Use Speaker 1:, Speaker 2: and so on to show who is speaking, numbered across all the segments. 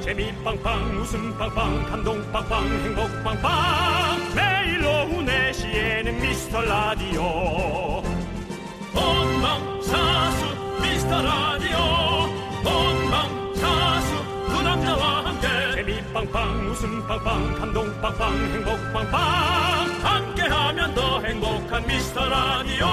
Speaker 1: 재미 빵빵 웃음 빵빵 감동 빵빵 행복 빵빵 매일 오후 4시에는 미스터 라디오 본방사수 미스터 라디오 본방사수 그 남자와 함께 재미 빵빵 웃음 빵빵 감동 빵빵 행복 빵빵 함께하면 더 행복한 미스터 라디오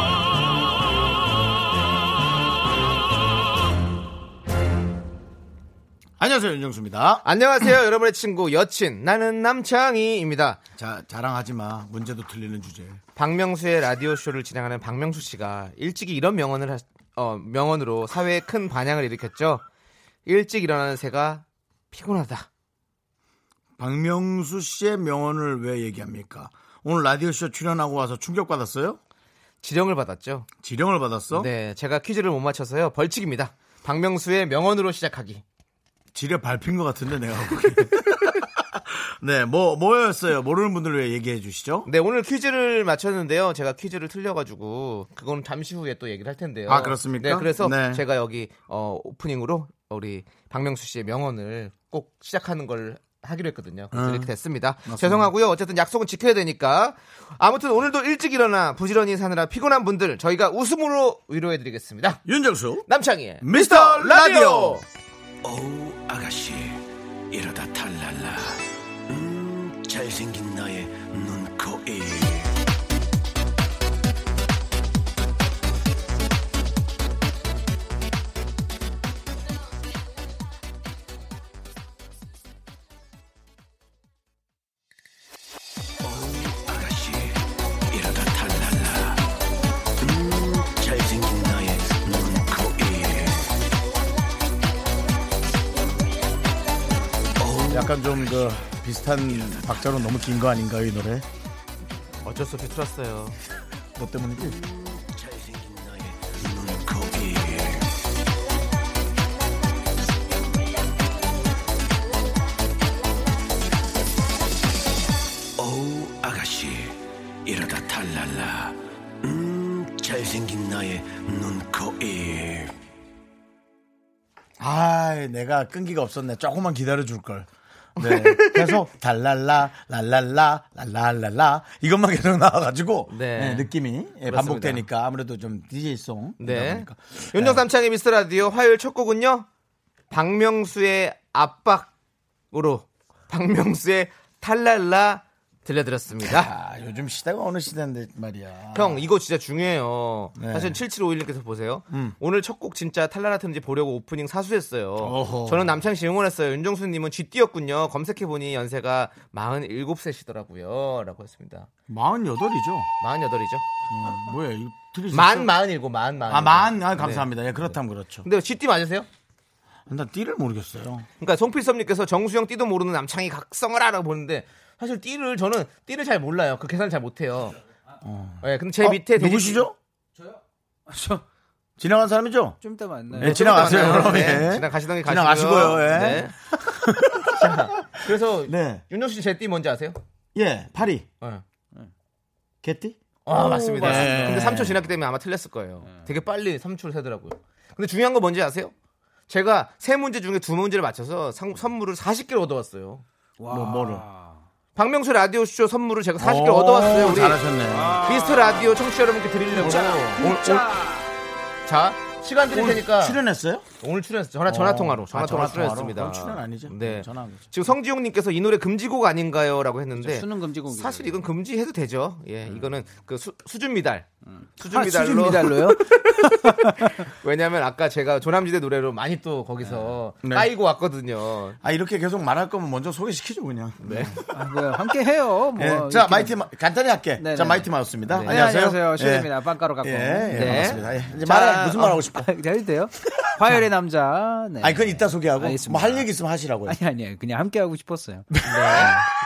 Speaker 2: 안녕하세요 윤정수입니다.
Speaker 3: 안녕하세요, 여러분의 친구 여친 나는 남창희입니다.
Speaker 2: 자 자랑하지 마. 문제도 틀리는 주제.
Speaker 3: 박명수의 라디오 쇼를 진행하는 박명수 씨가 일찍이 이런 명언을 하- 어, 명언으로 사회에 큰 반향을 일으켰죠. 일찍 일어나는 새가 피곤하다.
Speaker 2: 박명수 씨의 명언을 왜 얘기합니까? 오늘 라디오 쇼 출연하고 와서 충격 받았어요?
Speaker 3: 지령을 받았죠.
Speaker 2: 지령을 받았어?
Speaker 3: 네, 제가 퀴즈를 못 맞춰서요. 벌칙입니다. 박명수의 명언으로 시작하기.
Speaker 2: 지려 밟힌 것 같은데 내가 보기. 네, 뭐 뭐였어요? 모르는 분들 왜 얘기해 주시죠?
Speaker 3: 네, 오늘 퀴즈를 맞췄는데요. 제가 퀴즈를 틀려가지고 그건 잠시 후에 또 얘기를 할 텐데요.
Speaker 2: 아, 그렇습니까?
Speaker 3: 네, 그래서
Speaker 2: 네.
Speaker 3: 제가 여기 어, 오프닝으로 우리 박명수 씨의 명언을 꼭 시작하는 걸 하기로 했거든요. 그래서
Speaker 2: 음.
Speaker 3: 이렇게 됐습니다. 죄송하고요. 어쨌든 약속은 지켜야 되니까. 아무튼 오늘도 일찍 일어나 부지런히 사느라 피곤한 분들 저희가 웃음으로 위로해드리겠습니다.
Speaker 2: 윤정수
Speaker 3: 남창희의
Speaker 2: 미스터 라디오.
Speaker 4: 어우 아가씨 이러다 탈랄라 음 잘생긴 나의 눈코입 아가씨 이러다 탈랄라 음 잘생긴 나의 눈코입
Speaker 2: 약간 좀 그 비슷한 박자로 너무 긴 거 아닌가요 이 노래?
Speaker 3: 어쩔 수 없이 틀었어요.
Speaker 2: 뭐 때문인지?
Speaker 4: 잘생긴 나의 눈코입 어우 아가씨 이러다 탈랄라 음 잘생긴 나의 눈코입
Speaker 2: 아, 내가 끈기가 없었네. 조금만 기다려 줄 걸. 네. 계속 달랄라 랄랄라 랄랄랄라 이것만 계속 나와가지고
Speaker 3: 네.
Speaker 2: 네, 느낌이 예, 반복되니까 아무래도 좀 DJ 송.
Speaker 3: 네. 윤정삼창의 미스터 라디오 화요일 첫 곡은요. 박명수의 압박으로 박명수의 탈랄라 들려드렸습니다.
Speaker 2: 아, 요즘 시대가 어느 시대인데 말이야.
Speaker 3: 형 이거 진짜 중요해요.
Speaker 2: 네. 음.
Speaker 3: 사실 7751님께서 보세요. 오늘 첫 곡 진짜 탈랄라 트는지 보려고 오프닝 사수했어요.
Speaker 2: 어허.
Speaker 3: 저는 남창 씨 응원했어요. 윤정수님은 쥐띠였군요. 검색해보니 연세가 47세시더라고요. 라고 했습니다.
Speaker 2: 48이죠.
Speaker 3: 48이죠.
Speaker 2: 뭐야, 이거 들으셨어요?
Speaker 3: 만 47, 만 47.
Speaker 2: 아, 만. 아, 감사합니다. 예, 그렇다면 그렇죠.
Speaker 3: 근데 쥐띠 맞으세요?
Speaker 2: 난 띠를 모르겠어요.
Speaker 3: 그러니까 송필섭님께서 정수영 띠도 모르는 남창이 각성을 하라고 보는데 사실 띠를 저는 띠를 잘 몰라요. 그 계산을 잘 못해요. 예, 근데 제
Speaker 2: 어,
Speaker 3: 밑에 돼지-
Speaker 2: 누구시죠?
Speaker 5: 저
Speaker 2: 지나간 사람이죠?
Speaker 5: 좀 이따 만나요.
Speaker 2: 예, 지나가세요,
Speaker 3: 네,
Speaker 2: 그럼.
Speaker 3: 네,
Speaker 2: 예.
Speaker 3: 지나가시던 게
Speaker 2: 지나가시고요, 예.
Speaker 3: 자, 그래서
Speaker 2: 네.
Speaker 3: 윤정 씨 제 띠 뭔지 아세요?
Speaker 2: 예, 파리.
Speaker 3: 예.
Speaker 2: 개띠?
Speaker 3: 아 맞습니다.
Speaker 2: 어, 맞습니다. 예.
Speaker 3: 근데 3초 지났기 때문에 아마 틀렸을 거예요. 되게 빨리 3초를 세더라고요. 근데 중요한 거 뭔지 아세요? 제가 세 문제 중에 두 문제를 맞춰서 상- 선물을 40개를 얻어왔어요.
Speaker 2: 뭐,
Speaker 5: 아.
Speaker 2: 뭐를.
Speaker 3: 박명수 라디오 쇼 선물을 제가 40개
Speaker 2: 오,
Speaker 3: 얻어왔어요. 우리 아.
Speaker 2: 잘하셨네.
Speaker 3: 미스터 라디오 청취자 여러분께 드리려고. 오늘- 오늘- 자, 시간 드릴 테니까
Speaker 2: 출연했어요?
Speaker 3: 오늘 출연했어요. 전화 전화 통화로 전화
Speaker 2: 아,
Speaker 3: 통화
Speaker 2: 전화 통화로?
Speaker 3: 출연했습니다.
Speaker 2: 그건 출연 아니죠?
Speaker 3: 네.
Speaker 2: 전화한 거죠.
Speaker 3: 지금 성지용 님께서 이 노래 금지곡 아닌가요라고 했는데
Speaker 5: 수능 금지곡.
Speaker 3: 사실 이건 금지해도 되죠. 예, 이거는 그 수, 준 미달. 수준
Speaker 5: 아,
Speaker 3: 미달로.
Speaker 5: 수준 미달로요?
Speaker 3: 왜냐하면 아까 제가 조남지대 노래로 많이 또 거기서 까이고 왔거든요.
Speaker 2: 아 이렇게 계속 말할 거면 먼저 소개시키죠 그냥. 네.
Speaker 5: 아, 뭐야, 함께 해요. 뭐
Speaker 2: 예,
Speaker 5: 이렇게.
Speaker 2: 자 마이티 마, 간단히 할게.
Speaker 5: 네네.
Speaker 2: 자 마이티 마우스입니다.
Speaker 5: 네,
Speaker 2: 안녕하세요.
Speaker 5: 안녕하세요. 슈리입니다. 빵가루
Speaker 2: 예,
Speaker 5: 갖고.
Speaker 2: 예, 예,
Speaker 3: 네.
Speaker 2: 반갑습니다. 예. 이제
Speaker 5: 자,
Speaker 2: 말할 무슨 말 하고 싶어?
Speaker 5: 아, 자, 이때요. 화요일의 남자. 네.
Speaker 2: 아니 그건 이따 소개하고
Speaker 5: 알겠습니다.
Speaker 2: 뭐 할 얘기 있으면 하시라고요.
Speaker 5: 아니 아니요. 그냥 함께 하고 싶었어요.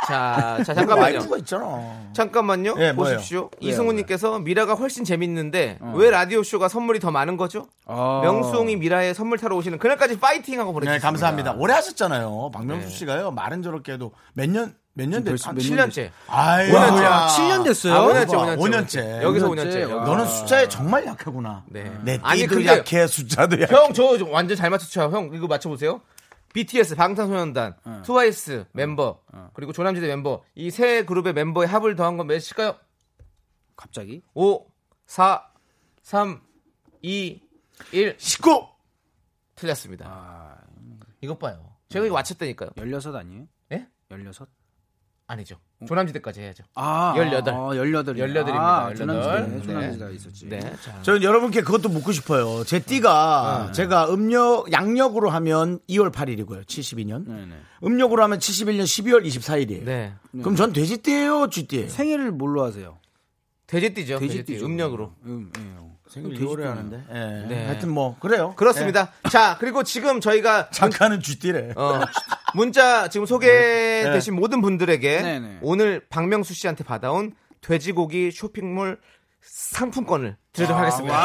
Speaker 3: 자, 자 잠깐만요.
Speaker 2: 와이프가 아, 있잖아.
Speaker 3: 잠깐만요.
Speaker 2: 예, 뭐예요? 어.
Speaker 3: 보십시오.
Speaker 5: 왜요,
Speaker 3: 이승우님께서 미라가 훨씬 재밌는데 왜 라디오 쇼가 선물이 더 많은 거죠?
Speaker 5: 어.
Speaker 3: 명수홍이 미라에 선물 타러 오시는 그날까지
Speaker 2: 아.
Speaker 3: 파이팅하고
Speaker 2: 네
Speaker 3: 보내주셨습니다.
Speaker 2: 감사합니다. 오래 하셨잖아요. 박명수 씨가요 말은 저렇게 해도 몇 년 몇 년 됐
Speaker 5: 네. 벌써
Speaker 2: 한
Speaker 5: 몇
Speaker 3: 7년째.
Speaker 2: 아유, 뭐야.
Speaker 5: 7년 됐어요.
Speaker 3: 아, 5년째, 5년째.
Speaker 2: 오 년째.
Speaker 3: 여기서
Speaker 5: 오 년째. 아.
Speaker 3: 5년째. 아.
Speaker 5: 와.
Speaker 2: 너는 숫자에 정말 약하구나.
Speaker 3: 네.
Speaker 2: 내 띠도
Speaker 3: 아니, 근데-
Speaker 2: 약해 숫자도 약해.
Speaker 3: 형, 저 완전 잘 맞춰줘요. 형, 이거 맞춰보세요. BTS 방탄소년단,
Speaker 2: 어.
Speaker 3: 트와이스 멤버 그리고 조남지대 멤버 이 세 그룹의 멤버의 합을 더한 건 몇일까요?
Speaker 5: 갑자기
Speaker 3: 5, 4, 3, 2, 1
Speaker 2: 19
Speaker 3: 틀렸습니다.
Speaker 5: 아, 음.
Speaker 3: 이것 봐요. 제가 이거 맞췄다니까요.
Speaker 5: 16 아니에요?
Speaker 3: 예?
Speaker 5: 16?
Speaker 3: 아니죠.
Speaker 5: 음.
Speaker 3: 조남지대까지 해야죠.
Speaker 5: 아,
Speaker 3: 열여덟.
Speaker 5: 아, 18.
Speaker 3: 열여덟입니다,
Speaker 5: 아,
Speaker 3: 열여덟.
Speaker 5: 조남지대.
Speaker 3: 네.
Speaker 5: 조남지대가 있었지.
Speaker 3: 네. 자.
Speaker 2: 저는 여러분께 그것도 묻고 싶어요. 제 띠가 제가 음력 양력으로 하면 2월 8일이고요. 72년.
Speaker 5: 네네.
Speaker 2: 음력으로 하면 71년 12월 24일이에요.
Speaker 3: 네.
Speaker 2: 그럼 전 돼지띠예요, 쥐띠예요?
Speaker 5: 생일을 뭘로 하세요?
Speaker 3: 돼지띠죠. 돼지띠
Speaker 5: 돼지띠죠.
Speaker 3: 음력으로.
Speaker 5: 음, 예.
Speaker 2: 생일
Speaker 5: 돼지띠네요.
Speaker 2: 예.
Speaker 3: 네.
Speaker 2: 하여튼 뭐 그래요.
Speaker 3: 그렇습니다.
Speaker 5: 네.
Speaker 3: 자, 그리고 지금 저희가
Speaker 2: 잠깐은 쥐띠래.
Speaker 3: 어, 문자 지금 소개되신 모든 분들에게
Speaker 5: 네. 네네.
Speaker 3: 오늘 박명수 씨한테 받아온 돼지고기 쇼핑몰 상품권을
Speaker 5: 아,
Speaker 3: 드리도록 하겠습니다.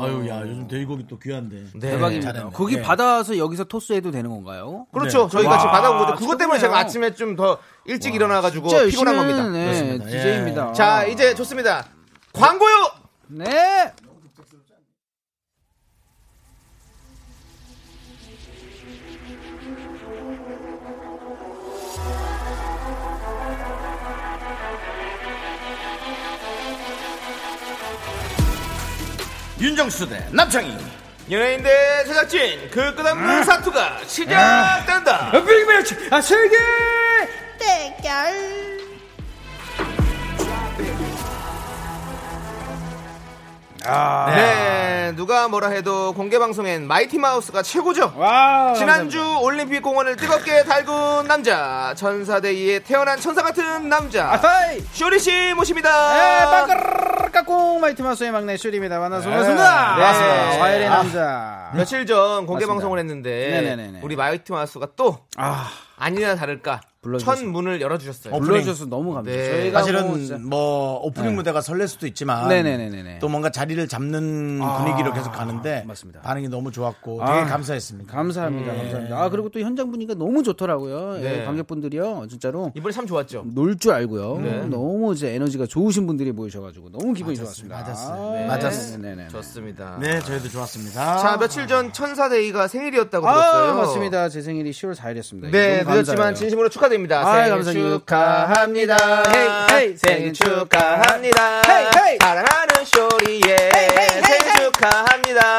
Speaker 2: 아유, 야, 요즘 돼지고기 또 귀한데.
Speaker 3: 네.
Speaker 5: 대박입니다.
Speaker 2: 잘했네.
Speaker 5: 거기
Speaker 2: 네.
Speaker 5: 받아서 여기서 토스해도 되는 건가요?
Speaker 3: 그렇죠. 저희가
Speaker 5: 와,
Speaker 3: 지금 받아온 건데 그것 때문에 제가
Speaker 5: 최고네요.
Speaker 3: 아침에 좀 더 일찍 일어나가지고
Speaker 5: 진짜
Speaker 3: 피곤한
Speaker 5: 열심히
Speaker 3: 겁니다.
Speaker 5: 하는, 네,
Speaker 2: 그렇습니다. 예.
Speaker 5: DJ입니다.
Speaker 3: 자, 이제 좋습니다. 광고요.
Speaker 5: 네.
Speaker 2: 윤정수 대 남창희. 아.
Speaker 3: 연예인 대 제작진 그 끝없는 사투가 시작된다.
Speaker 5: 빅매치 아 세계. 아.
Speaker 3: 네, 누가 뭐라 해도 공개 방송엔 마이티 마우스가 최고죠.
Speaker 5: 와.
Speaker 3: 지난주 올림픽 공원을 뜨겁게 달군 남자 천사대이에 태어난 천사 같은 남자
Speaker 5: 아이. 예,
Speaker 3: 쇼리 씨
Speaker 5: 에
Speaker 3: 모십니다.
Speaker 5: 빵가르르 까꿍 마이티 마스의 막내 슈리입니다. 만나서
Speaker 2: 예.
Speaker 5: 반갑습니다. 예.
Speaker 3: 네.
Speaker 5: 반갑습니다. 화요일의
Speaker 3: 아.
Speaker 5: 남자.
Speaker 3: 며칠 전 공개
Speaker 5: 맞습니다.
Speaker 3: 방송을 했는데
Speaker 5: 네네네네.
Speaker 3: 우리 마이티 마우스가 또
Speaker 5: 아,
Speaker 3: 아니나 다를까
Speaker 5: 불러주셨어요.
Speaker 3: 첫 문을 열어주셨어요.
Speaker 2: 어,
Speaker 5: 불러주셔서 너무 감사해요.
Speaker 3: 네.
Speaker 5: 저희가 뭐 진짜- 네.
Speaker 2: 사실은 뭐 오프닝 무대가 설렐 수도 있지만
Speaker 5: 네네네네네.
Speaker 2: 또 뭔가 자리를 잡는 분위기로 계속 가는데
Speaker 5: 맞습니다.
Speaker 2: 반응이 너무 좋았고
Speaker 5: 아.
Speaker 2: 되게 감사했습니다.
Speaker 5: 감사합니다. 감사합니다. 아, 그리고 또 현장 분위기가 너무 좋더라고요. 예,
Speaker 3: 네.
Speaker 5: 관객분들이요. 진짜로
Speaker 3: 이번에 참 좋았죠.
Speaker 5: 놀 줄 알고요.
Speaker 3: 네.
Speaker 5: 너무 이제 에너지가 좋으신 분들이 모이셔가지고 너무 기분이
Speaker 2: 맞았습니다.
Speaker 5: 좋았습니다.
Speaker 2: 맞았어요.
Speaker 5: 아,
Speaker 2: 맞았어요.
Speaker 5: 네네네.
Speaker 3: 좋습니다.
Speaker 2: 네, 저희도 좋았습니다.
Speaker 3: 자 며칠 전 천사대이가 생일이었다고
Speaker 5: 아,
Speaker 3: 들었어요.
Speaker 5: 맞습니다. 제 생일이 10월 4일이었습니다.
Speaker 3: 네, 늦었지만 진심으로 축하드립니다.
Speaker 5: 아,
Speaker 3: 생일
Speaker 5: 감사합니다.
Speaker 3: 축하합니다.
Speaker 5: 헤이, 헤이.
Speaker 3: 생일 축하합니다.
Speaker 5: 헤이, 헤이.
Speaker 3: 사랑하는 쇼리에
Speaker 5: 헤이,
Speaker 3: 생일
Speaker 5: 헤이.
Speaker 3: 축하합니다.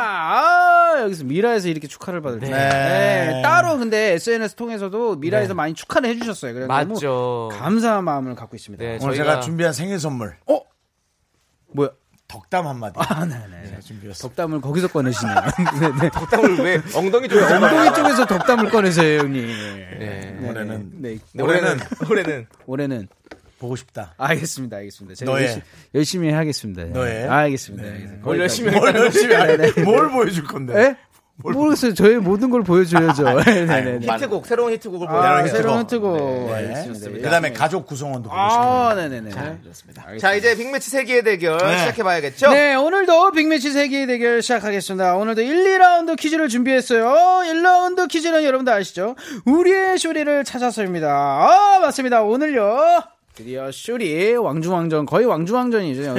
Speaker 5: 감사합니다. 아, 여기서 미라에서 이렇게 축하를 받을 때. 네.
Speaker 2: 네.
Speaker 5: 따로 근데 SNS 통해서도 미라에서 많이 축하를 해주셨어요. 그래서 너무
Speaker 3: 맞죠.
Speaker 5: 감사한 마음을 갖고 있습니다.
Speaker 3: 네,
Speaker 2: 오늘
Speaker 3: 저희가
Speaker 2: 제가 준비한 생일 선물
Speaker 5: 뭐야?
Speaker 2: 덕담 한마디.
Speaker 5: 아, 네네.
Speaker 2: 제가 준비했습니다.
Speaker 5: 덕담을 거기서 꺼내시네요. 네, 네.
Speaker 3: 땀을 왜 엉덩이 쪽에
Speaker 5: 엉덩이 쪽에서 덕담을 꺼내세요, 형님.
Speaker 3: 네.
Speaker 2: 올해는
Speaker 5: 네.
Speaker 3: 네, 올해는 올해는
Speaker 5: 올해는 아,
Speaker 2: 보고 싶다.
Speaker 5: 알겠습니다, 알겠습니다. 제가
Speaker 2: 너의.
Speaker 5: 열심히, 열심히 해야겠습니다. 네.
Speaker 2: 너의.
Speaker 5: 알겠습니다. 알겠습니다.
Speaker 3: 뭘 열심히
Speaker 2: 그러니까 뭘
Speaker 3: 했다는
Speaker 2: 열심히 해? 뭘 보여줄 건데? 네,
Speaker 5: 예? 모르겠어요. 저의 모든 걸 보여줘야죠. 네네네.
Speaker 2: 아니,
Speaker 3: 히트곡 새로운 히트곡을
Speaker 5: 아,
Speaker 2: 아,
Speaker 3: 보여드리겠습니다.
Speaker 2: 새로운
Speaker 5: 새로운 뜨고.
Speaker 2: 네. 그다음에 가족 구성원도 보고 싶다.
Speaker 5: 아, 네네네.
Speaker 3: 자 이제 빅매치 세계의 대결 시작해봐야겠죠.
Speaker 5: 네, 오늘도 빅매치 세계 대결 시작하겠습니다. 오늘도 1, 2라운드 퀴즈를 준비했어요. 1라운드 퀴즈는 여러분들 아시죠? 우리의 쇼리를 찾아서입니다. 아, 맞습니다. 오늘요. 드디어 쇼리 왕중왕전 거의 왕중왕전이죠.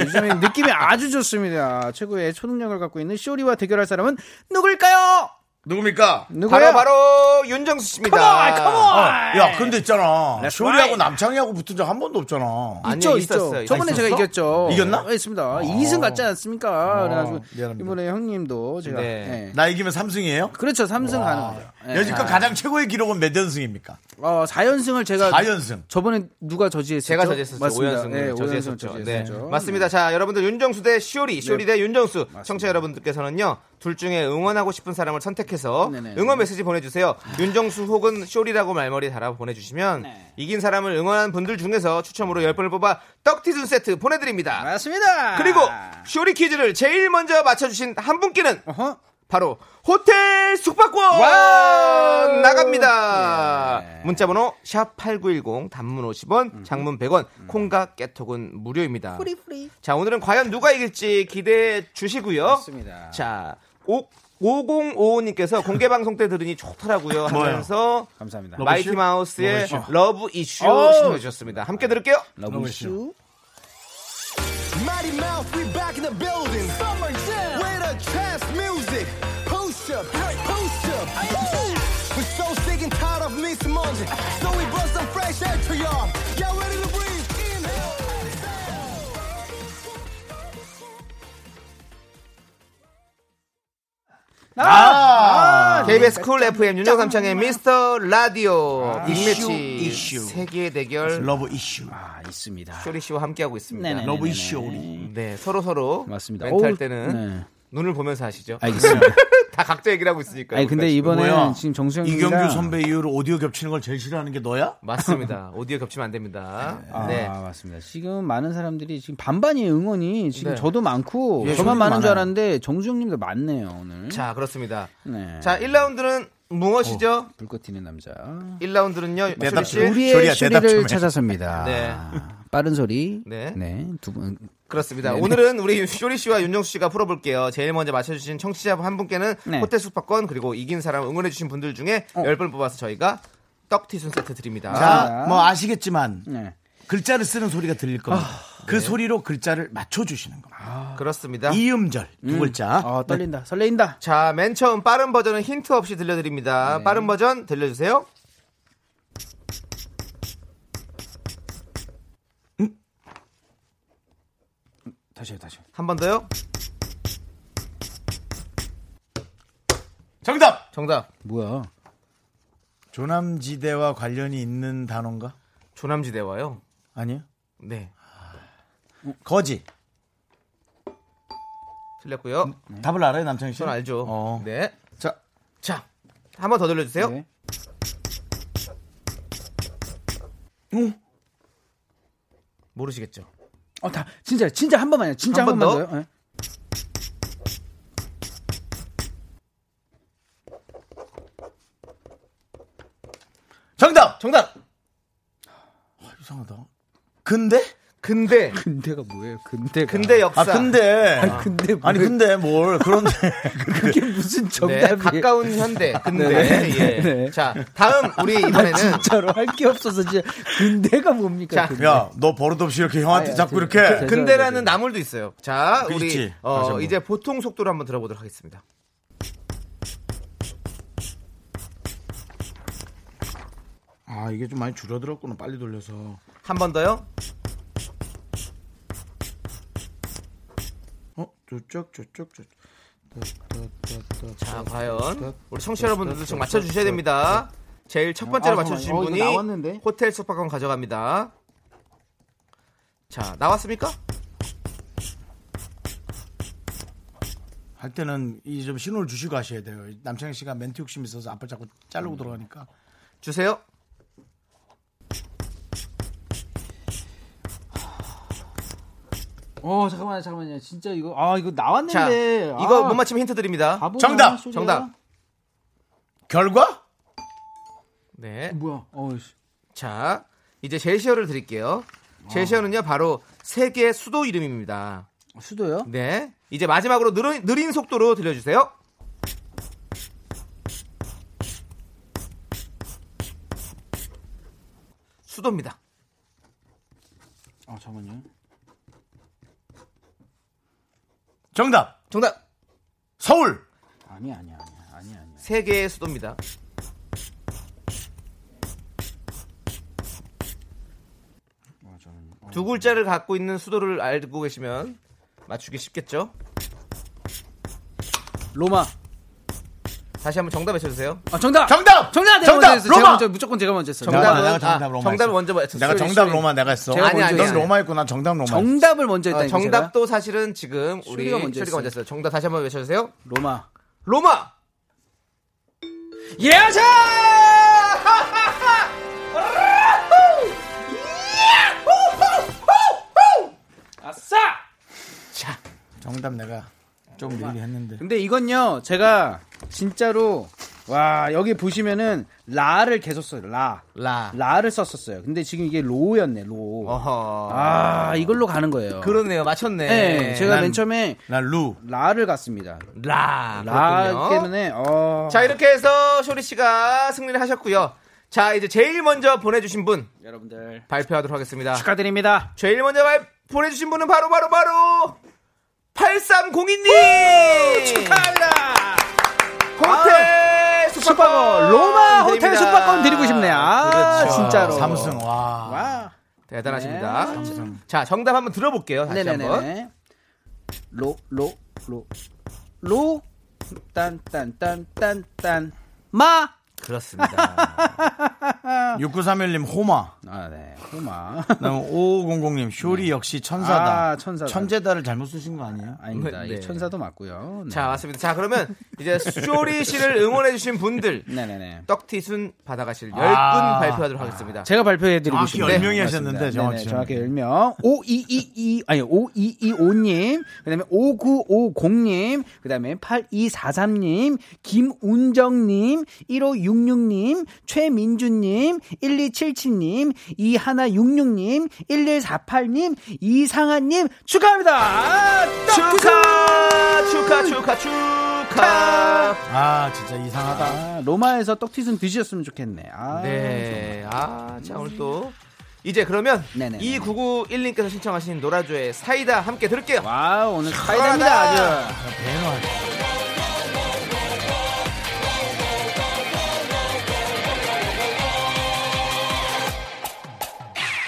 Speaker 5: 요즘에 느낌이 아주 좋습니다. 최고의 초능력을 갖고 있는 쇼리와 대결할 사람은 누굴까요?
Speaker 2: 누굽니까?
Speaker 3: 바로
Speaker 5: 누구예요?
Speaker 3: 바로 윤정수 씨입니다.
Speaker 5: 컴온, 컴온!
Speaker 2: 아, 야, 근데 있잖아.
Speaker 5: That's
Speaker 2: 쇼리하고
Speaker 5: right.
Speaker 2: 남창희하고 붙은 적 한 번도 없잖아.
Speaker 3: 아니요,
Speaker 5: 있죠,
Speaker 3: 있었어요. 어.
Speaker 5: 있죠. 저번에 제가 이겼죠.
Speaker 2: 이겼나?
Speaker 5: 네, 있습니다. 2승 갔지 않습니까? 그래가지고
Speaker 2: 미안합니다.
Speaker 5: 이번에 형님도 제가
Speaker 3: 네.
Speaker 5: 네.
Speaker 2: 나 이기면 3승이에요?
Speaker 5: 그렇죠. 3승 가는 거죠. 네.
Speaker 2: 여지껏 가장 최고의 기록은 몇 연승입니까?
Speaker 5: 어, 4연승을 제가
Speaker 2: 4연승.
Speaker 5: 저번에 누가 저지했죠?
Speaker 3: 제가 저지했었죠.
Speaker 5: 맞습니다.
Speaker 3: 5연승을
Speaker 5: 네, 5연승을
Speaker 3: 저지했었죠. 네.
Speaker 5: 저지했었죠. 음.
Speaker 3: 맞습니다. 자, 여러분들 윤정수 대 쇼리, 쇼리 대 윤정수. 청취자 여러분들께서는요. 둘 중에 응원하고 싶은 사람을 선택해서
Speaker 5: 네네.
Speaker 3: 응원 메시지 보내주세요. 윤정수 혹은 쇼리라고 말머리 달아 보내주시면 이긴 사람을 응원한 분들 중에서 추첨으로 10분을 뽑아 떡티순 세트
Speaker 5: 아.
Speaker 3: 보내드립니다.
Speaker 5: 맞습니다.
Speaker 3: 그리고 쇼리 퀴즈를 제일 먼저 맞춰주신 한 분께는
Speaker 5: 어허.
Speaker 3: 바로 호텔 숙박권
Speaker 5: 와우! 예.
Speaker 3: 나갑니다. 문자번호 샵 #8910 단문 50원, 장문 100원,
Speaker 5: 음.
Speaker 3: 콩과 깨톡은 무료입니다. 자 오늘은 과연 누가 이길지 기대해 주시고요.
Speaker 5: 맞습니다.
Speaker 3: 자 오, 5055님께서 공개 방송 때 들으니 좋더라고요 하면서
Speaker 5: 감사합니다.
Speaker 3: 마이티 마우스의 러브 이슈
Speaker 5: 어우.
Speaker 3: 신청해 주셨습니다. 함께 들을게요.
Speaker 5: 러브 이슈.
Speaker 6: Mighty Mouth, we back in the building. Summer jam. With a trance music. Push up, hey, push up. We're so sick and tired of me some more. So we brought some fresh air to y'all. Y'all ready to breathe? Inhale.
Speaker 5: 아, 네.
Speaker 3: KBS 쿨 FM 윤정 삼창의 미스터 라디오 빅매치
Speaker 2: 이슈, 이슈.
Speaker 3: 세계 대결
Speaker 2: 러브 이슈.
Speaker 5: 아, 있습니다.
Speaker 3: 쇼리 씨와 함께하고 있습니다.
Speaker 5: 네네.
Speaker 2: 러브 이슈 우리.
Speaker 3: 네, 서로 서로
Speaker 5: 맞습니다.
Speaker 3: 멘트할
Speaker 5: 어우,
Speaker 3: 때는
Speaker 5: 네.
Speaker 3: 눈을 보면서 하시죠.
Speaker 5: 알겠습니다.
Speaker 3: 다 각자 얘기를 하고 있으니까요. 그러니까.
Speaker 5: 아니 근데 이번에는
Speaker 2: 뭐야?
Speaker 5: 지금 정수영 씨가-
Speaker 2: 이경규 선배 이후로 오디오 겹치는 걸 제일 싫어하는 게 너야?
Speaker 3: 맞습니다. 오디오 겹치면 안 됩니다.
Speaker 5: 아,
Speaker 3: 네.
Speaker 5: 맞습니다. 지금 많은 사람들이 지금 반반이 응원이 지금
Speaker 3: 네.
Speaker 5: 저도 많고
Speaker 2: 예,
Speaker 5: 저만
Speaker 2: 저도
Speaker 5: 많은 줄
Speaker 2: 많아요.
Speaker 5: 알았는데 정수영님도 많네요 오늘.
Speaker 3: 자, 그렇습니다.
Speaker 5: 네.
Speaker 3: 자, 1라운드는 무엇이죠?
Speaker 5: 불꽃 튀는 남자.
Speaker 3: 1라운드는요. 쇼리
Speaker 2: 대답
Speaker 3: 씨.
Speaker 2: 좀.
Speaker 5: 네, 우리의
Speaker 2: 쇼리야, 대답 좀
Speaker 5: 쇼리를
Speaker 2: 해.
Speaker 5: 찾아섭니다.
Speaker 3: 네.
Speaker 5: 빠른 소리.
Speaker 3: 네.
Speaker 5: 네두분
Speaker 3: 그렇습니다.
Speaker 5: 네네.
Speaker 3: 오늘은 우리 쇼리 씨와 윤정수 씨가 풀어볼게요. 제일 먼저 맞춰주신 청취자 한 분께는
Speaker 5: 네. 어.
Speaker 3: 호텔 숙박권 그리고 이긴 사람 응원해주신 분들 중에 열 10분 뽑아서 저희가 떡티순 세트 드립니다.
Speaker 2: 자, 뭐 아시겠지만
Speaker 5: 네.
Speaker 2: 글자를 쓰는 소리가 들릴 겁니다. 그 소리로 글자를 맞춰 주시는 겁니다.
Speaker 3: 그렇습니다.
Speaker 2: 이음절 두 글자.
Speaker 3: 네.
Speaker 5: 아 떨린다 설레인다.
Speaker 3: 자, 맨 처음 빠른 버전은 힌트 없이 들려드립니다. 빠른 버전 들려주세요.
Speaker 5: 다시요 다시요.
Speaker 3: 한 번 더요.
Speaker 2: 정답.
Speaker 3: 정답.
Speaker 5: 뭐야?
Speaker 2: 조남지대와 관련이 있는 단어인가?
Speaker 3: 조남지대와요.
Speaker 2: 아니요.
Speaker 3: 네.
Speaker 2: 거지.
Speaker 3: 틀렸고요.
Speaker 2: 네. 답을 알아요, 남창희 씨?
Speaker 3: 저는 알죠.
Speaker 2: 어.
Speaker 3: 네.
Speaker 2: 자,
Speaker 3: 자, 한 번 더 들려주세요.
Speaker 5: 네.
Speaker 3: 모르시겠죠.
Speaker 5: 어다 진짜 진짜 한 번만요. 진짜 한,
Speaker 3: 한번
Speaker 5: 번만
Speaker 3: 더?
Speaker 5: 더요. 네.
Speaker 2: 정답. 아,
Speaker 3: 정답.
Speaker 2: 이상하다. 근데?
Speaker 3: 근데
Speaker 5: 근대가 뭐예요? 근대.
Speaker 3: 근대
Speaker 2: 아,
Speaker 3: 역사.
Speaker 2: 근데.
Speaker 5: 아니, 근데 뭐-
Speaker 2: 아니, 근데 뭘. 그런데.
Speaker 5: 그게 무슨
Speaker 3: 네,
Speaker 5: 정답이에요?
Speaker 3: 가까운 현대. 근데
Speaker 5: 네,
Speaker 3: 예.
Speaker 5: 네.
Speaker 3: 자, 다음 우리
Speaker 5: 아,
Speaker 3: 이번에는
Speaker 5: 진짜로 할 게 없어서 진짜 근대가 뭡니까?
Speaker 3: 자,
Speaker 5: 근대.
Speaker 2: 야, 너 버릇없이 이렇게 형한테
Speaker 5: 네. 아니,
Speaker 2: 자꾸
Speaker 5: 아니,
Speaker 2: 이렇게.
Speaker 5: 그- 그-
Speaker 3: 근대라는 나물도 있어요. 자,
Speaker 2: 그
Speaker 3: 우리
Speaker 2: 있지.
Speaker 3: 어,
Speaker 2: 다시 한번.
Speaker 3: 이제 보통 속도로 한번 들어보도록 하겠습니다.
Speaker 2: 아, 이게 좀 많이 줄어들었구나. 빨리 돌려서.
Speaker 3: 한 번 더요.
Speaker 2: 어, 저쪽, 저쪽, 저쪽.
Speaker 3: 자, 아,
Speaker 5: 네.
Speaker 3: 과연 우리 청취자 여러분들도 지금 맞춰 주셔야 됩니다. 제일 첫 번째로
Speaker 5: 아,
Speaker 3: 맞춰 주신
Speaker 5: 잠깐만요. 어,
Speaker 3: 분이
Speaker 5: 이거 나왔는데?
Speaker 3: 호텔 숙박권 가져갑니다. 자, 나왔습니까?
Speaker 2: 할 때는 이 좀 신호를 주시고 하셔야 돼요. 남창희 씨가 멘트 욕심 이 있어서 앞을 자꾸
Speaker 5: 음.
Speaker 2: 자르고 들어가니까.
Speaker 3: 주세요.
Speaker 5: 어 잠깐만요 잠깐만요 진짜 이거 아 이거 나왔는데
Speaker 3: 자,
Speaker 5: 아,
Speaker 3: 이거 못 맞히면 힌트 드립니다.
Speaker 5: 바보야,
Speaker 2: 정답!
Speaker 5: 소리야.
Speaker 3: 정답.
Speaker 2: 결과?
Speaker 3: 네.
Speaker 5: 뭐야 어이씨
Speaker 3: 자, 이제 제시어를 드릴게요. 제시어는요, 바로 세계 수도 이름입니다.
Speaker 5: 수도요
Speaker 3: 네. 이제 마지막으로 느린, 느린 속도로 들려주세요. 수도입니다.
Speaker 5: 아 잠깐만요
Speaker 2: 정답.
Speaker 3: 정답!
Speaker 2: 서울.
Speaker 5: 아니 아니 아니 아니 아니
Speaker 3: 세계의 수도입니다. 두 글자를 갖고 있는 수도를 알고 계시면 맞추기 쉽겠죠?
Speaker 5: 로마
Speaker 3: 다시 한번 정답 외쳐주세요.
Speaker 5: 아 정답
Speaker 2: 정답!
Speaker 5: 정답
Speaker 3: 네,
Speaker 5: 내가
Speaker 2: 정답!
Speaker 5: 먼저 했어. 제가
Speaker 2: 로마!
Speaker 5: 먼저, 무조건 제가 먼저 했어
Speaker 2: 정답.
Speaker 5: 정답
Speaker 3: 정답은,
Speaker 2: 내가 정답
Speaker 3: 아,
Speaker 2: 로마
Speaker 3: 정답을
Speaker 2: 했어.
Speaker 3: 먼저 맞춰
Speaker 2: 내가 정답 로마 내가 했어.
Speaker 5: 제가
Speaker 3: 아니,
Speaker 5: 먼저
Speaker 3: 아니,
Speaker 2: 넌
Speaker 5: 했어요.
Speaker 3: 아니.
Speaker 2: 로마 했고 난 정답 로마. 했어.
Speaker 5: 정답을 먼저 했다니까 제가.
Speaker 3: 정답도 사실은 지금 우리
Speaker 5: 쇼리가 먼저
Speaker 3: 쇼리가 먼저 했어요. 정답 다시 한번 외쳐주세요.
Speaker 5: 로마
Speaker 3: 로마!
Speaker 5: 예자 아싸
Speaker 2: 정답 내가 좀 느리게 했는데.
Speaker 5: 근데 이건요 제가 진짜로 와 여기 보시면은 라를 계속 써요 라
Speaker 3: 라.
Speaker 5: 라를 썼었어요. 근데 지금 이게 로였네, 로.
Speaker 3: 어허.
Speaker 5: 아, 이걸로 가는 거예요.
Speaker 3: 그렇네요. 맞췄네.
Speaker 5: 네, 제가
Speaker 2: 난-
Speaker 5: 맨 처음에
Speaker 2: 난 루.
Speaker 5: 라를 갔습니다.
Speaker 3: 라.
Speaker 5: 라
Speaker 3: 아, 그렇군요.
Speaker 5: 때문에 어.
Speaker 3: 자, 이렇게 해서 쇼리 씨가 승리를 하셨고요. 자, 이제 제일 먼저 보내주신 분
Speaker 5: 여러분들
Speaker 3: 발표하도록 하겠습니다.
Speaker 5: 축하드립니다.
Speaker 3: 제일 먼저 발- 보내주신 분은 바로, 바로, 바로! 8302님! 축하합니다! 호텔
Speaker 5: 숙박권
Speaker 3: 아,
Speaker 5: 로마 호텔 숙박권 드리고 싶네요. 아,
Speaker 3: 그렇죠.
Speaker 5: 진짜로. 아,
Speaker 2: 삼승 와.
Speaker 5: 와.
Speaker 3: 대단하십니다.
Speaker 5: 네.
Speaker 2: 삼승.
Speaker 3: 자, 정답 한번 들어볼게요. 다시 한번.
Speaker 5: 네네네. 로로로로딴딴딴딴딴 마.
Speaker 3: 그렇습니다.
Speaker 2: 6931님 호마.
Speaker 5: 아, 네. 호마.
Speaker 2: 그다음 5500님 쇼리 역시 천사다.
Speaker 5: 네. 아, 천사다.
Speaker 2: 천재다를 잘못 쓰신 거 아니에요?
Speaker 5: 아닙니다. 이게
Speaker 3: 네.
Speaker 5: 천사도 맞고요. 네.
Speaker 3: 자, 맞습니다. 자, 그러면 이제 쇼리 씨를 응원해주신 분들
Speaker 5: 네네네.
Speaker 3: 떡티순 받아가실 10분
Speaker 2: 아.
Speaker 3: 발표하도록 하겠습니다.
Speaker 5: 제가 발표해드리고
Speaker 2: 정확히
Speaker 5: 싶네요.
Speaker 2: 10명이
Speaker 5: 네,
Speaker 2: 하셨는데,
Speaker 5: 맞습니다.
Speaker 2: 정확히.
Speaker 5: 네네, 정확히 10명. 5222, 아니, 5225님, 그 다음에 5950님, 그 다음에 8243님, 김운정님, 1566님, 최민주님, 1277님, 2166님, 1148님, 이상한님, 축하합니다! 아, 음.
Speaker 3: 축하! 축하, 축하, 축하!
Speaker 2: 아, 진짜 이상하다.
Speaker 5: 아, 로마에서 떡튀순 드셨으면 좋겠네. 아,
Speaker 3: 네. 아, 자, 오늘 또. 이제 그러면
Speaker 5: 네네.
Speaker 3: 2991님께서 신청하신 노라조의 사이다 함께 들을게요.
Speaker 5: 와, 오늘 사이다입니다, 아주.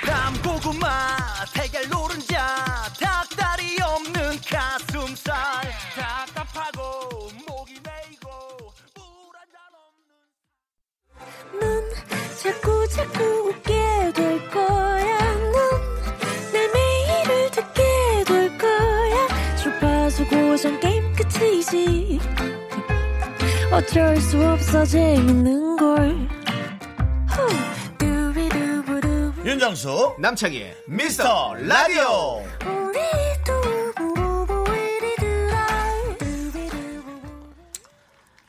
Speaker 6: 밤고구마 달걀 노른자 닭다리 없는 가슴살 답답하고 목이 메이고 우울한잔 없는
Speaker 7: 넌 자꾸 자꾸 웃게 될 거야. 넌내 매일을 듣게 될 거야. 주파수 고정 게임 끝이지. 어쩔 수 없어 재밌는 걸. 후. 두비두부두부.
Speaker 2: 윤정수
Speaker 3: 남창희의 미스터 라디오!
Speaker 7: 우리 두부부부 우리 두라. 두비두부부.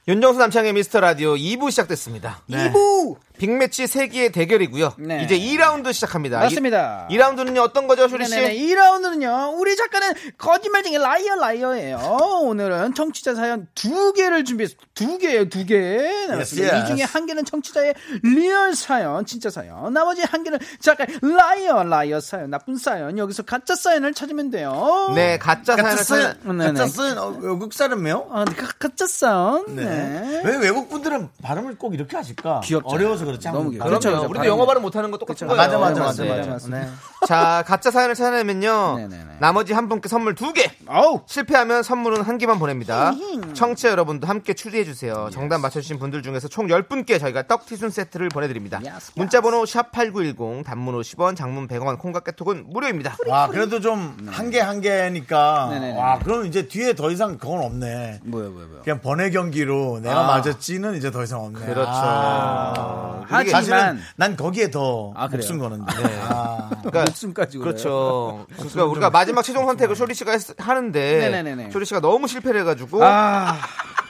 Speaker 3: 윤정수 남창의 미스터 라디오 2부 시작됐습니다. 2부! 빅매치 세기의 대결이고요.
Speaker 5: 네.
Speaker 3: 이제 2라운드 시작합니다.
Speaker 5: 맞습니다.
Speaker 3: 2, 라운드는요 어떤 거죠, 쇼리 씨?
Speaker 5: 네네네. 2라운드는요, 우리 작가는 거짓말쟁이 라이어 라이어예요. 오늘은 청취자 사연 두 개를 준비했어요. 두 개예요, 두 개. 나왔습니다.
Speaker 2: yes.
Speaker 5: 이 중에 한 개는 청취자의 리얼 사연, 진짜 사연. 나머지 한 개는 작가 라이어 라이어 사연, 나쁜 사연. 여기서 가짜 사연을 찾으면 돼요.
Speaker 3: 네, 가짜 사연을 찾아-
Speaker 2: 가짜쓴
Speaker 5: 네네.
Speaker 2: 가짜쓴 어,
Speaker 3: 그
Speaker 2: 외국 사람이요?
Speaker 5: 아, 가, 가짜 사연.
Speaker 2: 네.
Speaker 5: 네.
Speaker 2: 왜 외국 분들은 발음을 꼭 이렇게 하실까?
Speaker 5: 귀엽잖아요.
Speaker 2: 어려워서 그렇지.
Speaker 5: 너무
Speaker 2: 한국
Speaker 5: 그렇죠,
Speaker 3: 그럼요.
Speaker 5: 그렇죠.
Speaker 3: 우리도
Speaker 5: 발음.
Speaker 3: 영어 발음 못하는 거 똑같은 거예요. 네.
Speaker 2: 맞아, 맞아, 맞아,
Speaker 5: 맞습니다,
Speaker 2: 맞아.
Speaker 5: 맞습니다.
Speaker 3: 자, 가짜 사연을 찾아내면요.
Speaker 5: 네네네.
Speaker 3: 나머지 한 분께 선물 두 개.
Speaker 5: 어우.
Speaker 3: 실패하면 선물은 한 개만 보냅니다. 청취자 여러분도 함께 추리해주세요. 정답 맞춰주신 분들 중에서 총 10분께 저희가 떡티순 세트를 보내드립니다.
Speaker 5: Yes,
Speaker 3: 문자번호 샵8910, 단문 50원, 장문 100원, 콩깍개톡은 무료입니다.
Speaker 2: 와, 아, 그래도 좀 한 개 한 개니까.
Speaker 5: 네. 네네네.
Speaker 2: 와, 그럼 이제 뒤에 더 이상 그건 없네.
Speaker 5: 뭐야, 뭐야, 뭐야.
Speaker 2: 그냥 번외 경기로 내가
Speaker 5: 아.
Speaker 2: 맞았지는 이제 더 이상 없네. 아.
Speaker 3: 그렇죠.
Speaker 5: 하지만-
Speaker 2: 사실은 난 거기에 더
Speaker 5: 아, 그래요?
Speaker 2: 목숨 거는데. 아.
Speaker 3: 그러니까
Speaker 5: 목숨까지 그래요.
Speaker 3: 그렇죠. 그러니까 우리가 마지막 최종 선택을 쇼리 씨가 했- 하는데
Speaker 5: 네네네네.
Speaker 3: 쇼리 씨가 너무 실패를 해가지고
Speaker 5: 아,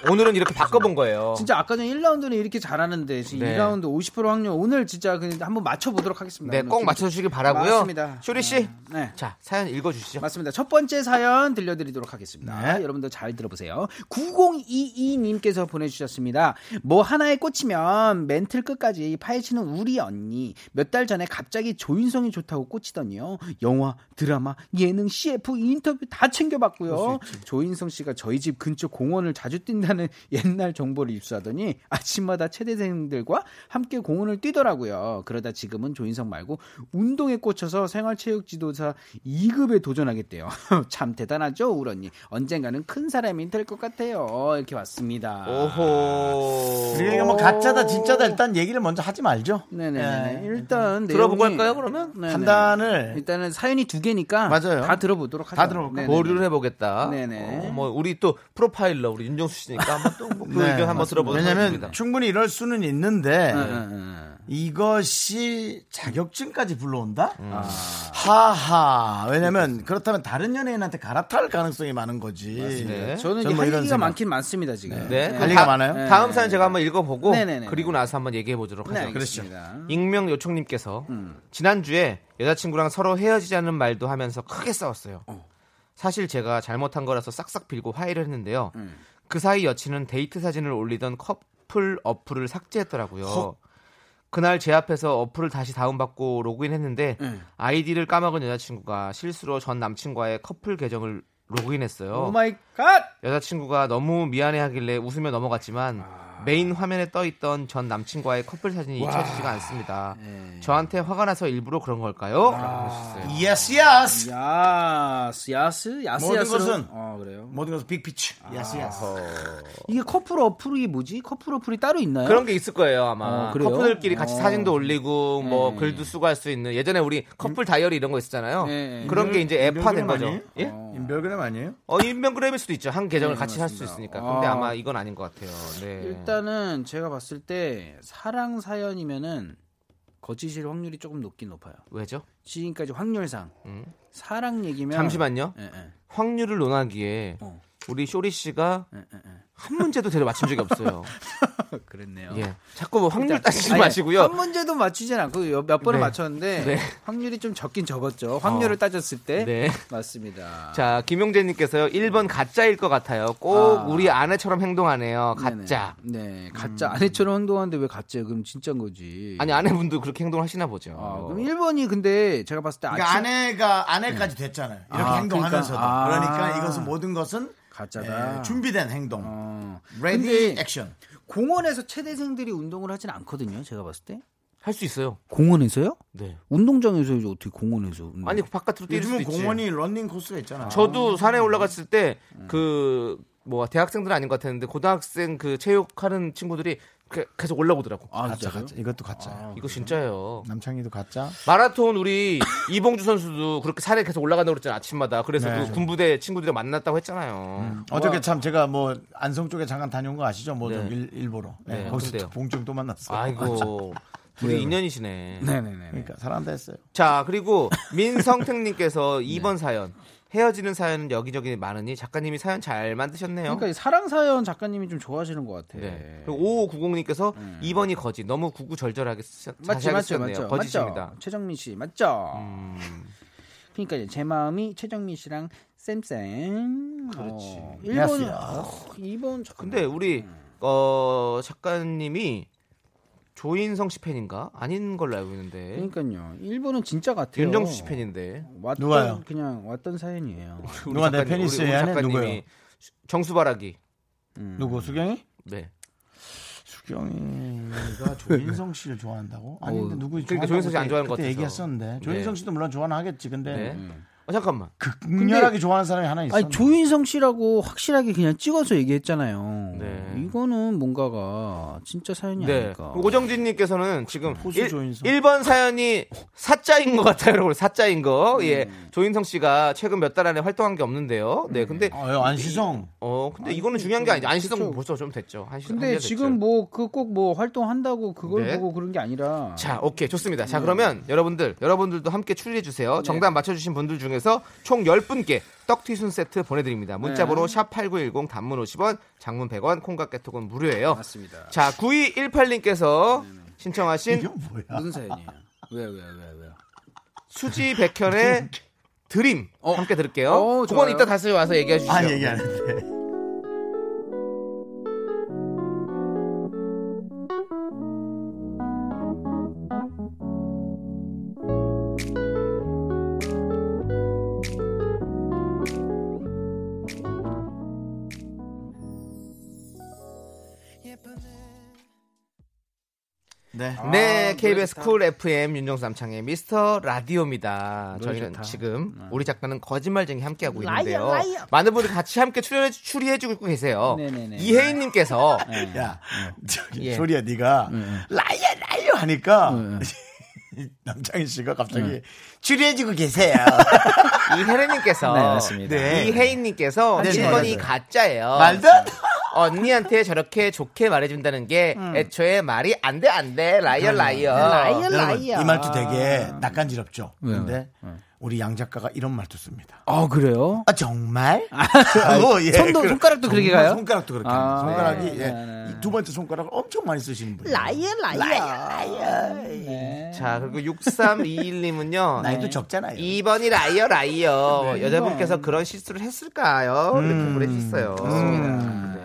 Speaker 3: 오늘은 이렇게 바꿔본 거예요.
Speaker 5: 진짜 아까 전 1라운드는 이렇게 잘하는데, 지금
Speaker 3: 네.
Speaker 5: 2라운드 50% 확률, 오늘 진짜 그냥 한번 맞춰보도록 하겠습니다.
Speaker 3: 네,
Speaker 5: 오늘
Speaker 3: 꼭
Speaker 5: 좀-
Speaker 3: 맞춰주시길 바라고요.
Speaker 5: 맞습니다.
Speaker 3: 쇼리 씨,
Speaker 5: 네.
Speaker 3: 자 사연 읽어주시죠.
Speaker 5: 맞습니다. 첫 번째 사연 들려드리도록 하겠습니다. 여러분들 잘 들어보세요. 9022님께서 보내주셨습니다. 뭐 하나에 꽂히면 멘틀 끝까지 파헤치는 우리 언니. 몇 달 전에 갑자기 조인성이 좋다고 꽂히더니요. 영화, 드라마, 예능, CF, 인터뷰 다 챙겨봤고요. 조인성 씨가 저희 집 근처 공원을 자주 뛴다는 옛날 정보를 입수하더니 아침마다 체대생들과 함께 공원을 뛰더라고요. 그러다 지금은 조인성 말고 운동에 꽂혀서 생활체육지도사 2급에 도전하겠대요. 참 대단하죠, 우런니. 언젠가는 큰 사람이 될 것 같아요. 이렇게 왔습니다.
Speaker 3: 오호.
Speaker 2: 그러니까 뭐 가짜다 진짜다 일단 얘기를 먼저 하지 말죠.
Speaker 5: 네네.
Speaker 2: 네.
Speaker 5: 일단
Speaker 3: 들어보고
Speaker 5: 내용이-
Speaker 3: 할까요, 그러면?
Speaker 5: 네네.
Speaker 2: 판단을
Speaker 5: 일단은 사연이 두 개니까
Speaker 2: 맞아요.
Speaker 5: 다 들어보도록 하죠.
Speaker 2: 다 들어볼까요?
Speaker 5: 네네네.
Speaker 3: 보류를 해보겠다.
Speaker 5: 네네.
Speaker 3: 어, 뭐 우리 또 프로파일러 우리 윤정수 씨니까 한번 또그
Speaker 2: 네,
Speaker 3: 의견 한번 들어보도록 하겠습니다.
Speaker 2: 왜냐면 충분히 이럴 수는 있는데
Speaker 5: 응, 응, 응.
Speaker 2: 이것이 자격증까지 불러온다? 하하. 왜냐면 그렇다면 다른 연예인한테 갈아탈 가능성이 많은 거지.
Speaker 3: 네.
Speaker 5: 저는 이게
Speaker 2: 전뭐
Speaker 5: 할
Speaker 2: 이런
Speaker 5: 얘기가
Speaker 2: 생각.
Speaker 5: 많긴 많습니다, 지금.
Speaker 3: 네.
Speaker 2: 할 얘기가
Speaker 3: 다-
Speaker 2: 많아요?
Speaker 3: 다음 사연 제가 한번 읽어보고
Speaker 5: 네네네.
Speaker 3: 그리고 나서 한번 얘기해 보도록 하죠.
Speaker 5: 그렇죠.
Speaker 3: 익명 요청님께서 지난주에 여자친구랑 서로 헤어지자는 말도 하면서 크게 싸웠어요. 사실 제가 잘못한 거라서 싹싹 빌고 화해를 했는데요. 그 사이 여친은 데이트 사진을 올리던 커플 어플을 삭제했더라고요. 그날 제 앞에서 어플을 다시 다운받고 로그인했는데 아이디를 까먹은 여자친구가 실수로 전 남친과의 커플 계정을 로그인했어요.
Speaker 5: 오 마이 갓!
Speaker 3: 여자친구가 너무 미안해하길래 웃으며 넘어갔지만 메인 화면에 떠 있던 전 남친과의 커플 사진이 잊혀지지가 않습니다. 저한테 화가 나서 일부러 그런 걸까요? 라고 하셨어요.
Speaker 2: 예스 예스.
Speaker 5: 야스 야스 야스
Speaker 2: 모든
Speaker 5: 야스
Speaker 2: 것은-
Speaker 5: 어 그래요
Speaker 2: 모든 것은 빅피치. 예스 예스.
Speaker 5: 이게 커플 어플이 뭐지 커플 어플이 따로 있나요
Speaker 3: 그런 게 있을 거예요 아마
Speaker 5: 아, 그래요?
Speaker 3: 어, 커플들끼리 같이 사진도 올리고 뭐 글도 쓰고 할 수 있는 예전에 우리 커플 다이어리 이런 거 있었잖아요
Speaker 5: 예, 예.
Speaker 3: 그런 게 이제 앱화된
Speaker 2: 인별그램
Speaker 3: 거죠
Speaker 2: 아니에요?
Speaker 3: 예?
Speaker 2: 인별그램 아니에요?
Speaker 3: 어 인명그램일 수도 있죠 한 계정을 같이 할 수 있으니까 근데 아마 이건 아닌 것 같아요 네.
Speaker 5: 일단은 제가 봤을 때 사랑 사연이면은 거짓일 확률이 조금 높긴 높아요
Speaker 3: 왜죠?
Speaker 5: 지금까지 확률상 사랑 얘기면
Speaker 3: 음. 잠시만요
Speaker 5: 예, 예.
Speaker 3: 확률을 논하기에
Speaker 5: 어.
Speaker 3: 우리 쇼리 씨가
Speaker 5: 예, 예, 예.
Speaker 3: 한 문제도 제대로 맞힌 적이 없어요
Speaker 5: 그랬네요
Speaker 3: 예. 자꾸 뭐 확률 따지지
Speaker 5: 어. 아니,
Speaker 3: 마시고요
Speaker 5: 한 문제도 맞추진 않고 여- 몇 번을
Speaker 3: 네.
Speaker 5: 맞췄는데
Speaker 3: 네.
Speaker 5: 확률이 좀 적긴 적었죠. 확률을 따졌을 때
Speaker 3: 네.
Speaker 5: 맞습니다.
Speaker 3: 자, 김용재님께서요, 1번 가짜일 것 같아요. 꼭 우리 아내처럼 행동하네요. 가짜. 음.
Speaker 5: 네네. 네, 가짜 아내처럼 행동하는데 왜 가짜예요? 그럼 진짜인 거지.
Speaker 3: 아니 아내분도 그렇게 행동하시나 보죠.
Speaker 5: 아, 그럼 1번이 근데 제가 봤을 때
Speaker 2: 그러니까
Speaker 5: 아침
Speaker 2: 아내가 아내까지 음. 됐잖아요. 이렇게
Speaker 5: 아,
Speaker 2: 행동하면서도.
Speaker 5: 그러니까. 아.
Speaker 2: 그러니까, 이것은 모든 것은
Speaker 5: 가짜다.
Speaker 3: 네,
Speaker 2: 예, 준비된 행동.
Speaker 5: 어.
Speaker 2: 레디
Speaker 5: 근데
Speaker 2: 액션.
Speaker 5: 공원에서 체대생들이 운동을 하진 않거든요. 제가 봤을 때
Speaker 3: 할 수 있어요.
Speaker 5: 공원에서요?
Speaker 3: 네.
Speaker 5: 운동장에서 이제 어떻게 공원에서 운동-
Speaker 3: 아니 그 바깥으로 뛸 수도
Speaker 2: 요즘은
Speaker 3: 있지.
Speaker 2: 공원이 런닝 코스가 있잖아.
Speaker 3: 저도 산에 올라갔을 때 그 뭐 대학생들 은 아닌 것 같았는데 고등학생 그 체육하는 친구들이 그- 계속 올라오더라고.
Speaker 5: 아,
Speaker 2: 가짜,
Speaker 5: 진짜요?
Speaker 2: 가짜. 이것도 가짜야.
Speaker 3: 이거 진짜예요.
Speaker 2: 남창희도 가짜.
Speaker 3: 마라톤 우리 이봉주 선수도 그렇게 산에 계속 올라간다고 그랬잖아요. 아침마다. 그래서
Speaker 2: 네.
Speaker 3: 그 군부대 친구들이 만났다고 했잖아요.
Speaker 5: 음.
Speaker 2: 어저께 참 제가 뭐 안성 쪽에 잠깐 다녀온 거 아시죠? 뭐 좀 일- 일보러. 네,
Speaker 3: 네,
Speaker 2: 거기서
Speaker 3: 근데요.
Speaker 2: 봉중 또 만났어요.
Speaker 3: 아이고. 예. 둘이 인연이시네.
Speaker 5: 네네네.
Speaker 2: 그러니까 사랑한다 했어요.
Speaker 3: 자, 그리고 민성택님께서
Speaker 5: 네.
Speaker 3: 2번 사연. 헤어지는 사연은 여기저기 많으니 작가님이 사연 잘 만드셨네요.
Speaker 5: 그러니까 이 사랑 사연 작가님이 좀 좋아하시는 것 같아.
Speaker 3: 네. 그리고 5590님께서 2번이 거지. 너무 구구절절하게 쓰,
Speaker 5: 음. 맞죠,
Speaker 3: 자세하게
Speaker 5: 맞죠,
Speaker 3: 쓰셨네요.
Speaker 5: 맞죠.
Speaker 3: 거짓입니다. 음.
Speaker 5: 맞죠? 최정민 씨 맞죠? 그러니까 제 마음이 최정민 씨랑 쌤쌤. 그렇지. 어,
Speaker 2: 음,
Speaker 5: 1번, 어, 2번.
Speaker 3: 근데 우리
Speaker 5: 음.
Speaker 3: 어, 작가님이 조인성 씨 팬인가? 아닌 걸로 알고 있는데.
Speaker 5: 그러니까요. 1번은 진짜 같아요.
Speaker 3: 윤정수 씨 팬인데.
Speaker 5: 왔던,
Speaker 2: 누가요?
Speaker 5: 그냥 왔던 사연이에요.
Speaker 3: 우리
Speaker 2: 누가 내
Speaker 3: 작가님-
Speaker 2: 팬이
Speaker 3: 우리-
Speaker 2: 있어요? 음.
Speaker 3: 우리
Speaker 2: 얘 안에
Speaker 3: 작가님이
Speaker 2: 누구예요?
Speaker 3: 정수바라기.
Speaker 2: 누구 수경이?
Speaker 3: 네.
Speaker 2: 수경이가 조인성 씨를 좋아한다고? 아니 근데 누구
Speaker 3: 그러니까 조인성 씨 안 좋아하는 것
Speaker 2: 그때
Speaker 3: 같아서.
Speaker 2: 얘기했었는데 조인성
Speaker 3: 네.
Speaker 2: 씨도 물론 좋아는 하겠지. 근데
Speaker 3: 네. 어, 잠깐만.
Speaker 2: 그러니까. 극렬하게 좋아하는 사람이 하나 있어.
Speaker 5: 아니 조인성 씨라고 확실하게 그냥 찍어서 얘기했잖아요.
Speaker 3: 네.
Speaker 5: 이거는 뭔가가 진짜 사연이
Speaker 3: 네.
Speaker 5: 아닐까.
Speaker 3: 오정진 님께서는 지금
Speaker 2: 호수
Speaker 3: 일
Speaker 2: 조인성.
Speaker 3: 1번 사연이 사짜인 것 같아요. 여러분. 사짜인 거.
Speaker 2: 음.
Speaker 3: 예. 조인성 씨가 최근 몇 달 안에 활동한 게 없는데요. 네. 근데
Speaker 2: 음. 아유 예. 그 안시성.
Speaker 3: 어, 근데 이거는 중요한
Speaker 2: 뭐
Speaker 3: 게 아니죠. 안시성 벌써 좀 됐죠. 안시성 한
Speaker 5: 근데
Speaker 3: 달
Speaker 5: 지금
Speaker 3: 됐죠.
Speaker 5: 뭐 그 꼭 뭐 활동한다고 그걸
Speaker 3: 네.
Speaker 5: 보고 그런 게 아니라
Speaker 3: 자, 오케이. 좋습니다.
Speaker 5: 음.
Speaker 3: 자, 그러면 여러분들, 여러분들도 함께 추리해
Speaker 5: 네.
Speaker 3: 주세요. 정답 맞춰 주신 분들 중에서 총 10분께 떡튀순 세트 보내
Speaker 5: 네.
Speaker 3: 드립니다. 문자 번호 샵8910 단문 50원, 장문 100원, 콩깍 개톡은 무료예요.
Speaker 5: 맞습니다.
Speaker 3: 자, 9218님께서 신청하신
Speaker 5: 뭐- 무슨 사연이에요? 왜 왜 왜 왜?
Speaker 3: 수지 백현의 드림 함께 들을게요.
Speaker 5: 어,
Speaker 3: 그건
Speaker 5: 좋아요. 예,
Speaker 3: 이따 다시 와서 얘기해 주시죠.
Speaker 2: 아 얘기 안 했는데. 네.
Speaker 3: 네,
Speaker 5: 아,
Speaker 3: KBS
Speaker 5: 그래서
Speaker 3: 쿨 FM 윤정수 남창의 미스터 라디오입니다.
Speaker 5: 노래
Speaker 3: 저희는
Speaker 5: 좋다. 네.
Speaker 3: 지금 우리 작가는 거짓말쟁이 함께 하고 있는데요. 많은 분들 같이 함께 출연해 주- 추리해 주고 계세요.
Speaker 5: 네네네. 네.
Speaker 3: 이혜인 님께서
Speaker 2: 야,
Speaker 3: 네.
Speaker 2: 저기
Speaker 5: 예.
Speaker 2: 소리야 네가 라이어 라이어 하니까
Speaker 3: 네.
Speaker 2: 남창희 씨가 갑자기 추리해주고 계세요.
Speaker 3: 이혜린 님께서
Speaker 5: 네, 맞습니다.
Speaker 2: 네.
Speaker 3: 이혜인 아, 님께서
Speaker 2: 네, 네.
Speaker 3: 1번이
Speaker 2: 맞아요.
Speaker 3: 가짜예요.
Speaker 2: 말도 안 돼.
Speaker 3: 언니한테 저렇게 좋게 말해준다는 게
Speaker 5: 음.
Speaker 3: 애초에 말이 안 돼 안 돼 라이어 라이어 라이어
Speaker 2: 여러분, 이 말투 되게 낯간지럽죠.
Speaker 3: 네.
Speaker 2: 근데 우리 양 작가가 이런 말투 씁니다.
Speaker 5: 아 그래요?
Speaker 2: 아 정말? 오, 예.
Speaker 5: 손도-
Speaker 2: 그럼-
Speaker 5: 손가락도 그렇게
Speaker 2: 정말
Speaker 5: 가요?
Speaker 2: 손가락도 그렇게
Speaker 5: 아,
Speaker 2: 합니다. 손가락이
Speaker 5: 네,
Speaker 2: 예.
Speaker 5: 네, 네.
Speaker 2: 이두 번째 손가락을 엄청 많이 쓰시는 분.
Speaker 7: 라이어
Speaker 3: 자 그리고 6321님은요 네.
Speaker 2: 네. 나이도 적잖아요.
Speaker 3: 2번이 라이어 라이어 뭐
Speaker 2: 네.
Speaker 3: 여자분께서 그런 실수를 했을까요? 이렇게 보내주셨어요. 음. 네.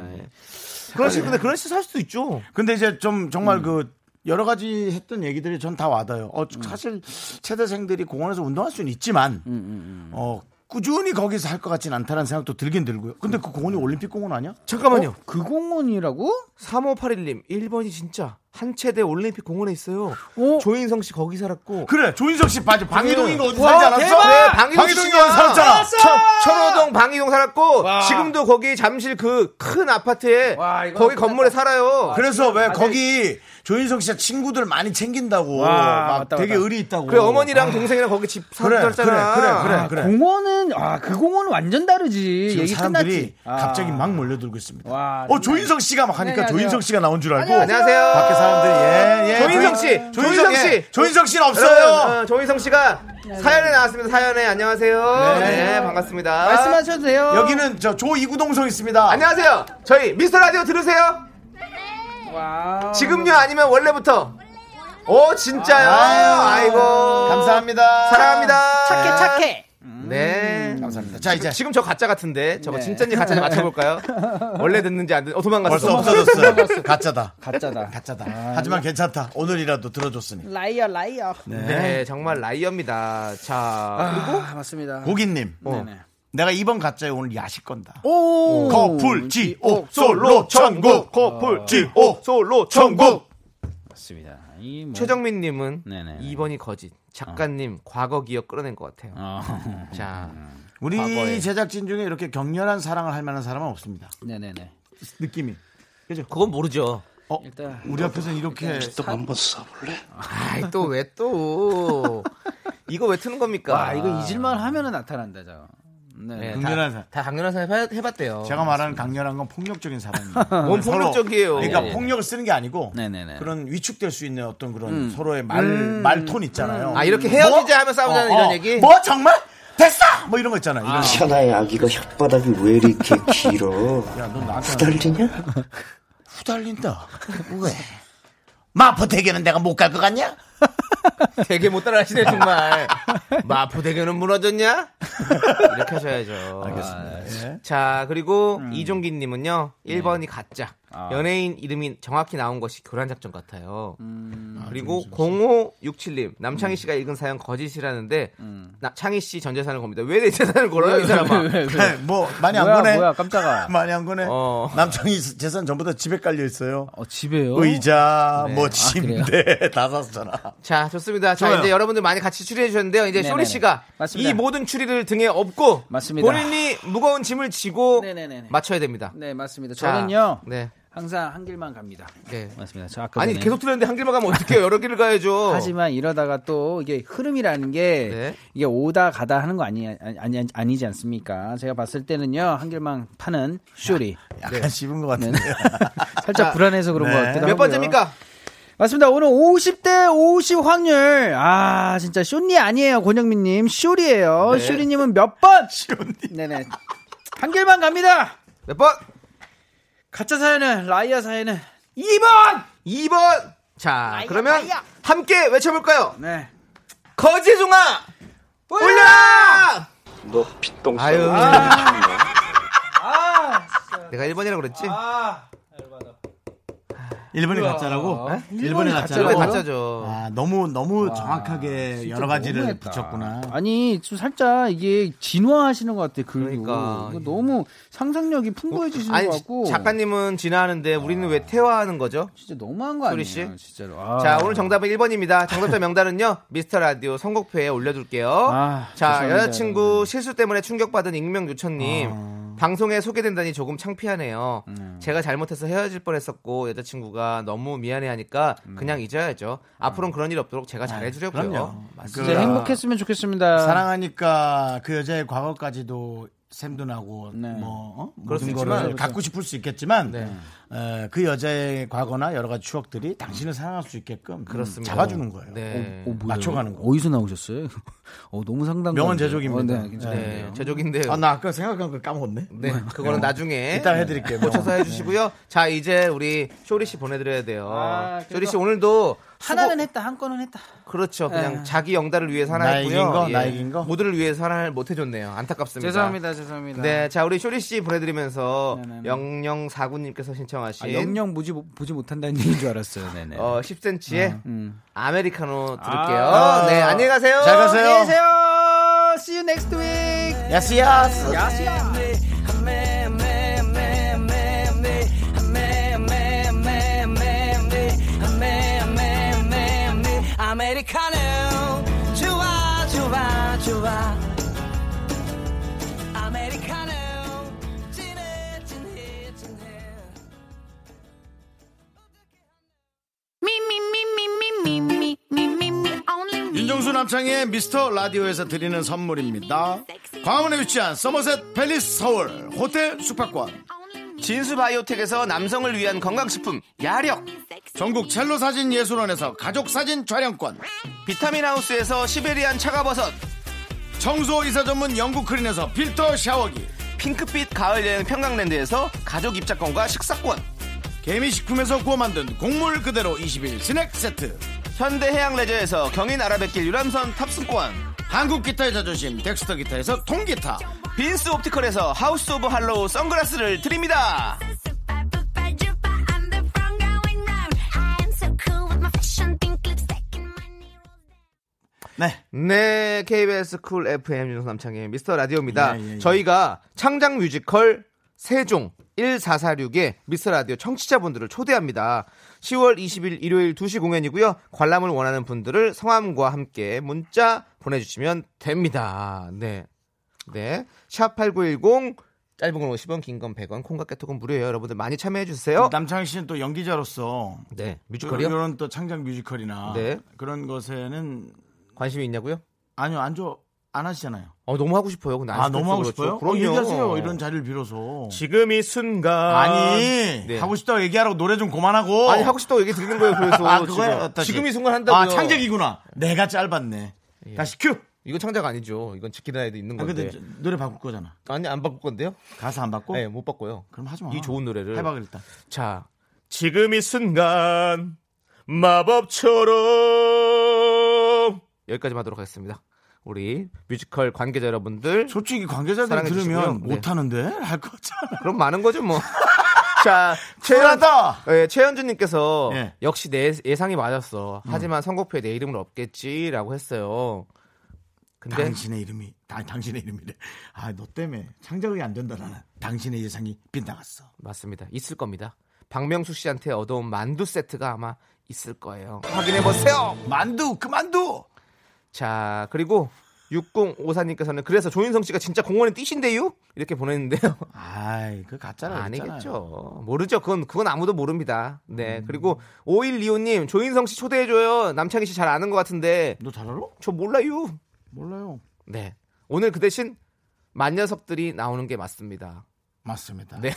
Speaker 3: 그런 실 근데 그런 실수 할 수도 있죠.
Speaker 2: 근데 이제 좀 정말 그 여러 가지 했던 얘기들이 음. 전 다 와닿아요. 어, 사실 체대생들이 공원에서 운동할 수는 있지만 어 꾸준히 거기서 할 것 같진 않다는 생각도 들긴 들고요. 근데 그 공원이 올림픽 공원 아니야?
Speaker 3: 잠깐만요.
Speaker 5: 그 공원이라고?
Speaker 3: 3581님, 어? 1번이 진짜 한체대 올림픽 공원에 있어요.
Speaker 5: 오.
Speaker 3: 조인성 씨 거기 살았고.
Speaker 2: 그래, 조인성 씨 맞아. 방이동인가 어디
Speaker 5: 와,
Speaker 2: 살지 않았어?
Speaker 5: 대박!
Speaker 3: 네, 방이동
Speaker 2: 방이동이
Speaker 3: 씨가
Speaker 2: 어디 살았잖아.
Speaker 5: 알았어!
Speaker 3: 천호동 방이동 살았고 지금도 거기 잠실 그 큰 아파트에
Speaker 5: 와, 이거
Speaker 3: 거기
Speaker 5: 끝났다.
Speaker 3: 건물에 살아요.
Speaker 2: 그래서 왜 거기 조인성 씨가 친구들 많이 챙긴다고
Speaker 5: 와,
Speaker 2: 막
Speaker 5: 맞다,
Speaker 2: 되게
Speaker 5: 맞다.
Speaker 2: 의리 있다고.
Speaker 3: 그래 어머니랑 동생이랑 거기 집
Speaker 2: 그래,
Speaker 3: 살았잖아.
Speaker 2: 그래, 그래, 그래, 그래.
Speaker 5: 공원은 아 그 공원은 완전 다르지.
Speaker 2: 지금
Speaker 5: 얘기
Speaker 2: 사람들이
Speaker 5: 끝났지. 아.
Speaker 2: 갑자기 막 몰려들고 있습니다.
Speaker 5: 와,
Speaker 2: 어 조인성 씨가 막 하니까
Speaker 5: 안녕하세요.
Speaker 2: 조인성 씨가 나온 줄 알고
Speaker 3: 안녕하세요.
Speaker 2: 밖에 사람들이 예, 예.
Speaker 3: 조인성 씨,
Speaker 2: 조인- 조인성
Speaker 3: 조인성 씨.
Speaker 2: 씨, 조인성 씨는
Speaker 3: 여러분,
Speaker 2: 없어요.
Speaker 3: 어, 조인성 씨가
Speaker 5: 네,
Speaker 3: 사연에 나왔습니다. 사연에 안녕하세요.
Speaker 2: 네.
Speaker 3: 네, 반갑습니다.
Speaker 5: 말씀하셔도 돼요.
Speaker 2: 여기는 저 조이구동성 있습니다.
Speaker 3: 어. 안녕하세요. 저희 미스터 라디오 들으세요.
Speaker 5: 와우.
Speaker 3: 지금요 아니면 원래부터. 오 진짜요. 아, 이고
Speaker 2: 감사합니다. 음.
Speaker 3: 사랑합니다.
Speaker 5: 착해 착해.
Speaker 3: 네.
Speaker 2: 감사합니다. 자 이제
Speaker 3: 지금 저 가짜 같은데 저거
Speaker 5: 네.
Speaker 3: 진짜인지 가짜인지 맞춰볼까요? 원래 듣는지 안 듣는지 어 도망갔어
Speaker 2: 벌써 없어졌어요. 가짜다.
Speaker 5: 가짜다.
Speaker 2: 가짜다.
Speaker 3: 아, 예.
Speaker 2: 하지만 괜찮다. 오늘이라도 들어줬으니.
Speaker 5: 라이어 라이어.
Speaker 3: 네. 정말 라이어입니다
Speaker 2: 아.
Speaker 3: 자
Speaker 5: 그리고 맞습니다.
Speaker 2: 고기님, 내가 이번 가짜에 오늘 야식 건다.
Speaker 5: 어. 오.
Speaker 2: 커플 지옥 솔로 천국.
Speaker 5: 어.
Speaker 2: 커플 지옥
Speaker 3: 솔로
Speaker 2: 천국.
Speaker 5: 맞습니다. 이 뭐-
Speaker 3: 최정민님은
Speaker 5: 네네.
Speaker 3: 2번이
Speaker 2: 어.
Speaker 3: 거짓 작가님 과거 기억 끌어낸 것 같아요
Speaker 5: 어.
Speaker 3: 자
Speaker 2: 우리
Speaker 3: 과거에.
Speaker 2: 제작진 중에 이렇게 격렬한 사랑을 할 만한 사람은 없습니다.
Speaker 5: 네네네.
Speaker 2: 느낌이.
Speaker 3: 그건 모르죠
Speaker 2: 어,
Speaker 5: 일단-
Speaker 2: 우리 앞에서는 이렇게
Speaker 3: 아이 또 왜 또 이거 왜 트는 겁니까
Speaker 5: 와 아, 이거 잊을만 하면은 나타난다 저. 네.
Speaker 3: 아. 네,
Speaker 2: 강렬한
Speaker 3: 다,
Speaker 2: 사람.
Speaker 3: 다 강렬한 사람 해봐- 해봤대요
Speaker 2: 제가 말하는 강렬한 건 폭력적인 사람입니다.
Speaker 3: 뭔
Speaker 2: 서로,
Speaker 3: 폭력적이에요.
Speaker 2: 그러니까
Speaker 3: 예.
Speaker 2: 폭력을 쓰는 게 아니고
Speaker 5: 네네네.
Speaker 2: 그런 위축될 수 있는 어떤 그런
Speaker 3: 음.
Speaker 2: 서로의 말 말톤 있잖아요.
Speaker 3: 아, 이렇게 헤어지자 하면 싸우자는 이런 얘기?
Speaker 2: 뭐 정말 됐어? 뭐 이런 거 있잖아. 이런 거.
Speaker 8: 천하의 아기가 혓바닥이 왜 이렇게 길어?
Speaker 2: 야, 넌 나한테
Speaker 8: 후달리냐?
Speaker 2: 후달린다. 왜? 마포 대교는 내가 못 갈 것 같냐?
Speaker 3: 되게 못 따라하시네 정말 마포대교는 무너졌냐 이렇게 하셔야죠
Speaker 2: 아,
Speaker 3: 알겠습니다
Speaker 2: 네.
Speaker 3: 자 그리고
Speaker 2: 음.
Speaker 3: 이종기님은요 1번이 가짜
Speaker 2: 아.
Speaker 3: 연예인 이름이 정확히 나온 것이 교란 작전 같아요
Speaker 2: 음.
Speaker 3: 그리고 0567님 남창희 씨가 읽은 사연 거짓이라는데
Speaker 2: 음.
Speaker 3: 나, 창희 씨 전 재산을 겁니다 왜 내 재산을 걸어요 이 사람아
Speaker 2: 네, 뭐 많이 안
Speaker 5: 뭐야,
Speaker 2: 거네.
Speaker 5: 뭐야, 깜짝아.
Speaker 2: 많이 안 거네.
Speaker 3: 어.
Speaker 2: 남청이 재산 전부 다 집에 깔려 있어요.
Speaker 5: 어 집에요.
Speaker 2: 의자, 뭐
Speaker 5: 네. 아, 그래요?
Speaker 2: 침대 다 샀잖아.
Speaker 3: 자 좋습니다 자
Speaker 2: 좋아요.
Speaker 3: 이제 여러분들 많이 같이 추리해 주셨는데요 이제
Speaker 5: 네네네.
Speaker 3: 쇼리 씨가
Speaker 5: 맞습니다.
Speaker 3: 이 모든 추리를 등에 업고
Speaker 5: 맞습니다.
Speaker 3: 본인이 무거운 짐을 지고
Speaker 5: 네네네네.
Speaker 3: 맞춰야 됩니다
Speaker 5: 네 맞습니다.
Speaker 3: 자,
Speaker 5: 저는요
Speaker 3: 네.
Speaker 5: 항상 한 길만 갑니다.
Speaker 3: 네.
Speaker 5: 맞습니다. 저 아까
Speaker 3: 아니
Speaker 5: 전에-
Speaker 3: 계속 틀렸는데 한 길만 가면 어떡해요 여러 길을 가야죠
Speaker 5: 하지만 이러다가 또 이게 흐름이라는 게
Speaker 3: 네.
Speaker 5: 이게 오다 가다 하는 거 아니, 아니, 아니- 아니지 않습니까? 제가 봤을 때는요 한길만 파는 쇼리
Speaker 2: 약간 씹은 것
Speaker 5: 네,
Speaker 2: 같은데요.
Speaker 5: 살짝 불안해서 그런
Speaker 2: 네.
Speaker 5: 것 같기도 하고요.
Speaker 3: 몇 번째입니까?
Speaker 5: 맞습니다. 오늘 50대 50 확률. 아 진짜 쇼리 아니에요 권영민님 쇼리예요. 쇼리님은 몇 번? 네네 한길만 갑니다.
Speaker 3: 몇 번?
Speaker 5: 가짜 사연은 라이아 사연은 2번.
Speaker 3: 2번! 자, 그러면 함께 외쳐볼까요?
Speaker 5: 네.
Speaker 3: 거지중아! 올려!
Speaker 8: 너 빗똥
Speaker 3: 아유.
Speaker 8: 싸고
Speaker 3: 내가 1번이라고 그랬지?
Speaker 5: 아.
Speaker 2: 일본이 가짜라고? 네? 일본이
Speaker 3: 저거
Speaker 2: 가짜라고?
Speaker 3: 가짜죠.
Speaker 2: 아, 너무 너무 정확하게 여러 가지를 붙였구나.
Speaker 5: 아니 좀 살짝 이게 진화하시는 것 같아 그리고
Speaker 3: 그러니까.
Speaker 5: 이거 너무 상상력이 풍부해지시는
Speaker 3: 아니,
Speaker 5: 것 같고
Speaker 3: 작가님은 진화하는데 우리는 왜 퇴화하는 거죠?
Speaker 5: 진짜 너무한 거 아니에요
Speaker 3: 소리 씨?
Speaker 5: 진짜로 아.
Speaker 3: 자, 오늘 정답은 1번입니다. 정답자 명단은요, 미스터 라디오 선곡표에 올려둘게요.
Speaker 5: 아,
Speaker 3: 자,
Speaker 5: 죄송합니다,
Speaker 3: 여자친구 실수 때문에 충격받은 익명 요천님.
Speaker 5: 아.
Speaker 3: 방송에 소개된다니 조금 창피하네요.
Speaker 5: 음.
Speaker 3: 제가 잘못해서 헤어질 뻔했었고 여자친구가 너무 미안해하니까
Speaker 5: 음.
Speaker 3: 그냥 잊어야죠. 앞으로는 그런 일 없도록 제가
Speaker 2: 그럼요.
Speaker 5: 아,
Speaker 3: 잘해주려고요.
Speaker 5: 진짜 행복했으면 좋겠습니다
Speaker 2: 사랑하니까 그 여자의 과거까지도 샘도 나고
Speaker 5: 네.
Speaker 2: 뭐 어? 모든
Speaker 3: 있지만,
Speaker 2: 거를 갖고 싶을 수 있겠지만 에, 그 여자의 과거나 여러 가지 추억들이 당신을 사랑할 수 있게끔
Speaker 3: 그렇습니다.
Speaker 2: 잡아주는 거예요.
Speaker 3: 네.
Speaker 5: 어, 뭐야,
Speaker 2: 맞춰가는
Speaker 5: 이거?
Speaker 2: 거.
Speaker 5: 어디서 나오셨어요? 어, 너무 상담
Speaker 2: 명언 제조기입니다.
Speaker 5: 어, 네, 괜찮아요.
Speaker 3: 네, 제조기인데요.
Speaker 2: 아, 나 아까 생각한 걸 까먹었네.
Speaker 3: 네, 그거는 나중에
Speaker 2: 이따 해드릴게요. 뭐.
Speaker 3: 고쳐서 뭐 해주시고요. 자, 이제 우리 쇼리 씨 보내드려야 돼요.
Speaker 5: 아, 그래도-
Speaker 3: 쇼리 씨 오늘도
Speaker 5: 하나는 했다 한 건은 했다
Speaker 3: 그렇죠. 그냥
Speaker 5: 예.
Speaker 3: 자기 영달을 위해
Speaker 2: 나
Speaker 3: 살아했고요. 예.
Speaker 2: 이긴 거? 나 이긴 거?
Speaker 3: 모두를 위해 살아를 못 해줬네요. 안타깝습니다.
Speaker 5: 죄송합니다 죄송합니다
Speaker 3: 네, 자 우리 쇼리 씨 보내드리면서
Speaker 5: 네네네.
Speaker 3: 영영 사구님께서 신청하신
Speaker 5: 아, 영영 보지, 못- 보지 못한다는 얘기인 줄 알았어요 네네
Speaker 3: 예? 어 10cm의
Speaker 5: 음,
Speaker 3: 아메리카노 들을게요.
Speaker 2: 아.
Speaker 3: 네, 안녕히 가세요.
Speaker 2: 잘 가세요.
Speaker 5: 안녕히 계세요 See you next week
Speaker 9: 네.
Speaker 5: 아,
Speaker 2: 야스 야스.
Speaker 7: 윤정수 남창의 미스터 라디오에서 드리는 선물입니다. 광화문에 위치한 서머셋 팰리스 서울 호텔 숙박권,
Speaker 3: 진수바이오텍에서 남성을 위한 건강식품 야력
Speaker 7: 전국 첼로 사진 예술원에서 가족 사진 촬영권,
Speaker 3: 비타민 하우스에서 시베리안 차가버섯
Speaker 7: 청소 이사 전문 영국 크린에서 필터 샤워기,
Speaker 3: 핑크빛 가을여행 평강랜드에서 가족 입장권과 식사권
Speaker 7: 개미식품에서 구워 만든 곡물 그대로 20일 스낵 세트,
Speaker 3: 현대해양레저에서 경인아라뱃길 유람선 탑승권
Speaker 7: 한국 기타의 자존심 덱스터 기타에서 통기타,
Speaker 3: 빈스 옵티컬에서 하우스 오브 할로우 선글라스를 드립니다
Speaker 2: 네.
Speaker 3: 네, KBS 쿨 FM 윤호 남창의 미스터 라디오입니다.
Speaker 2: 예, 예, 예.
Speaker 3: 저희가 창작 뮤지컬 세종 1446의 미스터 라디오 청취자분들을 초대합니다. 10월 20일 일요일 2시 공연이고요. 관람을 원하는 분들을 성함과 함께 문자 보내주시면 됩니다. 네. 네. 샵8910 짧은 건 50원, 긴 건 100원, 콩과 깨톡은 무료예요. 여러분들 많이 참여해 주세요.
Speaker 2: 남창희 씨는 또 연기자로서
Speaker 3: 네. 뮤지컬이요?
Speaker 2: 이런 또 창작 뮤지컬이나
Speaker 3: 네.
Speaker 2: 그런 것에는
Speaker 3: 관심이 있냐고요?
Speaker 2: 아니요 안 좋 안 하시잖아요.
Speaker 3: 어, 너무 하고 싶어요. 근데 안
Speaker 2: 아 너무 하고
Speaker 3: 그렇죠.
Speaker 2: 싶어요? 어,
Speaker 3: 그럼요.
Speaker 2: 얘기하세요. 이런 자리를 빌어서.
Speaker 3: 지금 이 순간
Speaker 2: 아니
Speaker 3: 네.
Speaker 2: 하고 싶다고 얘기하라고 노래 좀 그만하고.
Speaker 3: 아니 하고 싶다고 얘기 드리는 거예요. 그래서
Speaker 2: 아 그거야.
Speaker 3: 지금. 지금 이 순간
Speaker 2: 아
Speaker 3: 한다고요.
Speaker 2: 창작이구나. 내가 짧았네. 다시 큐.
Speaker 3: 이건 창작 아니죠. 이건 지키는 아이도 있는
Speaker 2: 아, 근데
Speaker 3: 건데.
Speaker 2: 저- 노래 바꿀 거잖아.
Speaker 3: 아니 안 바꿀 건데요?
Speaker 2: 가사 안 바꿔?
Speaker 3: 네, 못 바꿔요.
Speaker 2: 그럼 하지 마.
Speaker 3: 이 좋은 노래를
Speaker 2: 아, 해봐 일단.
Speaker 3: 자, 지금 이 순간 마법처럼 여기까지 하도록 하겠습니다. 우리 뮤지컬 관계자 여러분들
Speaker 2: 솔직히 관계자들
Speaker 3: 사랑해
Speaker 2: 들으면
Speaker 3: 주시고요. 네.
Speaker 2: 못하는데 할 거 같잖아.
Speaker 3: 그럼 많은 거죠 뭐. 자, 최연,
Speaker 2: 쿨하다.
Speaker 3: 예, 최현주님께서
Speaker 2: 예. 음.
Speaker 3: 역시 내 예상이 맞았어. 하지만 선곡표에 내 이름은 없겠지라고 했어요. 근데
Speaker 2: 당신의 이름이 다 당신의 이름이래. 아 너 때문에 창작이 안 된다 나는. 당신의 예상이 빗나갔어.
Speaker 3: 맞습니다. 있을 겁니다. 박명수 씨한테 얻어온 만두 세트가 아마 있을 거예요. 확인해 보세요.
Speaker 2: 만두 그만두.
Speaker 3: 자, 그리고 6054님께서는 그래서 조인성 씨가 진짜 공원에 뛰신대요? 이렇게 보냈는데요.
Speaker 2: 아이 그 가짜라 그랬잖아요. 음.
Speaker 3: 아니겠죠. 모르죠. 그건 그건 아무도 모릅니다. 네. 그리고 5125님 조인성 씨 초대해 줘요. 남창희 씨 잘 아는 것 같은데
Speaker 2: 너잘 알아?
Speaker 3: 저 몰라요.
Speaker 2: 몰라요.
Speaker 3: 네. 오늘 그 대신 만녀석들이 나오는 게 맞습니다.
Speaker 2: 맞습니다.
Speaker 3: 네.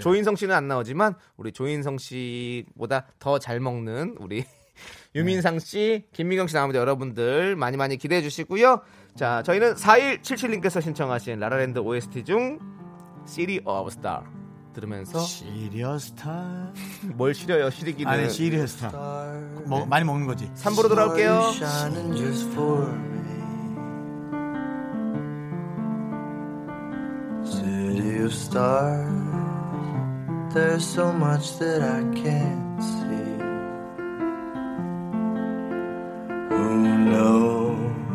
Speaker 3: 조인성 씨는 안 나오지만 우리 조인성 씨보다 더 잘 먹는 우리 유민상 씨, 김미경 씨 나오는데 여러분들 많이 많이 기대해 주시고요. 자, 저희는 4177님께서 신청하신 라라랜드 OST 중 City of Star 들으면서
Speaker 2: 시리어스타.
Speaker 3: 뭘 시려요? 시리기는
Speaker 2: 아니 시리어스타. 뭐 많이 먹는 거지.
Speaker 3: 3부로 돌아올게요.
Speaker 10: City of stars, there's so much that I can't see. Who knows?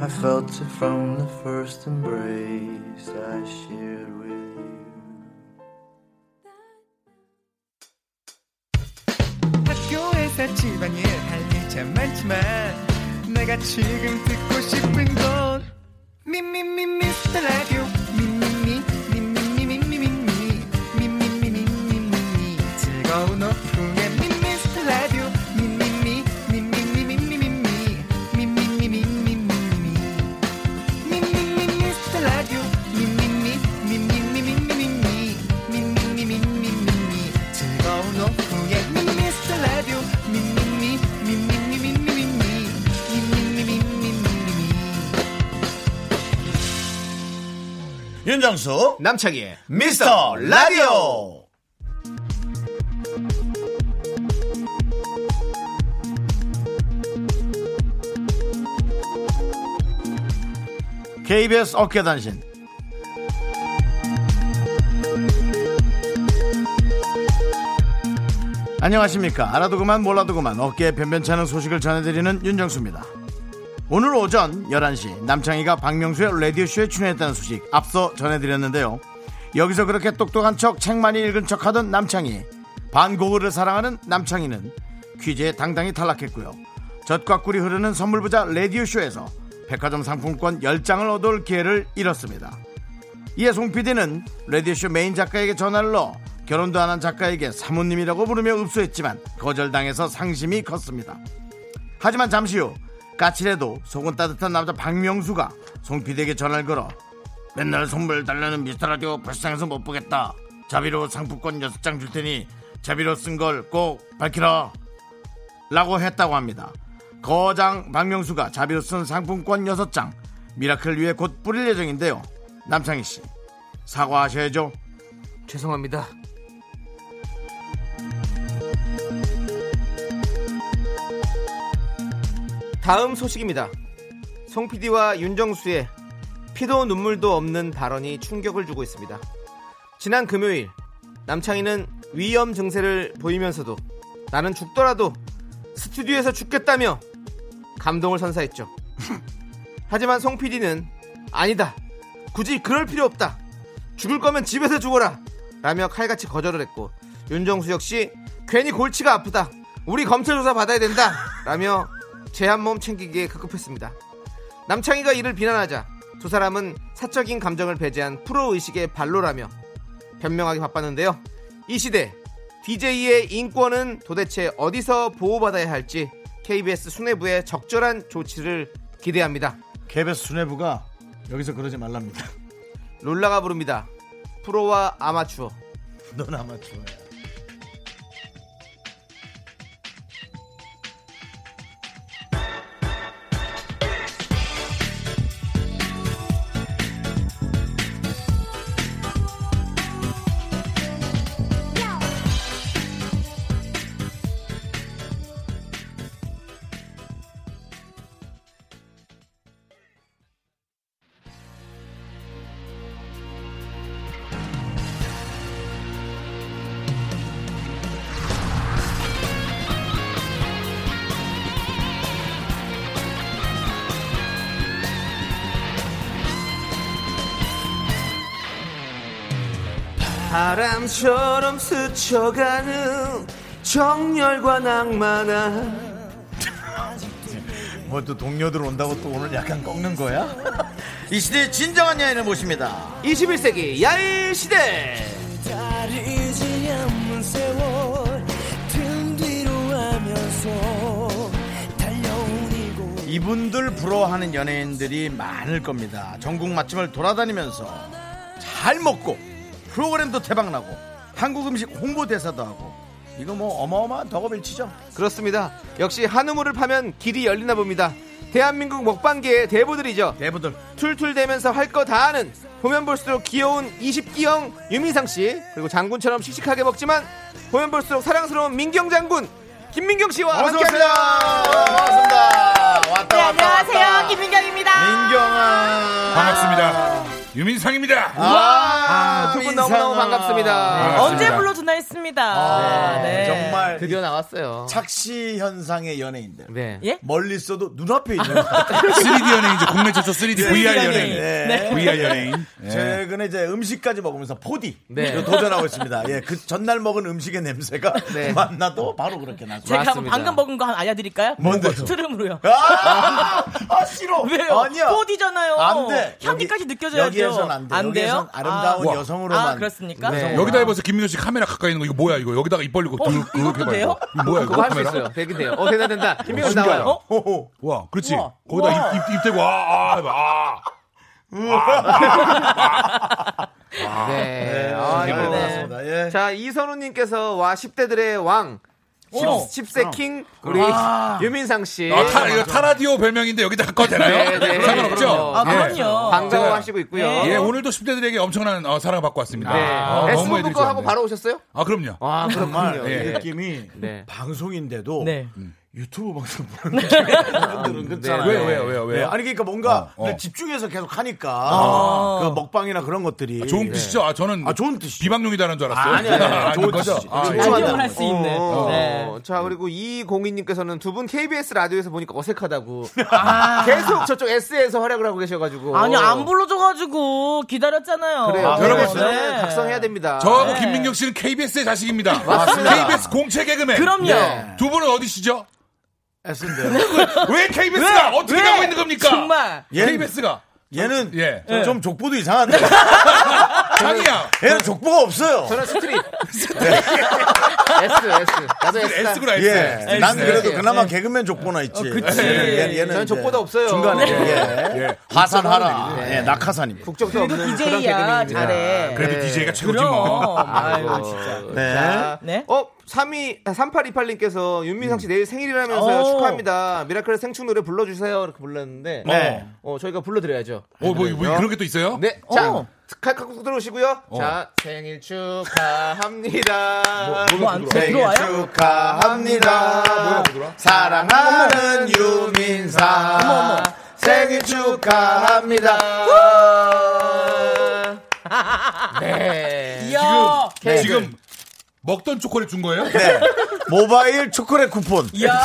Speaker 10: I felt it from the first embrace I shared with you.
Speaker 9: 학교에서 집안일 할 일 참 많지만 내가 지금 듣고 싶은 건 미미미 미스터 라디오 미미미 미미미 미미미 미미미 미미미 미미미 즐거운 오후에 미스터 라디오 미미미 미미미 미미미 미미미 미미미 미미미 미스터 라디오 미미미 미미미 미미미 미미미 미미미 즐거운 오후에 미스터 라디오 미미미 미미미 미미미 미미미 미미미
Speaker 2: 윤정수
Speaker 3: 남창희의
Speaker 2: 미스터 라디오. KBS 어깨단신 안녕하십니까 알아도 그만 몰라도 그만 어깨에 변변찮은 소식을 전해드리는 윤정수입니다 오늘 오전 11시 남창희가 박명수의 라디오쇼에 출연했다는 소식 앞서 전해드렸는데요. 여기서 그렇게 똑똑한 척 책 많이 읽은 척 하던 남창희. 반고흐를 사랑하는 남창희는 퀴즈에 당당히 탈락했고요. 젖과 꿀이 흐르는 선물부자 라디오쇼에서 백화점 상품권 10장을 얻을 기회를 잃었습니다. 이에 송 PD는 라디오쇼 메인 작가에게 전화를 넣어 결혼도 안 한 작가에게 사모님이라고 부르며 읍소했지만 거절당해서 상심이 컸습니다. 하지만 잠시 후 까칠해도 속은 따뜻한 남자 박명수가 송 PD에게 전화를 걸어 맨날 선물 달라는 미스터라디오 발상에서 못 보겠다. 자비로 상품권 6장 줄 테니 자비로 쓴 걸 꼭 밝히라. 라고 했다고 합니다. 거장 박명수가 자비로 쓴 상품권 6장 미라클 위에 곧 뿌릴 예정인데요. 남창희 씨 사과하셔야죠.
Speaker 3: 죄송합니다. 다음 소식입니다. 송 PD와 윤정수의 피도 눈물도 없는 발언이 충격을 주고 있습니다. 지난 금요일 남창희는 위염 증세를 보이면서도 나는 죽더라도 스튜디오에서 죽겠다며 감동을 선사했죠. 하지만 송 PD는 아니다. 굳이 그럴 필요 없다. 죽을 거면 집에서 죽어라. 라며 칼같이 거절을 했고 윤정수 역시 괜히 골치가 아프다. 우리 검찰 조사 받아야 된다. 라며 제 한 몸 챙기기에 급급했습니다. 남창희가 이를 비난하자 두 사람은 사적인 감정을 배제한 프로 의식의 발로라며 변명하기 바빴는데요. 이 시대 DJ의 인권은 도대체 어디서 보호받아야 할지 KBS 수뇌부의 적절한 조치를 기대합니다.
Speaker 2: KBS 수뇌부가 여기서 그러지 말랍니다.
Speaker 3: 롤라가 부릅니다. 프로와 아마추어.
Speaker 2: 넌 아마추어야.
Speaker 11: 바람처럼 스쳐가는 정열과 낭만아
Speaker 2: 뭐 또 동료들 온다고 또 오늘 약간 꺾는 거야? 이 시대의 진정한 야인을 모십니다.
Speaker 3: 21세기 야일 시대.
Speaker 11: 다르지 않는 세월 등 뒤로 하면서 달려오니고
Speaker 2: 이분들 부러워하는 연예인들이 많을 겁니다. 전국 맛집을 돌아다니면서 잘 먹고 프로그램도 대박나고 한국 음식 홍보대사도 하고 이거 뭐 어마어마한 덕업일치죠.
Speaker 3: 그렇습니다. 역시 한우물을 파면 길이 열리나 봅니다. 대한민국 먹방계의 대부들이죠.
Speaker 2: 대부들.
Speaker 3: 툴툴대면서 할 거 다 하는 보면 볼수록 귀여운 20기형 유민상 씨 그리고 장군처럼 씩씩하게 먹지만 보면 볼수록 사랑스러운 민경 장군 김민경 씨와
Speaker 2: 어서 오세요.
Speaker 3: 아, 함께합니다.
Speaker 2: 반갑습니다. 왔다 왔다.
Speaker 9: 네, 안녕하세요, 김민경입니다.
Speaker 2: 민경아.
Speaker 10: 반갑습니다. 유민상입니다.
Speaker 3: 아, 네, 두 분 너무너무 반갑습니다.
Speaker 9: 언제 불러주나 했습니다.
Speaker 2: 아,
Speaker 9: 네.
Speaker 2: 정말
Speaker 3: 드디어 나왔어요.
Speaker 2: 착시 현상의 연예인들.
Speaker 3: 네.
Speaker 9: 예?
Speaker 2: 멀리 있어도 눈앞에 있는 것 같아요.
Speaker 10: 3D 연예인이죠. 국내 최초 3D VR 연예인.
Speaker 2: 네.
Speaker 10: VR 연예인. 예.
Speaker 2: 최근에 이제 음식까지 먹으면서 포디
Speaker 3: 네.
Speaker 2: 이거 도전하고 있습니다. 예, 그 전날 먹은 음식의 냄새가
Speaker 3: 네.
Speaker 2: 만나도 바로 그렇게 나죠.
Speaker 9: 제가
Speaker 3: 맞습니다.
Speaker 9: 방금 먹은 거 하나 알려드릴까요? 어,
Speaker 2: 뭔데요?
Speaker 9: 스트름으로요.
Speaker 2: 아, 아 싫어.
Speaker 9: 왜요?
Speaker 2: 아니야.
Speaker 9: 4D잖아요.
Speaker 2: 안 돼.
Speaker 9: 향기까지
Speaker 2: 여기-
Speaker 9: 느껴져야죠.
Speaker 2: 여기에선 안 돼.
Speaker 9: 요
Speaker 2: 여기에선 아름다운
Speaker 10: 와.
Speaker 2: 여성으로만.
Speaker 9: 아, 그렇습니까?
Speaker 3: 네.
Speaker 10: 여기다 해봐서 김민경 씨 카메라 가까이 있는 거 이거 뭐야 이거 여기다가 입 벌리고
Speaker 9: 어,
Speaker 10: 들-
Speaker 9: 이것도
Speaker 10: 이렇게 해봐요.
Speaker 9: 돼요?
Speaker 10: 이거 뭐야 이거
Speaker 3: 그거 할 수
Speaker 10: 카메라?
Speaker 3: 있어요. 되긴 돼요. 어, 된다, 된다. 김민경 씨
Speaker 10: 진짜요?
Speaker 3: 나와요.
Speaker 9: 어?
Speaker 2: 호호.
Speaker 10: 와 그렇지.
Speaker 9: 우와.
Speaker 10: 거기다 입, 입, 입 대고 아아 해봐. 아.
Speaker 3: 네.
Speaker 2: 아,
Speaker 3: 아,
Speaker 2: 잘
Speaker 3: 이거는-
Speaker 2: 나왔습니다. 예.
Speaker 3: 자, 이선우님께서 와 10대들의 왕. 10, 세킹 우리 유민상 씨. 네,
Speaker 10: 아, 타, 이거 타라디오 별명인데 여기다가 꺼 되나요? 상관없죠?
Speaker 9: 아,
Speaker 10: 예.
Speaker 9: 그럼요.
Speaker 3: 반가워하시고 있고요.
Speaker 9: 네.
Speaker 10: 예, 오늘도 10대들에게 엄청난 어, 사랑을 받고 왔습니다.
Speaker 3: 네.
Speaker 10: 아,
Speaker 3: S
Speaker 10: 너무
Speaker 3: 본부
Speaker 10: 애들이
Speaker 3: 거 하고
Speaker 10: 좋아하는데.
Speaker 3: 바로 오셨어요?
Speaker 10: 아, 그럼요.
Speaker 3: 아, 그렇군요.
Speaker 2: 정말 이
Speaker 10: 예.
Speaker 2: 느낌이
Speaker 3: 네.
Speaker 2: 방송인데도
Speaker 9: 네.
Speaker 2: 유튜브 방송 보는 느낌이에요. 그렇잖아요.
Speaker 12: 네, 네. 왜요, 왜요, 왜요?
Speaker 2: 아니 그러니까 뭔가
Speaker 12: 어, 어.
Speaker 2: 늘 집중해서 계속 하니까
Speaker 12: 아.
Speaker 2: 그 먹방이나 그런 것들이 네.
Speaker 13: 아, 좋은 뜻이죠. 아, 저는
Speaker 2: 좋은 뜻
Speaker 13: 비방용이다는 줄 알았어요.
Speaker 2: 아, 아니, 아니, 아니, 좋은
Speaker 13: 거죠.
Speaker 2: 뜻이죠.
Speaker 13: 아,
Speaker 2: 집중하자.
Speaker 13: 예.
Speaker 2: 할수 있네.
Speaker 3: 어,
Speaker 2: 네.
Speaker 3: 어. 자 그리고 이공인님께서는 두 분 KBS 라디오에서 보니까 어색하다고 계속 저쪽 S에서 활약을 하고 계셔가지고
Speaker 9: 아니 안 불러줘가지고 기다렸잖아요.
Speaker 3: 그래요.
Speaker 13: 아,
Speaker 3: 여러분
Speaker 13: 그래요?
Speaker 3: 네. 각성해야 됩니다. 네.
Speaker 13: 저하고 김민경 씨는 KBS의 자식입니다.
Speaker 3: 맞습니다.
Speaker 13: KBS 공채 개그맨.
Speaker 9: 그럼요.
Speaker 13: 네. 두 분은 어디시죠? 왜 KBS가
Speaker 9: 왜?
Speaker 13: 어떻게
Speaker 9: 왜?
Speaker 13: 하고 있는 겁니까?
Speaker 9: 정말.
Speaker 2: 얘는-
Speaker 13: KBS가
Speaker 2: 얘는
Speaker 13: 예.
Speaker 2: 저- 좀 족보도 이상한데.
Speaker 13: 장이야.
Speaker 2: 얘는 족보가 없어요.
Speaker 3: 저는 스트릿. S S. 나도 S.
Speaker 13: S구나, S.
Speaker 2: 예. 난
Speaker 13: 네.
Speaker 2: 그래도
Speaker 13: 네.
Speaker 2: 그나마 개그맨 족보나 있지.
Speaker 3: 그치.
Speaker 2: 얘는,
Speaker 3: 저는
Speaker 2: 이제
Speaker 3: 족보다 없어요.
Speaker 2: 중간에.
Speaker 3: 네.
Speaker 2: 예.
Speaker 13: 예.
Speaker 2: 하산하라.
Speaker 3: 네.
Speaker 2: 예, 낙하산입니다.
Speaker 3: 국적도 없는 그런
Speaker 9: DJ야
Speaker 3: 개그맨입니다.
Speaker 9: 잘해.
Speaker 13: 그래도 DJ가 최고지 뭐.
Speaker 9: 그럼. 아이고
Speaker 3: 아이고.
Speaker 9: 진짜.
Speaker 2: 네.
Speaker 3: 자,
Speaker 9: 네?
Speaker 3: 어, 3위, 3828님께서 윤민상 씨 내일 생일이라면서요.
Speaker 9: 오.
Speaker 3: 축하합니다. 미라클의 생축 노래 불러주세요. 이렇게 불렀는데.
Speaker 2: 네.
Speaker 3: 어, 저희가 불러드려야죠.
Speaker 13: 어, 뭐, 뭐 그런 게 또 있어요?
Speaker 3: 네. 자,
Speaker 9: 어.
Speaker 3: 칼칼국 들어오시고요. 자, 생일 축하합니다.
Speaker 9: 뭐안 들어와요?
Speaker 13: 뭐
Speaker 2: 축하합니다.
Speaker 3: 들어와?
Speaker 2: 사랑하는 유민상 생일 축하합니다.
Speaker 3: 네.
Speaker 9: 이야.
Speaker 13: 네. 지금 먹던 초콜릿 준 거예요?
Speaker 2: 네. 모바일 초콜릿 쿠폰.
Speaker 9: 이야.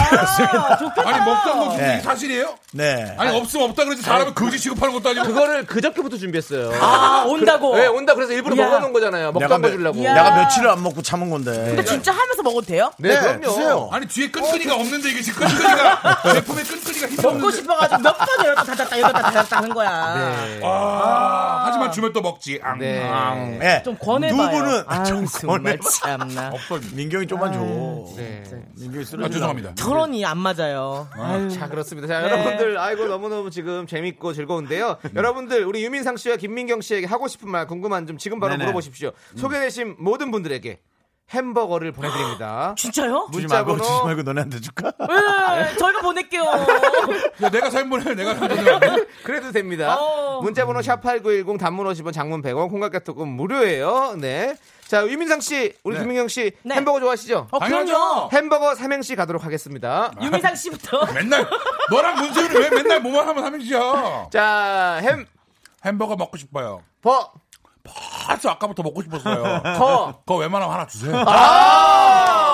Speaker 9: 좋겠다.
Speaker 13: 아니 먹던 거준게
Speaker 2: 네.
Speaker 13: 사실이에요?
Speaker 2: 네.
Speaker 13: 아니 없으면 없다 그러지 사람을 거지 취급하는 것도 아니고
Speaker 3: 그거를 그저께부터 준비했어요.
Speaker 9: 아 온다고.
Speaker 3: 네, 온다 그래서 일부러
Speaker 9: 이야.
Speaker 3: 먹어놓은 거잖아요. 먹다
Speaker 2: 내가,
Speaker 3: 안
Speaker 2: 며,
Speaker 3: 주려고.
Speaker 9: 이야.
Speaker 2: 내가 며칠을 안 먹고 참은 건데.
Speaker 9: 근데 진짜 하면서 먹어도 돼요?
Speaker 3: 네, 그럼요.
Speaker 2: 주세요.
Speaker 13: 아니 뒤에 끈끈이가 없는데 이게 지금 끈끈이가 제품에 끈끈이가
Speaker 9: 먹고
Speaker 13: 힘없는데
Speaker 9: 싶어가지고 몇 번 열었다 닫았다 열었다 닫았다 하는 거야.
Speaker 10: 네.
Speaker 13: 아, 하지만 주면 또 먹지 앙, 아,
Speaker 3: 네.
Speaker 13: 앙.
Speaker 2: 예.
Speaker 9: 좀 권해봐요.
Speaker 2: 두 분은
Speaker 9: 아,
Speaker 2: 좀 어,
Speaker 9: 정말
Speaker 2: 권해.
Speaker 9: 참나.
Speaker 2: 민경이 좀만 줘.
Speaker 9: 아,
Speaker 3: 네.
Speaker 2: 민경이 쓰레기.
Speaker 13: 아, 죄송합니다
Speaker 9: 결혼이 안 맞아요.
Speaker 2: 음.
Speaker 9: 아유.
Speaker 3: 자 그렇습니다.
Speaker 2: 네.
Speaker 3: 자 여러분들 아이고 너무너무 지금 재밌고 즐거운데요.
Speaker 2: 음.
Speaker 3: 여러분들 우리 유민상 씨와 김민경 씨에게 하고 싶은 말 궁금한 점 지금 바로
Speaker 2: 네네. 음.
Speaker 3: 물어보십시오. 소개되신 모든 분들게 햄버거를 보내드립니다.
Speaker 9: 진짜요?
Speaker 2: 아, 주지
Speaker 3: 문자
Speaker 2: 말고
Speaker 3: 번호.
Speaker 2: 주지 말고 너네한테 줄까?
Speaker 9: 예, 저희가 보낼게요.
Speaker 13: 야, 내가 사연 보내 내가 사연 보내
Speaker 3: 그래도 됩니다.
Speaker 9: 어.
Speaker 3: 문자번호 샵8910 단문 50원 장문 100원 콩깍개톡은 무료예요. 네. 자 유민상 씨 우리
Speaker 13: 네.
Speaker 3: 김민경 씨
Speaker 9: 네.
Speaker 3: 햄버거 좋아하시죠?
Speaker 9: 어, 그럼요.
Speaker 13: 당연하죠.
Speaker 3: 햄버거 삼행시 가도록 하겠습니다.
Speaker 9: 유민상 씨부터.
Speaker 13: 맨날 너랑 문세윤이 왜 맨날 뭐만 하면 삼행시야
Speaker 3: 자
Speaker 13: 햄버거 먹고 싶어요
Speaker 3: 햄버
Speaker 13: 아주 아까부터 먹고 싶었어요
Speaker 3: 거.
Speaker 13: 그거 웬만하면 하나 주세요
Speaker 3: 아!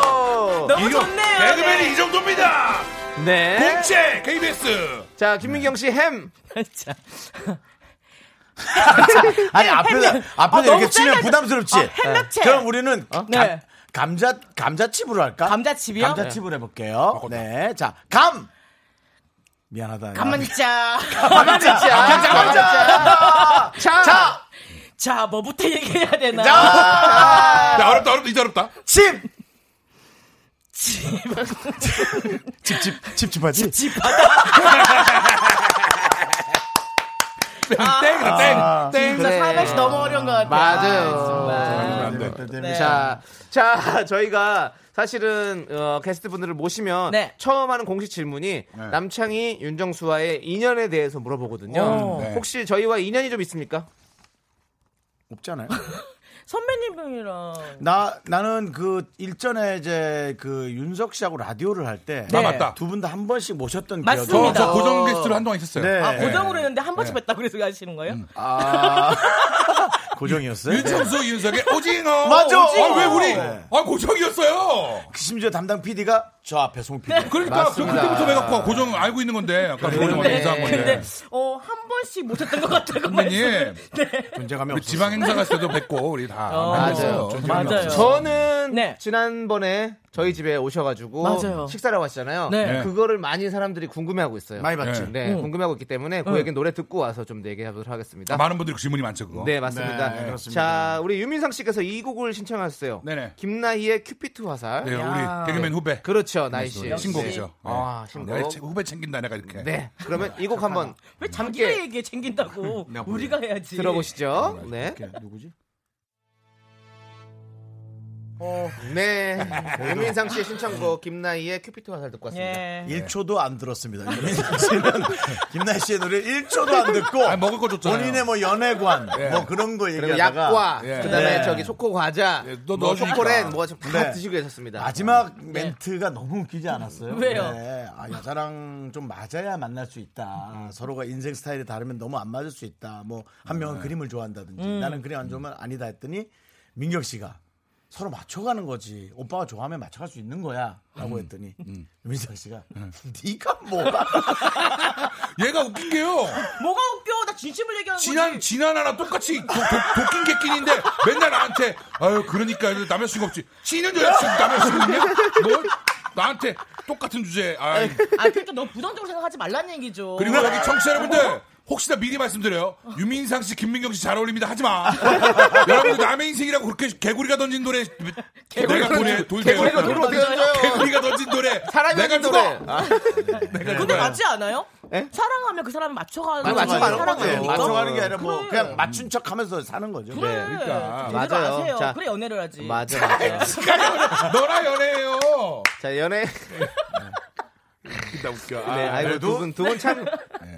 Speaker 9: 너무
Speaker 13: 이거
Speaker 9: 좋네요.
Speaker 13: 개그맨이 이 정도입니다
Speaker 3: 네.
Speaker 13: 공채 KBS
Speaker 3: 자 김민경 씨햄
Speaker 9: 네. 자,
Speaker 2: 아니 앞에다 앞에다
Speaker 9: 아,
Speaker 2: 이렇게
Speaker 9: 너무
Speaker 2: 치면
Speaker 9: 세게-
Speaker 2: 부담스럽지.
Speaker 9: 아, 햄볕에.
Speaker 2: 그럼 우리는
Speaker 9: 네.
Speaker 2: 감, 자 감자칩으로 할까?
Speaker 9: 감자칩이요?
Speaker 2: 감자칩을 해볼게요. 네, 자감 미안하다.
Speaker 9: 가만 있자.
Speaker 2: 가만 있자.
Speaker 3: 자, 아, 자, 자,
Speaker 9: 자, 뭐부터 얘기해야 되나?
Speaker 13: 야 어렵다 어렵다 이제 어렵다
Speaker 2: 칩. 칩. 칩칩 칩칩하지.
Speaker 3: 아.
Speaker 13: 땡이다 땡
Speaker 9: 진짜
Speaker 3: 그래.
Speaker 9: 사회시 너무 어려운 것 같아요.
Speaker 3: 맞아요.
Speaker 13: 땡.
Speaker 9: 네.
Speaker 3: 자, 자, 저희가 사실은 어, 게스트 분들을 모시면
Speaker 9: 네.
Speaker 3: 처음 하는 공식 질문이 남창희, 윤정수와의 인연에 대해서 물어보거든요.
Speaker 9: 오.
Speaker 13: 네.
Speaker 3: 혹시 저희와 인연이 좀 있습니까?
Speaker 2: 없잖아요.
Speaker 9: 선배님이랑.
Speaker 2: 나 나는 그 일전에 이제 그 윤석 씨하고 라디오를 할 때
Speaker 9: 네.
Speaker 13: 아
Speaker 2: 두
Speaker 13: 맞다 어,
Speaker 2: 분 다 한 번씩 모셨던 기억이.
Speaker 9: 맞습니다.
Speaker 13: 저, 저 고정 게스트로 한동안 있었어요
Speaker 2: 네.
Speaker 9: 아, 고정으로 했는데 한
Speaker 10: 네.
Speaker 9: 번씩 뵀다 그래서 하시는 거예요?
Speaker 2: 아 고정이었어요.
Speaker 13: 윤정수 윤석의 오징어.
Speaker 2: 네. 맞아.
Speaker 13: 아, 왜 우리?
Speaker 2: 네.
Speaker 13: 아 고정이었어요.
Speaker 2: 심지어 담당 PD가 저 앞에 송
Speaker 13: 그러니까
Speaker 2: PD.
Speaker 13: 그
Speaker 3: 맞습니다.
Speaker 13: 그때부터 왜 갖고 와? 고정 알고 있는 건데 약간 고정을
Speaker 9: 근데,
Speaker 13: 인사한
Speaker 9: 근데
Speaker 13: 건데.
Speaker 9: 어, 한 번씩 모셨던 것 같다고
Speaker 13: 네. 선배님
Speaker 2: 존재감이
Speaker 3: 그
Speaker 13: 우리
Speaker 2: 없어.
Speaker 13: 지방 행사 갔을 때도 뵙고 우리 다
Speaker 9: 어,
Speaker 13: 만났어요.
Speaker 9: 맞아요. 맞아요.
Speaker 3: 저는
Speaker 9: 네.
Speaker 3: 지난번에 저희 집에 오셔가지고
Speaker 9: 맞아요.
Speaker 3: 식사를 하고 하시잖아요.
Speaker 9: 네.
Speaker 13: 네.
Speaker 3: 그거를 많이 사람들이 궁금해하고 있어요.
Speaker 2: 많이 봤지.
Speaker 3: 네,
Speaker 9: 응.
Speaker 3: 궁금해하고 있기 때문에 그 얘기 노래 듣고 와서 좀 얘기해보도록 하겠습니다.
Speaker 13: 많은 분들이 그 질문이 많죠 그거.
Speaker 3: 네 맞습니다.
Speaker 2: 네, 그렇습니다.
Speaker 3: 자 우리 유민상 씨께서 이 곡을 신청하셨어요.
Speaker 13: 네네.
Speaker 3: 김나희의 큐피트 화살.
Speaker 13: 네,
Speaker 9: 야.
Speaker 13: 우리 개그맨 후배.
Speaker 3: 그렇죠 나희 씨.
Speaker 13: 신곡이죠. 네.
Speaker 3: 아
Speaker 13: 내가
Speaker 3: 신곡.
Speaker 13: 책- 후배 챙긴다 내가 이렇게.
Speaker 3: 네 그러면 이 곡 한번
Speaker 9: 왜 잠기를 얘기해 챙긴다고 우리가 해야지
Speaker 3: 네. 들어보시죠. 네.
Speaker 13: 누구지?
Speaker 9: 어.
Speaker 3: 네. 유민상 씨의 신청곡 김나희의 큐피트 화살 듣고 왔습니다.
Speaker 9: 예. 네.
Speaker 2: 1초도 안 들었습니다. 김나희 씨는 김나희 씨의 노래 1초도 안 듣고 먹을 거
Speaker 3: 줬잖아요. 네.
Speaker 2: 본인의 뭐 연애관 뭐 그런 거
Speaker 3: 그리고
Speaker 2: 얘기하다가
Speaker 3: 약과
Speaker 2: 예.
Speaker 3: 그다음에
Speaker 2: 네.
Speaker 3: 저기 초코 과자
Speaker 2: 또
Speaker 3: 뭐
Speaker 2: 넣어주니까.
Speaker 3: 초콜릿 뭐다
Speaker 2: 네.
Speaker 3: 드시고 계셨습니다.
Speaker 2: 마지막 멘트가 너무 웃기지 않았어요?
Speaker 3: 왜요?
Speaker 2: 네. 아, 여자랑 좀 맞아야 만날 수 있다. 서로가 인생 스타일이 다르면 너무 안 맞을 수 있다. 뭐 한 명은 그림을 좋아한다든지
Speaker 12: 음.
Speaker 2: 나는 그림 안 좋으면 아니다 했더니 민경 씨가 서로 맞춰가는 거지. 오빠가 좋아하면 맞춰갈 수 있는 거야라고 했더니 민상 씨가 네가 뭐
Speaker 13: 얘가 웃긴 게요.
Speaker 9: 뭐가 웃겨? 나 진심을 얘기하는
Speaker 13: 지난
Speaker 9: 거지.
Speaker 13: 지난 하나 똑같이 도, 도, 도낀 개낀인데 맨날 나한테 아유 그러니까 이래서 남자친구 없지. 지는 여자친구 남자친구 있냐? 뭘? 나한테 똑같은 주제. 아이.
Speaker 9: 아 그러니까 너무 부정적으로 생각하지 말라는 얘기죠.
Speaker 13: 그리고 여기 청취자 여러분들 혹시나 미리 말씀드려요. 유민상 씨, 김민경 씨 잘 어울립니다. 하지 마. 여러분들 남의 인생이라고 그렇게 개구리가 던진 노래
Speaker 3: 개구리가
Speaker 13: 내가 돈에
Speaker 3: 던진-
Speaker 13: 돈
Speaker 3: 개구리가
Speaker 13: 돼요.
Speaker 3: 돈을 어떻게 던져요?
Speaker 13: 개구리가 던진 노래.
Speaker 3: 사람이
Speaker 13: 내가
Speaker 3: 던진
Speaker 13: 누가?
Speaker 3: 노래.
Speaker 13: 내가
Speaker 9: 근데
Speaker 13: 누가야?
Speaker 9: 맞지 않아요? 사랑하면 그 사람을 맞춰가는
Speaker 2: 맞
Speaker 9: 거지.
Speaker 2: 춰가는
Speaker 9: 사랑하는
Speaker 2: 거죠.
Speaker 9: 거니까.
Speaker 2: 맞춰가는 게 아니라 뭐
Speaker 9: 그래.
Speaker 2: 그냥 맞춘 척하면서 사는 거죠. 네.
Speaker 9: 그래. 제대로 아세요. 그래 연애를 하지.
Speaker 3: 음, 맞아, 맞아.
Speaker 13: 너라 연애해요.
Speaker 3: 자 연애.
Speaker 13: 웃긴다 웃겨. 아,
Speaker 3: 네, 아이고
Speaker 13: 그래도 네.
Speaker 3: 두분 두 분 참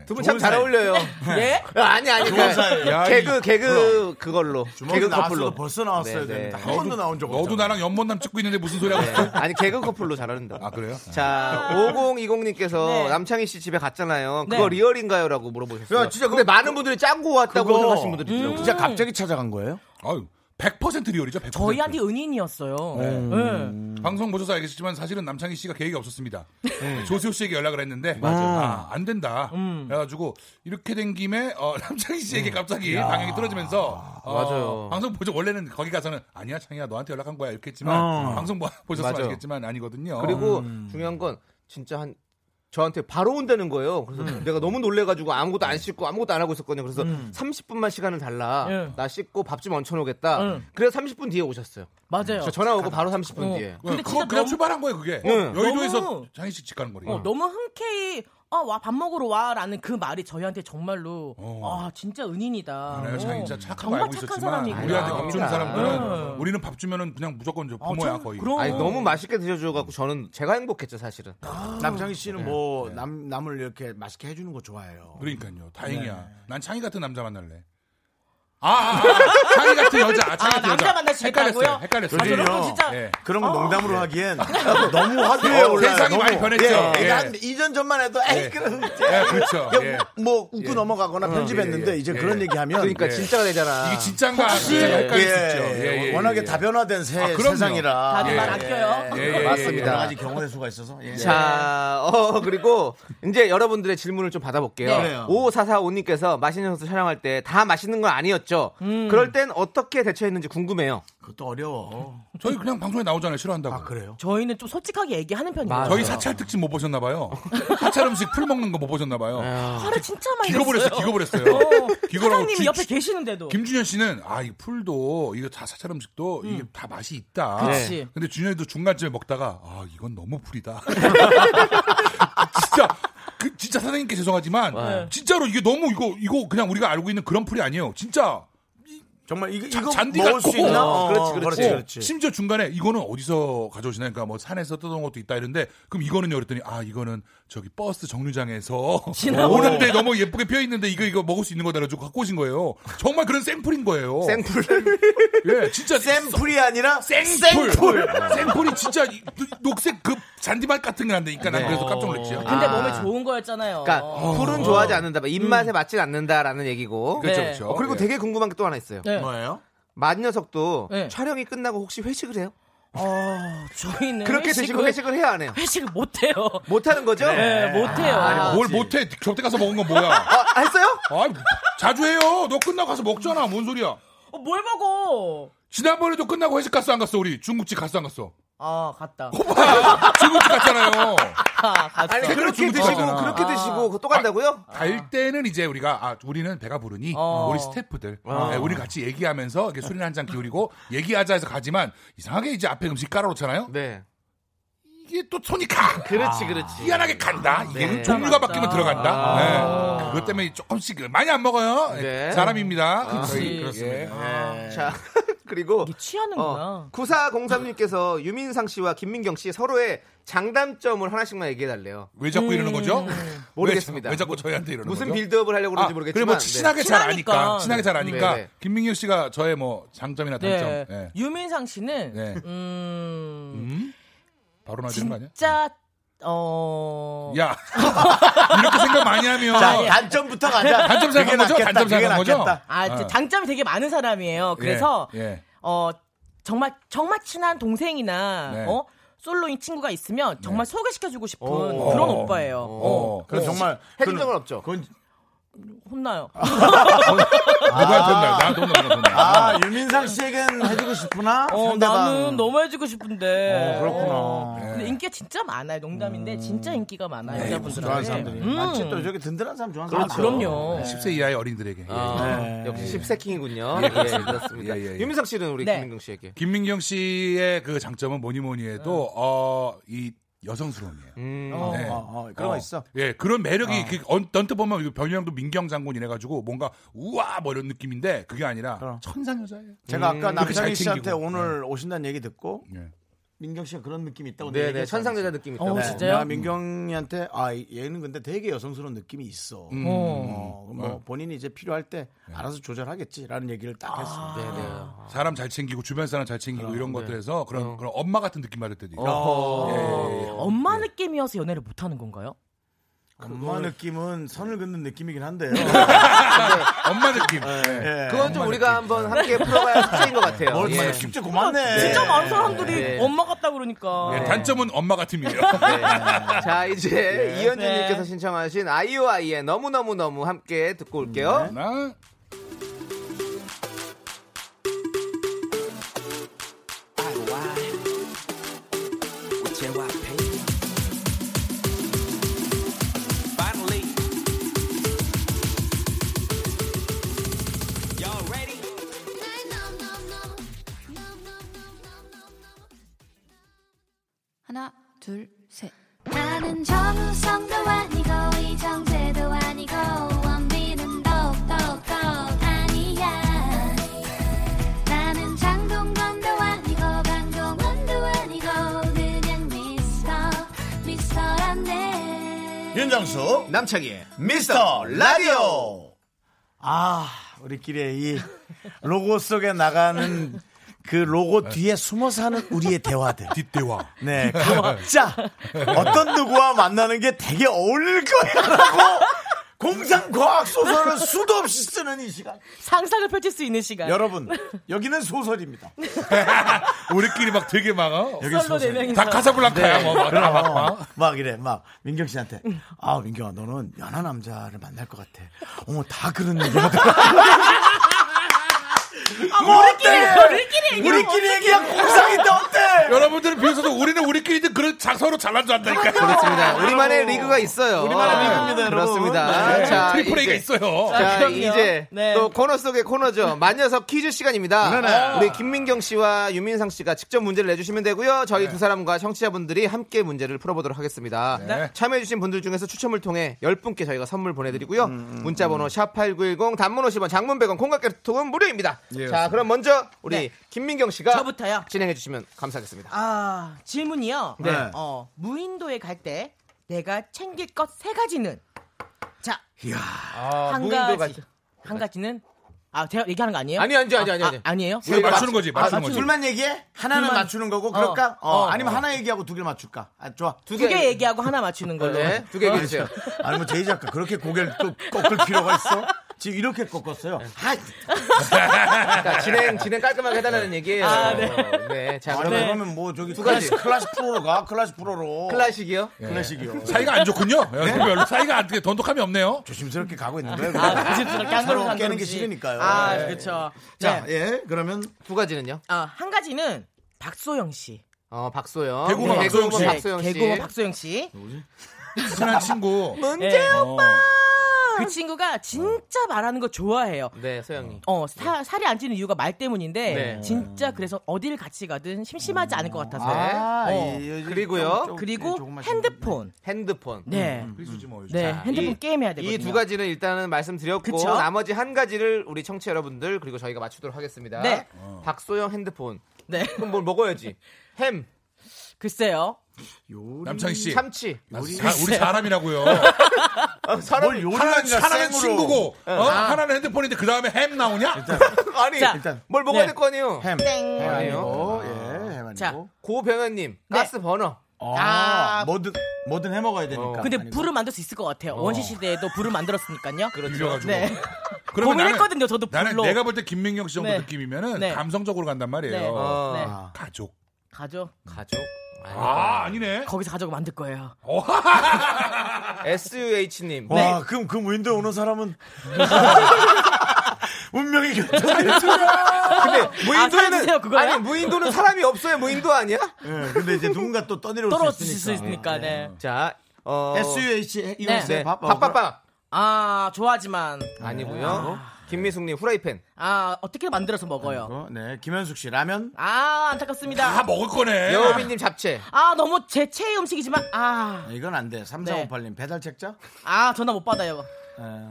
Speaker 3: 두 분
Speaker 13: 좋은
Speaker 3: 참잘
Speaker 13: 사이. 네.
Speaker 3: 어울려요.
Speaker 9: 예?
Speaker 3: 아니 아니
Speaker 13: 좋은
Speaker 3: 그러니까
Speaker 13: 사이. 야,
Speaker 3: 개그
Speaker 13: 이-
Speaker 3: 개그 그걸로
Speaker 13: 주먹이
Speaker 2: 뭐
Speaker 3: 개그
Speaker 13: 나왔어도
Speaker 3: 커플로
Speaker 13: 벌써 나왔어야 되는데 한 번도 나온 적 너도 나랑 연못남 찍고 있는데 무슨 소리 하고
Speaker 9: 네.
Speaker 13: 있어?
Speaker 3: 아니 개그 커플로 잘하는다. 아
Speaker 13: 그래요?
Speaker 3: 자 5020님께서 남창희 씨 집에 갔잖아요. 그거
Speaker 2: 네.
Speaker 3: 리얼인가요라고 물어보셨어요.
Speaker 2: 야, 진짜
Speaker 3: 근데 많은 분들이 짱구 왔다고 생각하신 분들이 있더라고요.
Speaker 2: 진짜 갑자기 찾아간 거예요?
Speaker 13: 아유, 100% 리얼이죠. 100%.
Speaker 9: 저희한테 은인이었어요.
Speaker 13: 네. 방송 보셔서 알겠지만 사실은 남창희 씨가 계획이 없었습니다.
Speaker 9: 네.
Speaker 13: 네, 조세호 씨에게 연락을 했는데 아, 안 된다.
Speaker 9: 음.
Speaker 13: 그래가지고 이렇게 된 김에 어, 남창희 씨에게 갑자기
Speaker 2: 야.
Speaker 13: 방향이 틀어지면서 어,
Speaker 2: 맞아요.
Speaker 13: 방송 보죠. 원래는 거기 가서는 아니야 창희야 너한테 연락한 거야 이렇게 했지만
Speaker 3: 어.
Speaker 13: 방송 보- 보셨으면
Speaker 3: 맞아요.
Speaker 13: 아시겠지만 아니거든요. 어.
Speaker 3: 그리고 중요한 건 진짜 한 저한테 바로 온다는 거예요. 그래서 내가 너무 놀래가지고 아무것도 안 씻고 아무것도 안 하고 있었거든요. 그래서 30분만 시간을 달라.
Speaker 9: 예.
Speaker 3: 나 씻고 밥 좀 얹혀 놓겠다.
Speaker 9: 음.
Speaker 3: 그래서 30분 뒤에 오셨어요.
Speaker 9: 맞아요.
Speaker 3: 저 전화 오고 바로 30분
Speaker 9: 어.
Speaker 3: 뒤에.
Speaker 9: 근데
Speaker 13: 그거
Speaker 9: 진짜
Speaker 13: 그냥
Speaker 9: 너무- 네.
Speaker 13: 출발한 거예요 그게.
Speaker 3: 응.
Speaker 13: 여의도에서
Speaker 9: 너무-
Speaker 13: 창희 씨 집 가는 거리.
Speaker 9: 어, 너무 흔쾌히 아, 와, 밥 먹으러 와라는 그 말이 저희한테 정말로 아, 진짜 은인이다.
Speaker 13: 어. 알아요,
Speaker 9: 어.
Speaker 13: 장인 진짜 착하고
Speaker 9: 정말
Speaker 13: 알고
Speaker 9: 착한
Speaker 13: 있었지만
Speaker 9: 사람이구나.
Speaker 13: 우리한테 밥 주는
Speaker 3: 아닙니다.
Speaker 13: 사람들은 우리는 밥 주면은 그냥 무조건 저 부모야 거의.
Speaker 3: 아니 너무 맛있게 드셔줘갖고 저는 제가 행복했죠 사실은.
Speaker 2: 남창희 씨는 뭐 남, 남을 이렇게 맛있게 해주는 거 좋아해요.
Speaker 13: 예. 그러니까요. 다행이야.
Speaker 9: 네.
Speaker 13: 난 창희 같은 남자 만날래. 아, 아, 아, 아. 창희 같은 여자. 창희
Speaker 9: 아,
Speaker 13: 같은
Speaker 9: 남자
Speaker 13: 여자.
Speaker 9: 만나시겠다고요?
Speaker 13: 헷갈렸어요. 헷갈렸어요. 예.
Speaker 2: 아, 저런 거 진짜- 그런 거 농담으로 하기엔 너무 화두에
Speaker 13: 어,
Speaker 2: 올라요.
Speaker 13: 세상이
Speaker 2: 너무.
Speaker 13: 많이 변했죠.
Speaker 2: 예,
Speaker 13: 예.
Speaker 2: 한 2년 전만 해도 에이
Speaker 13: 예.
Speaker 2: 그런
Speaker 13: 예, 그렇죠.
Speaker 2: 그냥
Speaker 13: 예.
Speaker 2: 뭐 웃고 넘어가거나 편집했는데 이제 그런 얘기하면
Speaker 3: 그러니까
Speaker 13: 예. 이게 진짜인가
Speaker 2: 혹시-
Speaker 13: 진짜가 헷갈릴 수
Speaker 2: 예,
Speaker 13: 있죠.
Speaker 2: 예,
Speaker 13: 예, 예,
Speaker 2: 워낙에
Speaker 13: 예.
Speaker 2: 다변화된 세,
Speaker 13: 아, 그럼요.
Speaker 2: 세상이라
Speaker 13: 다들 예. 말안
Speaker 9: 껴요.
Speaker 13: 예, 예, 예,
Speaker 2: 맞습니다.
Speaker 13: 예.
Speaker 2: 여러 가지 경험의 수가 있어서 예.
Speaker 3: 네. 자, 어, 그리고 이제 여러분들의 질문을 좀 받아볼게요.
Speaker 2: 네. 그래요.
Speaker 3: 5445님께서 맛있는 형수 촬영할 때 다 맛있는 건 아니었죠. 그럴 땐 어떻게 대처했는지 궁금해요.
Speaker 2: 그것도 어려워.
Speaker 13: 저희 그냥 방송에 나오잖아요. 싫어한다고. 아,
Speaker 2: 그래요?
Speaker 9: 저희는 좀 솔직하게 얘기하는 편이에요.
Speaker 13: 저희 사찰 특집 못 보셨나 봐요. 사찰 음식 풀 먹는 거 못 보셨나 봐요.
Speaker 2: 네.
Speaker 9: 화를 진짜 많이
Speaker 13: 기거버렸어요.
Speaker 9: 냈어요.
Speaker 13: 기거버렸어요.
Speaker 9: 어,
Speaker 13: 기거라고
Speaker 9: 사장님이
Speaker 13: 주-
Speaker 9: 옆에 계시는데도.
Speaker 13: 김준현 씨는 아 이 풀도 이거 다 사찰 음식도 이게 다 맛이 있다.
Speaker 9: 그치. 네.
Speaker 13: 근데 준현이도 중간쯤에 먹다가 아 이건 너무 풀이다. 진짜 그 진짜 사장님께 죄송하지만
Speaker 2: 네.
Speaker 13: 진짜로 이게 너무 이거 이거 그냥 우리가 알고 있는 그런 풀이 아니에요. 진짜
Speaker 2: 정말 이거
Speaker 13: 자-
Speaker 2: 이거
Speaker 13: 잔디
Speaker 2: 먹을
Speaker 13: 같고.
Speaker 2: 수 있나?
Speaker 13: 어,
Speaker 2: 어, 그렇지,
Speaker 13: 어,
Speaker 2: 그렇지.
Speaker 13: 심지어 중간에 이거는 어디서 가져오시나? 그러니까 뭐 산에서 뜯어온 것도 있다 이런데 그럼 이거는요? 그랬더니 아 이거는 저기 버스 정류장에서
Speaker 9: 지나온
Speaker 13: 오는데 너무 예쁘게 피어 있는데 이거 이거 먹을 수 있는 거다 가지고 갖고 오신 거예요. 정말 그런 샘플인 거예요.
Speaker 3: 어. 샘플.
Speaker 13: 예, 진짜
Speaker 2: 샘플이 아니라
Speaker 13: 샘플.
Speaker 2: 샘플.
Speaker 13: 샘플이 진짜 이- 녹색 그 잔디밭 같은 게 한다니까 난
Speaker 3: 네.
Speaker 13: 그래서 깜짝 놀랐지요.
Speaker 9: 근데
Speaker 3: 아.
Speaker 9: 몸에 좋은 거였잖아요.
Speaker 3: 그러니까
Speaker 13: 어.
Speaker 3: 풀은 좋아하지 않는다. 뭐 입맛에 맞진 않는다라는 얘기고.
Speaker 9: 그렇죠, 네. 그렇죠.
Speaker 3: 어, 그리고
Speaker 9: 예.
Speaker 3: 되게 궁금한 게 또 하나 있어요.
Speaker 9: 네.
Speaker 2: 뭐예요?
Speaker 3: 맛 녀석도
Speaker 9: 네.
Speaker 3: 촬영이 끝나고 혹시 회식을 해요?
Speaker 9: 어, 저희는
Speaker 1: 네,
Speaker 3: 그렇게 드시고 회식을 해야 안 해요?
Speaker 9: 회식을 못 해요.
Speaker 3: 못 하는 거죠?
Speaker 9: 네, 못 해요.
Speaker 13: 아니, 뭐. 뭘 못해? 저때 가서 먹은 건 뭐야?
Speaker 3: 아, 했어요?
Speaker 13: 아, 자주 해요. 너 끝나고 가서 먹잖아. 뭔 소리야?
Speaker 9: 어, 뭘 먹어?
Speaker 13: 지난번에도 끝나고 회식 갔어 안 갔어 우리 중국집 갔어 안 갔어?
Speaker 9: 아, 갔다.
Speaker 13: 중국집 갔잖아요.
Speaker 9: 아, 갔어.
Speaker 3: 아니 그렇게 드시고 그렇게 드시고 그거 또 간다고요?
Speaker 13: 갈 때는 이제 우리가 아 우리는 배가 부르니
Speaker 3: 어.
Speaker 13: 우리 스태프들
Speaker 3: 어.
Speaker 13: 예, 우리 같이 얘기하면서 이렇게 술이나 한잔 기울이고 얘기하자 해서 가지만 이상하게 이제 앞에 음식 깔아놓잖아요.
Speaker 3: 네.
Speaker 13: 이게 또 손이 가.
Speaker 3: 그렇지 그렇지.
Speaker 13: 희한하게 간다. 이게
Speaker 3: 네.
Speaker 13: 종류가
Speaker 9: 맞다.
Speaker 13: 바뀌면 들어간다.
Speaker 3: 아.
Speaker 13: 네. 그것 때문에 조금씩 많이 안 먹어요.
Speaker 3: 네. 예.
Speaker 13: 사람입니다.
Speaker 3: 그치.
Speaker 13: 렇습니다
Speaker 3: 자, 그리고
Speaker 13: 어.
Speaker 9: 취하는구나.
Speaker 3: 9403님께서 유민상 씨와 김민경 씨 서로의 장단점을 하나씩만 얘기해 달래요.
Speaker 13: 왜 자꾸 이러는 거죠?
Speaker 3: 음. 모르겠습니다.
Speaker 13: 왜, 자- 왜 자꾸 저희한테 이러는
Speaker 3: 무슨
Speaker 13: 거죠?
Speaker 3: 빌드업을 하려고 그런지 모르겠지만
Speaker 13: 그래 뭐
Speaker 3: 네.
Speaker 13: 친하게 잘 아니까
Speaker 9: 친하니까.
Speaker 13: 친하게 잘 아니까
Speaker 3: 네, 네.
Speaker 13: 김민규 씨가 저의 뭐 장점이나 단점.
Speaker 9: 네.
Speaker 13: 예.
Speaker 9: 유민상 씨는
Speaker 13: 네.
Speaker 9: 음,
Speaker 13: 음? 바로 나지는 거 아니야?
Speaker 9: 진짜 어
Speaker 13: 야 이렇게 생각 많이 하면
Speaker 3: 아,
Speaker 2: 자,
Speaker 3: 네. 예.
Speaker 2: 단점부터 가자.
Speaker 13: 단점 생각한
Speaker 2: 그게
Speaker 13: 거죠?
Speaker 2: 낫겠다,
Speaker 13: 단점
Speaker 2: 그게
Speaker 13: 생각한 거죠?
Speaker 2: 낫겠다.
Speaker 9: 아, 이제
Speaker 13: 어.
Speaker 9: 장점이 되게 많은 사람이에요. 그래서
Speaker 13: 예, 예.
Speaker 9: 어 정말 정말 친한 동생이나
Speaker 13: 네.
Speaker 9: 어 솔로인 친구가 있으면
Speaker 2: 네.
Speaker 9: 정말 소개시켜주고 싶은
Speaker 2: 어.
Speaker 13: 오.
Speaker 9: 그런
Speaker 13: 오.
Speaker 9: 오빠예요.
Speaker 13: 오.
Speaker 9: 어.
Speaker 2: 그래 정말
Speaker 3: 해준 적은 없죠.
Speaker 9: 혼나요.
Speaker 13: 누구한테 혼나요? 나한테 혼나요? 나한테 혼나요?
Speaker 2: 아, 유민상 씨에겐 해주고 싶구나?
Speaker 9: 어,
Speaker 2: 상대방.
Speaker 9: 나는 너무 해주고 싶은데.
Speaker 2: 어, 음. 그렇구나.
Speaker 13: 네.
Speaker 9: 어.
Speaker 13: 예.
Speaker 9: 근데 인기가 진짜 많아요. 농담인데 진짜 인기가 많아요.
Speaker 2: 에이, 무슨 좋아하는
Speaker 9: 여자분들한테.
Speaker 2: 사람들이.
Speaker 9: 음.
Speaker 2: 많지 또 저기 든든한 사람 네, 좋아하는
Speaker 9: 아,
Speaker 2: 사람.
Speaker 9: 그럼요.
Speaker 13: 10세 이하의 어린들에게.
Speaker 3: 아,
Speaker 2: 네.
Speaker 3: 역시 십세킹이군요.
Speaker 13: 예,
Speaker 3: 예,
Speaker 13: 그렇습니다.
Speaker 3: 그렇습니다.
Speaker 13: 예, 예, 예.
Speaker 3: 유민상 씨는 우리
Speaker 9: 네.
Speaker 3: 김민경 씨에게.
Speaker 13: 김민경 씨의 그 장점은 뭐니 뭐니 해도 어, 이 여성스러움이에요.
Speaker 3: 음.
Speaker 2: 어,
Speaker 13: 네.
Speaker 2: 어, 어, 그런 거 있어.
Speaker 13: 예, 그런 매력이 그 언- 언뜻 보면 이거 변형도 민경 장군 이래가지고 뭔가 우와 뭐 이런 느낌인데 그게 아니라
Speaker 2: 그럼.
Speaker 13: 천상 여자예요.
Speaker 2: 제가 아까
Speaker 13: 그렇게 잘
Speaker 2: 남창희 씨한테
Speaker 13: 챙기고.
Speaker 2: 오늘 오신다는 얘기 듣고
Speaker 13: 예.
Speaker 2: 민경 씨가 그런 느낌이 있다고
Speaker 3: 네, 네.
Speaker 2: 얘기했잖아요.
Speaker 3: 천상여자 느낌 있다고.
Speaker 9: 어,
Speaker 2: 네,
Speaker 9: 진짜요?
Speaker 2: 내가 민경이한테 아 얘는 근데 되게 여성스러운 느낌이 있어. 어, 뭐 본인이 이제 필요할 때 알아서 조절하겠지라는 얘기를 딱 했습니다.
Speaker 3: 네, 네.
Speaker 13: 사람 잘 챙기고 주변 사람 잘 챙기고 이런 것들에서 그런 그런 엄마 같은 느낌 받을 때도 있고.
Speaker 2: 네.
Speaker 9: 엄마 느낌이어서 연애를 못하는 건가요?
Speaker 2: 엄마 느낌은 선을 긋는 느낌이긴 한데요.
Speaker 13: 엄마 느낌. 예.
Speaker 2: 예.
Speaker 3: 그건 좀 우리가 한번 함께 풀어봐야 숙제인 것 같아요.
Speaker 2: 뭘
Speaker 3: 예.
Speaker 2: 예. 숙제 고맙네. 네.
Speaker 9: 진짜 많은 사람들이
Speaker 3: 네.
Speaker 9: 엄마 같다 그러니까.
Speaker 13: 예, 단점은 엄마 같음이에요.
Speaker 3: 자 이제
Speaker 13: 예.
Speaker 9: 네.
Speaker 3: 이현진님께서 신청하신 아이오아이의 너무 너무 너무 함께 듣고 올게요.
Speaker 13: 나
Speaker 7: 하나 둘 셋. 나는 정우성도 아니고 이정재도 아니고 원빈은 더욱더 아니야. 나는 장동건도 아니고 강동원도 아니고 그냥 미스터 미스터란데.
Speaker 2: 윤정수
Speaker 3: 남창희의
Speaker 2: 미스터 라디오. 아 우리끼리의 이 로고 속에 나가는 그 로고 뒤에 숨어 사는 우리의 대화들.
Speaker 13: 뒷대화.
Speaker 2: 네, 각자 어떤 누구와 만나는 게 되게 어울릴 거야라고 공상과학 소설을 수도 없이 쓰는 이 시간.
Speaker 9: 상상을 펼칠 수 있는 시간.
Speaker 2: 여러분, 여기는 소설입니다.
Speaker 13: 우리끼리 막 되게 막 어?
Speaker 9: 솔로 네 명이서.
Speaker 13: 다 카사블랑카야 뭐. 막, 다 막, 막.
Speaker 2: 어, 막 이래, 막 민경 씨한테 아 민경아 너는 연하 남자를 만날 것 같아. 어머 다 그런 얘기야. 뭐 어때?
Speaker 9: 우리끼리 얘기하면
Speaker 2: 우리끼리 얘기야 공상인데 어때?
Speaker 13: 여러분들은 비웃어도 우리는 우리끼리도 그런 자, 서로 네, 잘난 줄 안다니까.
Speaker 3: 그렇습니다. 우리만의 리그가 있어요. 아,
Speaker 2: 우리만의 리그입니다, 여러분. 네.
Speaker 3: 그렇습니다. 아, 자,
Speaker 13: 트리플 A가
Speaker 3: 이제-
Speaker 13: 있어요.
Speaker 3: 자,
Speaker 9: 그럼요.
Speaker 3: 이제
Speaker 9: 네.
Speaker 3: 또 코너 속의 코너죠. 만녀석 퀴즈 시간입니다.
Speaker 9: 어.
Speaker 3: 우리 김민경 씨와 유민상 씨가 직접 문제를 내주시면 되고요. 저희 두 사람과 청취자분들이 함께 문제를 풀어보도록 하겠습니다.
Speaker 13: 네.
Speaker 3: 참여해주신 분들 중에서 추첨을 통해 10분께 저희가 선물 보내드리고요. 문자번호 샵8910 단문 50원 장문 100원 콩깍개통은 무료입니다. 자, 그럼 먼저 우리
Speaker 9: 네.
Speaker 3: 김민경 씨가
Speaker 9: 저부터요?
Speaker 3: 진행해주시면 감사하겠습니다.
Speaker 9: 아 질문이요.
Speaker 2: 네.
Speaker 9: 어 무인도에 갈 때 내가 챙길 것 세 가지는 자
Speaker 3: 아,
Speaker 9: 한 가지 한 가지는 아 제가 얘기하는 거 아니에요?
Speaker 3: 아니, 아니, 아니, 아니,
Speaker 9: 아,
Speaker 3: 아니.
Speaker 9: 아, 아니에요?
Speaker 13: 우리 맞추는 거지, 맞추는 거지.
Speaker 2: 둘만 얘기해? 하나는
Speaker 9: 둘만.
Speaker 2: 맞추는 거고 그럴까?
Speaker 9: 어,
Speaker 2: 어, 아니면 하나 얘기하고 두 개를 맞출까? 아, 좋아.
Speaker 9: 두 개 얘기하고 하나 맞추는 걸로.
Speaker 3: 네, 두 개 해주세요.
Speaker 2: 아니 뭐 제이 작가 그렇게 고개를 또 꺾을 필요가 있어? 지금 이렇게 꺾었어요. 아, 하,
Speaker 3: 그러니까 진행, 진행 깔끔하게 해달라는 얘기예요.
Speaker 9: 아,
Speaker 3: 네. 자,
Speaker 2: 아니,
Speaker 3: 그러면
Speaker 2: 그러면 뭐 저기
Speaker 3: 두
Speaker 2: 클래식,
Speaker 3: 가지.
Speaker 2: 클래식 프로로 가 클래식 프로로
Speaker 3: 클래식이요?
Speaker 2: 네. 클래식이요.
Speaker 13: 사이가 안 좋군요. 예, 별로 사이가 안 좋게 돈독함이 없네요.
Speaker 2: 조심스럽게 가고 있는 거예요.
Speaker 9: 아, 부지런하게 한 걸로
Speaker 2: 서로
Speaker 9: 한
Speaker 2: 깨는
Speaker 9: 걸음씩.
Speaker 2: 게 싫으니까요.
Speaker 9: 아,
Speaker 2: 예.
Speaker 9: 그렇죠.
Speaker 2: 자,
Speaker 9: 자,
Speaker 2: 예, 그러면
Speaker 3: 두 가지는요?
Speaker 9: 아, 한 가지는 박소영 씨. 네,
Speaker 3: 어, 박소영.
Speaker 13: 개그우먼 박소영 씨.
Speaker 3: 박소영 씨.
Speaker 9: 개그우먼 박소영 씨.
Speaker 13: 친한 친구.
Speaker 9: 문제
Speaker 13: 오빠.
Speaker 9: 아, 그 친구가 진짜 말하는 거 좋아해요.
Speaker 3: 네, 소영이.
Speaker 9: 어, 사, 살이 안 찌는 이유가 말 때문인데
Speaker 3: 네.
Speaker 9: 진짜 그래서 어딜 같이 가든 심심하지 않을 것 같아서.
Speaker 3: 아,
Speaker 9: 어.
Speaker 3: 이- 그리고요.
Speaker 9: 그리고 핸드폰.
Speaker 3: 핸드폰.
Speaker 9: 네.
Speaker 13: 음. 뭐,
Speaker 9: 네, 핸드폰 게임해야 되거든요.
Speaker 3: 이두 가지는 일단은 말씀드렸고
Speaker 9: 그쵸?
Speaker 3: 나머지 한 가지를 우리 청취 자 여러분들 그리고 저희가 맞추도록 하겠습니다.
Speaker 9: 네.
Speaker 3: 박소영 핸드폰. 그럼 뭘 먹어야지. 햄.
Speaker 9: 글쎄요.
Speaker 13: 남창희 씨.
Speaker 3: 참치.
Speaker 13: 나 사- 우리 사람이라고요.
Speaker 3: 사람
Speaker 13: 하나는, 하나는 친구고 어? 하나는 핸드폰인데 그 다음에 햄 나오냐?
Speaker 3: 아니
Speaker 13: 자,
Speaker 3: 일단 뭘 먹어야
Speaker 13: 네.
Speaker 3: 될 거 아니에요?
Speaker 13: 햄.
Speaker 3: 땡.
Speaker 13: 햄
Speaker 2: 네.
Speaker 3: 아니에요.
Speaker 13: 아니고,
Speaker 2: 예,
Speaker 9: 자,
Speaker 3: 고 변호님 가스 버너.
Speaker 9: 아, 아.
Speaker 2: 뭐든 뭐든 해 먹어야 되니까.
Speaker 9: 근데 불을 만들 수 있을 것 같아요.
Speaker 2: 어.
Speaker 9: 원시 시대에도 불을 만들었으니까요.
Speaker 13: 빌려가지고.
Speaker 9: 네.
Speaker 13: 그러면 나는-
Speaker 9: 고민했거든요. 저도
Speaker 13: 나는
Speaker 9: 불로.
Speaker 13: 내가 볼 때 김민경 씨 정도
Speaker 9: 네.
Speaker 13: 느낌이면은
Speaker 9: 네.
Speaker 13: 감성적으로 간단 말이에요.
Speaker 9: 네.
Speaker 13: 아.
Speaker 9: 어.
Speaker 13: 가족.
Speaker 9: 가족.
Speaker 3: 가족.
Speaker 13: 아, 아니네.
Speaker 9: 거기서 가족 만들 거예요.
Speaker 3: SUH님.
Speaker 9: 네.
Speaker 2: 와, 그럼 그 무인도에 오는 사람은 운명이 결정돼.
Speaker 3: 근데
Speaker 2: 사연
Speaker 3: 무인도에는
Speaker 2: 주세요, 그거요?
Speaker 3: 아니 무인도는 사람이 없어요. 무인도 아니야?
Speaker 2: 예, 근데 이제 누군가 또 떠내려올
Speaker 9: 떨어질
Speaker 2: 수 있으니까.
Speaker 9: 수 있으니까, 네.
Speaker 3: 자, 어
Speaker 2: SUH
Speaker 9: 네.
Speaker 2: 이용세 밥 어, 먹으러-
Speaker 3: 밥밥밥.
Speaker 9: 아, 좋아하지만.
Speaker 2: 네.
Speaker 3: 아니고요. 김미숙님 후라이팬.
Speaker 9: 아, 어떻게 만들어서 먹어요?
Speaker 2: 네, 김현숙 씨 라면.
Speaker 9: 아, 안타깝습니다.
Speaker 3: 여빈님 잡채.
Speaker 9: 아, 너무 제 최애 음식이지만, 아,
Speaker 2: 이건 안 돼. 3458님
Speaker 9: 네.
Speaker 2: 배달 책자?
Speaker 9: 아, 전화 못 받아요.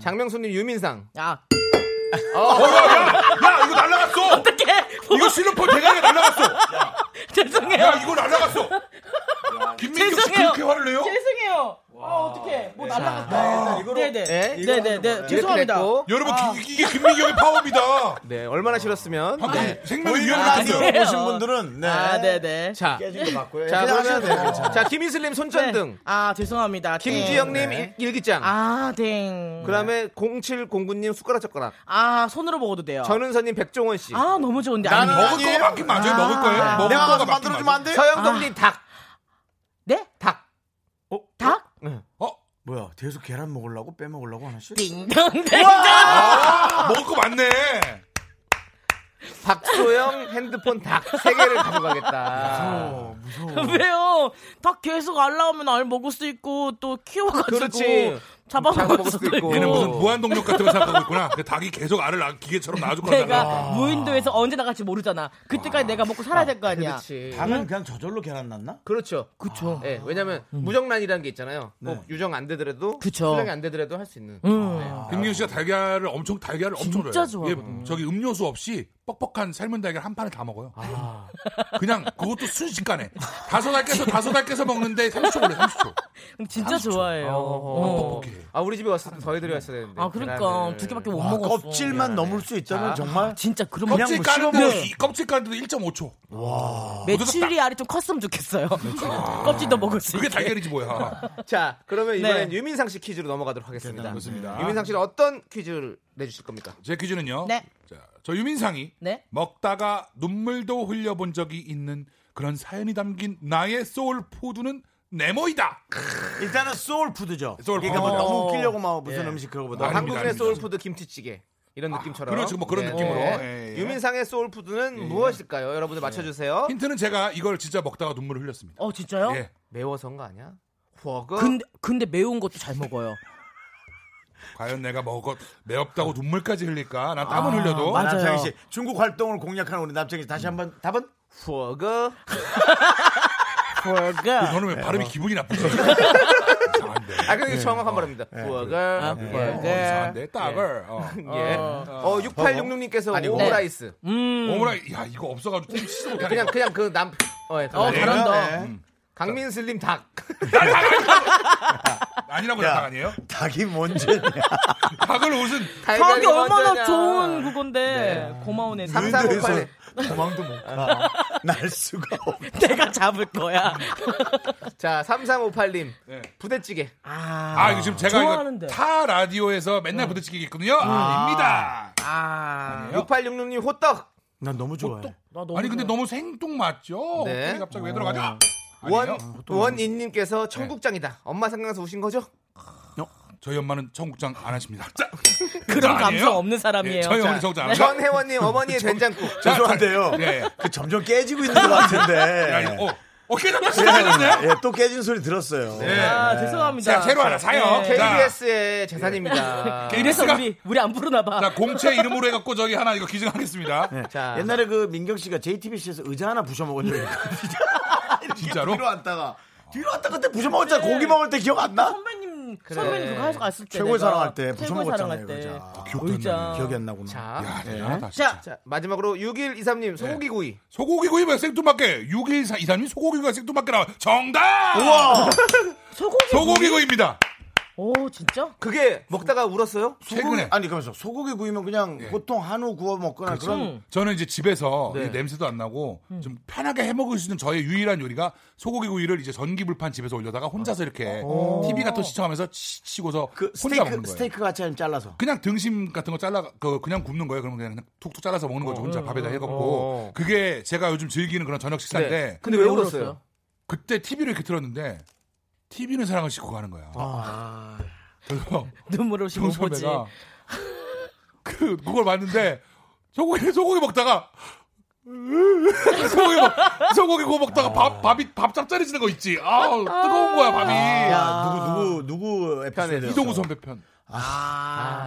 Speaker 3: 장명수님 유민상.
Speaker 9: 아.
Speaker 13: 야, 아, 이거 날라갔어.
Speaker 9: 어떡해. 뭐,
Speaker 13: 이거 실로폰 대가리가 날라갔어.
Speaker 9: 죄송해요.
Speaker 13: 야, 이거 날라갔어. 김민경 씨
Speaker 9: 죄송해요.
Speaker 13: 그렇게 화를 내요?
Speaker 9: 죄송해요. 아, 어떡해. 뭐 날라갔다. 네네.
Speaker 3: 이거
Speaker 9: 네네네.
Speaker 3: 이렇게
Speaker 9: 죄송합니다.
Speaker 3: 됐고.
Speaker 13: 여러분,
Speaker 9: 아.
Speaker 13: 기- 이게 김민경의 파워입니다. 뭐
Speaker 3: 네, 얼마나 싫었으면. 네.
Speaker 13: 아, 생명의
Speaker 2: 보이는
Speaker 13: 위협을
Speaker 2: 어. 아, 라디오
Speaker 13: 느껴요.
Speaker 2: 보신 분들은 네.
Speaker 9: 아, 네네.
Speaker 3: 자,
Speaker 2: 깨진 거 맞고요.
Speaker 3: 자,
Speaker 2: 그냥 하셔도 돼요.
Speaker 3: 그러면
Speaker 2: 괜찮아요.
Speaker 3: 자, 김희슬님 손전등.
Speaker 9: 아, 죄송합니다. 땡.
Speaker 3: 김지영님
Speaker 9: 네.
Speaker 3: 일- 일기장.
Speaker 9: 아, 땡.
Speaker 3: 그다음에 0709님 숟가락 젓가락.
Speaker 9: 아, 손으로 먹어도 돼요.
Speaker 3: 전은서님 백종원 씨.
Speaker 9: 아, 너무 좋은데.
Speaker 13: 나는
Speaker 9: 아니,
Speaker 13: 먹을 거가 맞긴 맞아요. 먹을 거예요. 먹을
Speaker 2: 내가
Speaker 13: 거가
Speaker 2: 가서
Speaker 13: 맞긴
Speaker 2: 만들어주면 안
Speaker 13: 맞아요.
Speaker 2: 돼?
Speaker 3: 서영덕님 닭.
Speaker 9: 네?
Speaker 3: 닭.
Speaker 9: 닭?
Speaker 13: 어?
Speaker 2: 뭐야, 계속 계란 먹으려고 빼먹으려고 하나씩?
Speaker 9: 딩동댕.
Speaker 13: 아, 먹을 거 맞네.
Speaker 3: 박소영 핸드폰 닭 세 개를
Speaker 2: 아.
Speaker 3: 가져가겠다.
Speaker 9: 왜요? 닭 계속 알라오면 알 먹을 수 있고 또 키워가지고
Speaker 3: 그렇지.
Speaker 9: 잡아먹을 수도 있고.
Speaker 13: 얘는 무슨 무한동력 같은 거 생각하고 있구나. 근데 닭이 계속 알을 낳 기계처럼 낳아줄 거라.
Speaker 9: 내가 무인도에서 언제 나갈지 모르잖아. 그때까지 내가 먹고 살아야 될 거 아니야.
Speaker 3: 그렇지.
Speaker 2: 당은 그냥 저절로 계란 났나?
Speaker 3: 그렇죠. 그렇죠. 예, 왜냐면
Speaker 2: 음.
Speaker 3: 무정란이라는 게 있잖아요.
Speaker 2: 네.
Speaker 3: 꼭 유정 안 되더라도
Speaker 9: 그쵸. 음.
Speaker 3: 수량이 안 되더라도 할 수 있는.
Speaker 13: 김민경 씨가 달걀을 엄청 달걀을 엄청
Speaker 9: 진짜
Speaker 13: 좋아해요. 얘
Speaker 9: 좋아하거든요.
Speaker 13: 저기 음료수 없이 뻑뻑한 삶은 달걀 한 판을 다 먹어요.
Speaker 9: 아.
Speaker 13: 그냥 그것도 순식간에 다섯 알깨서 다섯 알깨서 먹는데 30초 걸려 30초.
Speaker 9: 근데 진짜 좋아해요. 어.
Speaker 3: 아 우리 집에 왔을 때 저희들이 왔어야 되는데.
Speaker 9: 아 그러니까 두 개밖에 못
Speaker 2: 와,
Speaker 9: 먹었어.
Speaker 2: 껍질만 넘을 수 있다면
Speaker 3: 자,
Speaker 2: 정말
Speaker 9: 진짜 그런 거.
Speaker 13: 껍질 까는데도 이- 껍질 까는데도 1.5초.
Speaker 9: 메추리 알이 좀 컸으면 좋겠어요. 껍질도 먹을 수
Speaker 13: 그게
Speaker 9: 있게.
Speaker 13: 달걀이지 뭐야.
Speaker 3: 자, 그러면 이번엔
Speaker 9: 네.
Speaker 3: 유민상 씨 퀴즈로 넘어가도록
Speaker 13: 네,
Speaker 3: 하겠습니다.
Speaker 13: 그렇습니다.
Speaker 3: 유민상 씨는 어떤 퀴즈를 내주실 겁니까?
Speaker 13: 제 퀴즈는요.
Speaker 9: 네.
Speaker 13: 자, 저 유민상이
Speaker 9: 네.
Speaker 13: 먹다가 눈물도 흘려본 적이 있는 그런 사연이 담긴 나의 소울 푸드는 네모이다.
Speaker 2: 일단은 소울푸드죠.
Speaker 13: 소울
Speaker 2: 그러니까 뭐
Speaker 13: 푸드죠.
Speaker 2: 너무 웃기려고 막 무슨 음식 그거보다.
Speaker 13: 아닙니다,
Speaker 3: 한국인의
Speaker 13: 아닙니다.
Speaker 3: 소울푸드 김치찌개 이런 느낌처럼. 네.
Speaker 13: 그렇죠. 뭐 그런 느낌으로. 예, 예.
Speaker 3: 유민상의 소울푸드는 무엇일까요? 여러분들 맞춰주세요.
Speaker 13: 힌트는 제가 이걸 진짜 먹다가 눈물을 흘렸습니다.
Speaker 9: 어 진짜요?
Speaker 13: 예.
Speaker 3: 매워서인가 아니야? 버거.
Speaker 9: 근데 근데 매운 것도 잘 먹어요.
Speaker 13: 과연 내가 먹어 매웠다고 눈물까지 흘릴까? 난
Speaker 9: 아,
Speaker 13: 땀은 흘려도
Speaker 2: 남창희 씨 중국 활동을 공략하는 우리 남창희 씨 다시 한번 답은
Speaker 3: 버거.
Speaker 13: 그
Speaker 9: 버거.
Speaker 13: 저는 왜 발음이 기분이 나쁘지? 이상한데.
Speaker 3: 아, 그게 정확한 말입니다.
Speaker 13: 네.
Speaker 3: 버거.
Speaker 9: 아,
Speaker 13: 어, 이상한데 따벌.
Speaker 3: 예. 어, 6866님께서
Speaker 13: 아니, 뭐.
Speaker 3: 오므라이스.
Speaker 9: 뭐. 음.
Speaker 13: 오므라이 야 이거 없어가지고 좀 치즈 못하네.
Speaker 3: 그냥 그냥 그 남. 어, 예,
Speaker 9: 어
Speaker 3: 네.
Speaker 9: 잘한다.
Speaker 3: 강민슬님 닭.
Speaker 13: 아니라고
Speaker 2: 야.
Speaker 13: 나당 아니에요?
Speaker 2: 닭이 뭔지. 냐
Speaker 13: 닭을 옷은
Speaker 9: 저게
Speaker 3: 달걀이 먼저냐.
Speaker 9: 얼마나
Speaker 2: 네.
Speaker 9: 좋은 그건데 고마운 애들.
Speaker 2: 그래서
Speaker 3: 3358.
Speaker 2: 도망도 못 가. 날 수가 없.
Speaker 9: 내가 잡을 거야.
Speaker 3: 자, 3358님.
Speaker 13: 네.
Speaker 3: 부대찌개.
Speaker 13: 아 이거 지금 제가
Speaker 9: 좋아하는데.
Speaker 13: 이거 타 라디오에서 맨날 부대찌개 있거든요. 아닙니다.
Speaker 9: 아.
Speaker 3: 6866님 호떡.
Speaker 2: 난 너무 좋아해.
Speaker 9: 나 너무
Speaker 13: 아니 근데 너무 생뚱 맞죠?
Speaker 3: 네.
Speaker 13: 네. 갑자기 왜 들어가죠? 아,
Speaker 3: 원,
Speaker 13: 아니에요. 네.
Speaker 3: 원인님께서 청국장이다. 엄마 생각나서 우신 거죠?
Speaker 13: 저희 엄마는 청국장 안 하십니다. 자,
Speaker 9: 그런
Speaker 13: 아니에요?
Speaker 9: 감성 없는 사람이에요.
Speaker 13: 예, 저희
Speaker 9: 자,
Speaker 13: 어머니 청국장 안 하십니다.
Speaker 3: 전혜원님 어머니의 된장국.
Speaker 2: 죄송한데요.
Speaker 13: 네.
Speaker 2: 그 점점 깨지고 있는 것 같은데.
Speaker 13: 야, 이거, 어, 어, 깨졌네. 깨졌네.
Speaker 2: 예, 또 깨진 소리 들었어요.
Speaker 13: 네. 아, 죄송합니다. 자, 새로 하나 사요.
Speaker 3: 네. KBS의 재산입니다.
Speaker 9: 그래서 우리 우리 안 부르나 봐.
Speaker 13: 자, 공채 이름으로 해갖고 저기 하나 이거 기증하겠습니다.
Speaker 2: 자. 옛날에 그 민경 씨가 JTBC에서 의자 하나 부셔 먹은 적이 있거든요.
Speaker 13: 진짜로?
Speaker 2: 뒤로 아. 왔다가 뒤로 왔다 그때 부셔 먹었잖아. 고기 먹을 때 기억 안 나?
Speaker 9: 네. 선배님 선배님 그거 하서 갔을 때
Speaker 2: 최고의
Speaker 9: 내가
Speaker 2: 사랑할 때 부셔
Speaker 9: 최고의
Speaker 2: 먹었잖아요.
Speaker 9: 사랑할 때.
Speaker 2: 의자.
Speaker 13: 기억도 안
Speaker 9: 의자.
Speaker 13: 나네.
Speaker 2: 기억이 안 나구나.
Speaker 3: 자,
Speaker 13: 대단하다,
Speaker 3: 자, 자, 마지막으로
Speaker 13: 네.
Speaker 3: 6123님 소고기 구이.
Speaker 13: 소고기 구이와 생두막개 6일 이사님 소고기 구이와 생두막개 나와 정답.
Speaker 3: 우와.
Speaker 9: 소고기
Speaker 13: 소고기 구이입니다.
Speaker 9: 오 진짜?
Speaker 3: 그게 먹다가 울었어요?
Speaker 13: 최근에.
Speaker 2: 아니 그러면서 소고기 구이면 그냥 보통 한우 구워 먹거나 예. 그런
Speaker 9: 음.
Speaker 13: 저는 이제 집에서
Speaker 2: 네.
Speaker 13: 이 냄새도 안 나고
Speaker 2: 음.
Speaker 13: 좀 편하게 해 먹을 수 있는 저의 유일한 요리가 소고기 구이를 이제 전기 불판 집에서 올려다가 혼자서 이렇게 TV 같은 거 시청하면서 치- 치고서
Speaker 2: 어. 그
Speaker 13: 혼자 먹는
Speaker 2: 스테이크
Speaker 13: 거예요.
Speaker 2: 스테이크 같이 아니면 잘라서
Speaker 13: 그냥 등심 같은 거 잘라 그 그냥 굽는 거예요. 그럼 그냥, 그냥 툭툭 잘라서 먹는
Speaker 2: 어.
Speaker 13: 거죠. 혼자 밥에다 해갖고 그게 제가 요즘 즐기는 그런 저녁 식사인데
Speaker 2: 네.
Speaker 3: 근데 왜 울었어요?
Speaker 13: 그때 TV를 이렇게 틀었는데 TV는 사랑을 싣고 가는 거야. 그래서
Speaker 9: 눈물을
Speaker 13: 정
Speaker 9: 못 보지.
Speaker 13: 선배가 그 그걸 봤는데 소고기 소고기 먹다가 소고기 먹, 소고기 구워 먹다가
Speaker 2: 아.
Speaker 13: 밥 밥이 밥 짭짤해지는 거 있지. 아 뜨거운 거야 밥이.
Speaker 2: 아, 야 누구 누구 누구 에피소드
Speaker 13: 이동우 선배 편.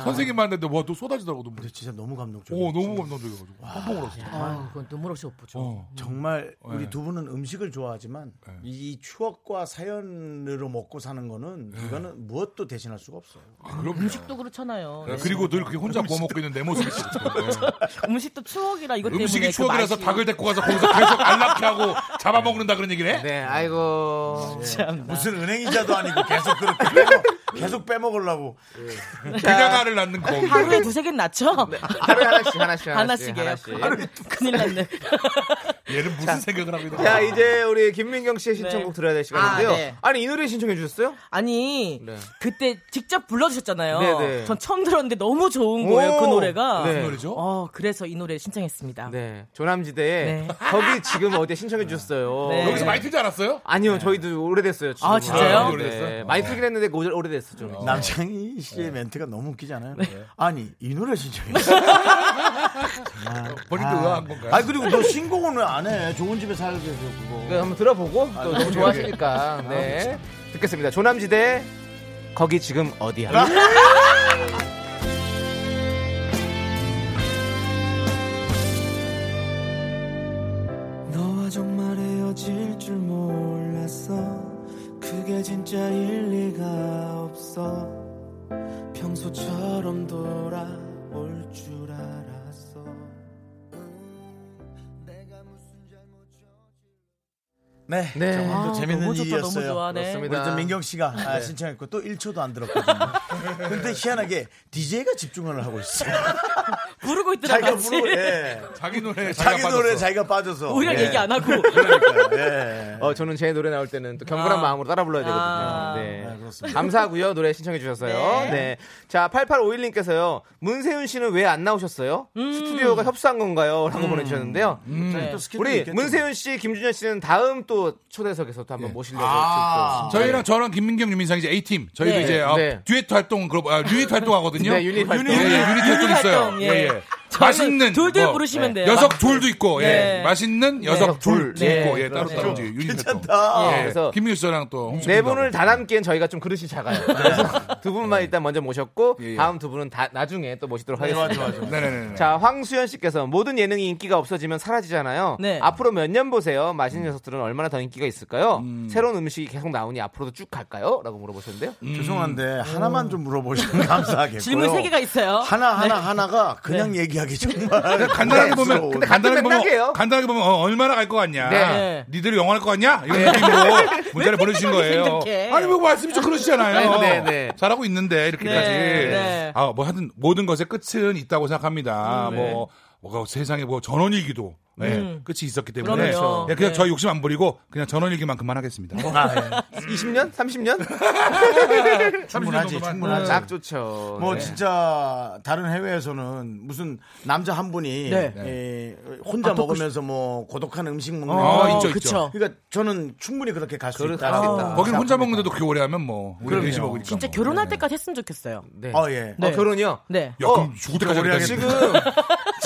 Speaker 13: 선생님 만났는데 뭐 와또 쏟아지더라고 눈물.
Speaker 2: 근데 아. 진짜 너무 감동적이에요.
Speaker 13: 오 너무 감동적이어가지고 깜짝 울었어.
Speaker 9: 아, 그건 눈물 없이 못 보죠.
Speaker 13: 어.
Speaker 2: 정말
Speaker 13: 네.
Speaker 2: 우리 두 분은 음식을 좋아하지만 이 추억과 사연으로 먹고 사는 거는 이거는 무엇도 대신할 수가 없어요.
Speaker 13: 아, 그럼
Speaker 9: 또 그렇잖아요.
Speaker 13: 네, 그리고 늘 그렇게 혼자 구워 먹고 있는 내 모습이 진짜. 네.
Speaker 9: 음식도 추억이라 이것 때문에
Speaker 13: 음식이
Speaker 9: 그
Speaker 13: 추억이라서
Speaker 9: 맛이-
Speaker 13: 닭을 데리고 가서 거기서 계속 안락해 하고 잡아먹는다 그런 얘기를 해?
Speaker 3: 네, 아이고.
Speaker 13: 네.
Speaker 9: 참.
Speaker 2: 무슨 은행이자도 아니고 계속 그렇게 빼먹, 네. 계속 빼먹으려고
Speaker 13: 그냥 알을 낳는 거.
Speaker 9: 하루에 두세 개는 낳죠?
Speaker 13: 네.
Speaker 3: 하루에 하나씩 하나씩 하나씩
Speaker 9: 하나씩이에요.
Speaker 3: 하나씩.
Speaker 9: 큰일 났네.
Speaker 13: 얘는 무슨 생각을 하고 있는 거야?
Speaker 3: 자, 이제 우리 김민경 씨의 신청곡 들어야 될 시간인데요.
Speaker 9: 아, 네.
Speaker 3: 아니, 이 노래 신청해 주셨어요?
Speaker 9: 아니
Speaker 3: 네.
Speaker 9: 그때 직접 불러주셨잖아요.
Speaker 3: 네, 네.
Speaker 9: 전 처음 들었는데 너무 좋은 거예요
Speaker 3: 오.
Speaker 9: 그 노래가.
Speaker 3: 무슨
Speaker 13: 노래죠?
Speaker 9: 어 그래서 이 노래 신청했습니다.
Speaker 3: 네. 조남지대에
Speaker 9: 아. 네.
Speaker 3: 거기 지금 어디 신청해 주셨어요.
Speaker 9: 네.
Speaker 13: 여기서 많이 틀지 않았어요?
Speaker 3: 아니요, 저희도 오래됐어요. 지금.
Speaker 9: 아, 진짜요?
Speaker 13: 아, 오래됐어요?
Speaker 3: 많이 틀긴 했는데 오- 오래됐어 좀.
Speaker 2: 남창희 씨의
Speaker 9: 네.
Speaker 2: 멘트가 너무 웃기지 않아요? 아니 이 노래 신청해.
Speaker 13: 본인도 의아한 건가요?
Speaker 2: 아 그리고 너 신곡은 왜 안 해? 좋은 집에 살게 해서 그거.
Speaker 3: 네, 한번 들어보고 또 너무 좋아하시니까 네 듣겠습니다. 조남지대 거기 지금 어디야?
Speaker 10: 너와 정말 헤어질 줄 몰랐어 그게 진짜 일리가 없어 평소처럼 돌아올 줄 알았어 음,
Speaker 9: 네.
Speaker 10: 내가 무슨 잘못
Speaker 2: 네.
Speaker 3: 네.
Speaker 2: 네.
Speaker 9: 아,
Speaker 2: 오늘도 재밌는
Speaker 9: 너무 좋다,
Speaker 2: 일이었어요.
Speaker 9: 너무 좋아하네. 네.
Speaker 3: 그렇습니다.
Speaker 2: 우리 또 민경 씨가 아, 신청했고 또 1초도 안 들었거든요. 근데 희한하게 DJ가 집중을 하고 있어요.
Speaker 9: 부르고 있더라
Speaker 2: 자기가
Speaker 9: 같이.
Speaker 2: 부르 예.
Speaker 13: 자기 노래
Speaker 2: 자기
Speaker 13: 자기가
Speaker 2: 노래
Speaker 13: 빠졌어.
Speaker 2: 자기가 빠져서.
Speaker 9: 오히려
Speaker 2: 예.
Speaker 9: 얘기 안 하고.
Speaker 2: 그러니까요. 예.
Speaker 3: 어 저는 제 노래 나올 때는 또 경건한
Speaker 9: 아.
Speaker 3: 마음으로 따라 불러야 되거든요.
Speaker 9: 아.
Speaker 3: 네.
Speaker 2: 아, 그렇습니다.
Speaker 3: 감사하고요. 노래 신청해 주셔서요. 네.
Speaker 9: 네.
Speaker 3: 자, 8851님께서요. 문세윤 씨는 왜 안 나오셨어요?
Speaker 2: 음.
Speaker 3: 스튜디오가 협소한 건가요? 라고 보내 주셨는데요.
Speaker 9: 네.
Speaker 2: 또 스케줄이
Speaker 3: 우리
Speaker 2: 있겠죠. 네.
Speaker 3: 문세윤 씨, 김준현 씨는 다음 또 초대석에서 또 한번 모시려고
Speaker 13: 아,
Speaker 3: 지금 또-
Speaker 13: 저희랑 저랑 김민경 유민상 이제 A팀 저희도
Speaker 9: 네.
Speaker 13: 이제 어,
Speaker 3: 네.
Speaker 13: 듀엣 활동 그룹 아, 유닛 활동하거든요.
Speaker 3: 네, 유닛 활동.
Speaker 13: 예, 예, 유닛 활동 있어요.
Speaker 9: 활동,
Speaker 13: 예,
Speaker 9: 예.
Speaker 13: 예.
Speaker 9: 저는
Speaker 13: 맛있는 뭐. 네.
Speaker 9: 둘둘 부르시면 돼요.
Speaker 13: 녀석 둘도 있고 예.
Speaker 9: 네.
Speaker 13: 맛있는 녀석 둘도
Speaker 3: 네.
Speaker 13: 있고 예, 따로 따로 이제 유닛 활동. 예.
Speaker 3: 그래서
Speaker 13: 김민경 씨랑 또 홍수
Speaker 3: 네
Speaker 13: 분하고.
Speaker 3: 분을 다 남기엔 저희가 좀 그릇이 작아요.
Speaker 2: 네.
Speaker 3: 그래서 두 분만 일단 먼저 모셨고
Speaker 13: 예, 예.
Speaker 3: 다음 두 분은 다 나중에 또 모시도록
Speaker 2: 네,
Speaker 3: 하겠습니다.
Speaker 13: 네네네. 자,
Speaker 3: 자, 황수연 씨께서 모든 예능이 인기가 없어지면 사라지잖아요.
Speaker 9: 네.
Speaker 3: 앞으로 몇 년 보세요. 맛있는 녀석들은 얼마나 더 인기가 있을까요? 새로운 음식이 계속 나오니 앞으로도 쭉 갈까요? 라고 물어보셨는데요.
Speaker 2: 음. 죄송한데 하나만 좀 물어보시면 감사하겠고요.
Speaker 9: 질문 세 음. 개가 네. 있어요.
Speaker 2: 하나 하나 하나가 그냥 얘기하기 정말
Speaker 13: 간단하게 보면
Speaker 2: 부담스러운.
Speaker 13: 간단하게 보면
Speaker 3: 네. 맥락이에요.
Speaker 13: 간단하게 보면 어, 얼마나 갈 것 같냐.
Speaker 3: 네.
Speaker 13: 니들이 영원할 것 같냐? 이런 느낌으로 문자를 보내주신 거예요.
Speaker 9: 생각해?
Speaker 13: 아니 뭐 말씀이 좀 그러시잖아요.
Speaker 3: 네, 네, 네.
Speaker 13: 잘하고 있는데 이렇게까지.
Speaker 9: 네, 네.
Speaker 13: 아 뭐 하여튼 모든 것의 끝은 있다고 생각합니다. 뭐 뭐가 세상에 뭐 전원일기도. 네, 끝이 있었기 때문에
Speaker 9: 그럼요.
Speaker 13: 예, 그냥
Speaker 9: 네.
Speaker 13: 저희 욕심 안 부리고 그냥 전원일기만큼만 하겠습니다.
Speaker 2: 아, 예.
Speaker 3: 20년? 30년?
Speaker 2: 충분하지
Speaker 13: 30년 동안.
Speaker 2: 충분하지.
Speaker 3: 딱 좋죠.
Speaker 2: 뭐
Speaker 3: 네.
Speaker 2: 진짜 다른 해외에서는 무슨 남자 한 분이
Speaker 9: 네.
Speaker 2: 예, 혼자 먹으면서 뭐 고독한 음식 먹는
Speaker 13: 어,
Speaker 2: 거.
Speaker 13: 있죠, 있죠.
Speaker 9: 그쵸.
Speaker 2: 그러니까 저는 충분히 그렇게 갈 수
Speaker 3: 그럴
Speaker 2: 있다.
Speaker 3: 수 있다.
Speaker 13: 거긴 혼자 먹는데도 그렇게 오래 하면 뭐 우리 대신 먹으니까.
Speaker 9: 진짜
Speaker 13: 뭐.
Speaker 9: 결혼할
Speaker 13: 네.
Speaker 9: 때까지 했으면 좋겠어요.
Speaker 3: 네.
Speaker 2: 어, 예.
Speaker 3: 어, 결혼이요?
Speaker 9: 네.
Speaker 2: 어,
Speaker 13: 야, 그럼 죽을 때까지 하겠다.
Speaker 3: 지금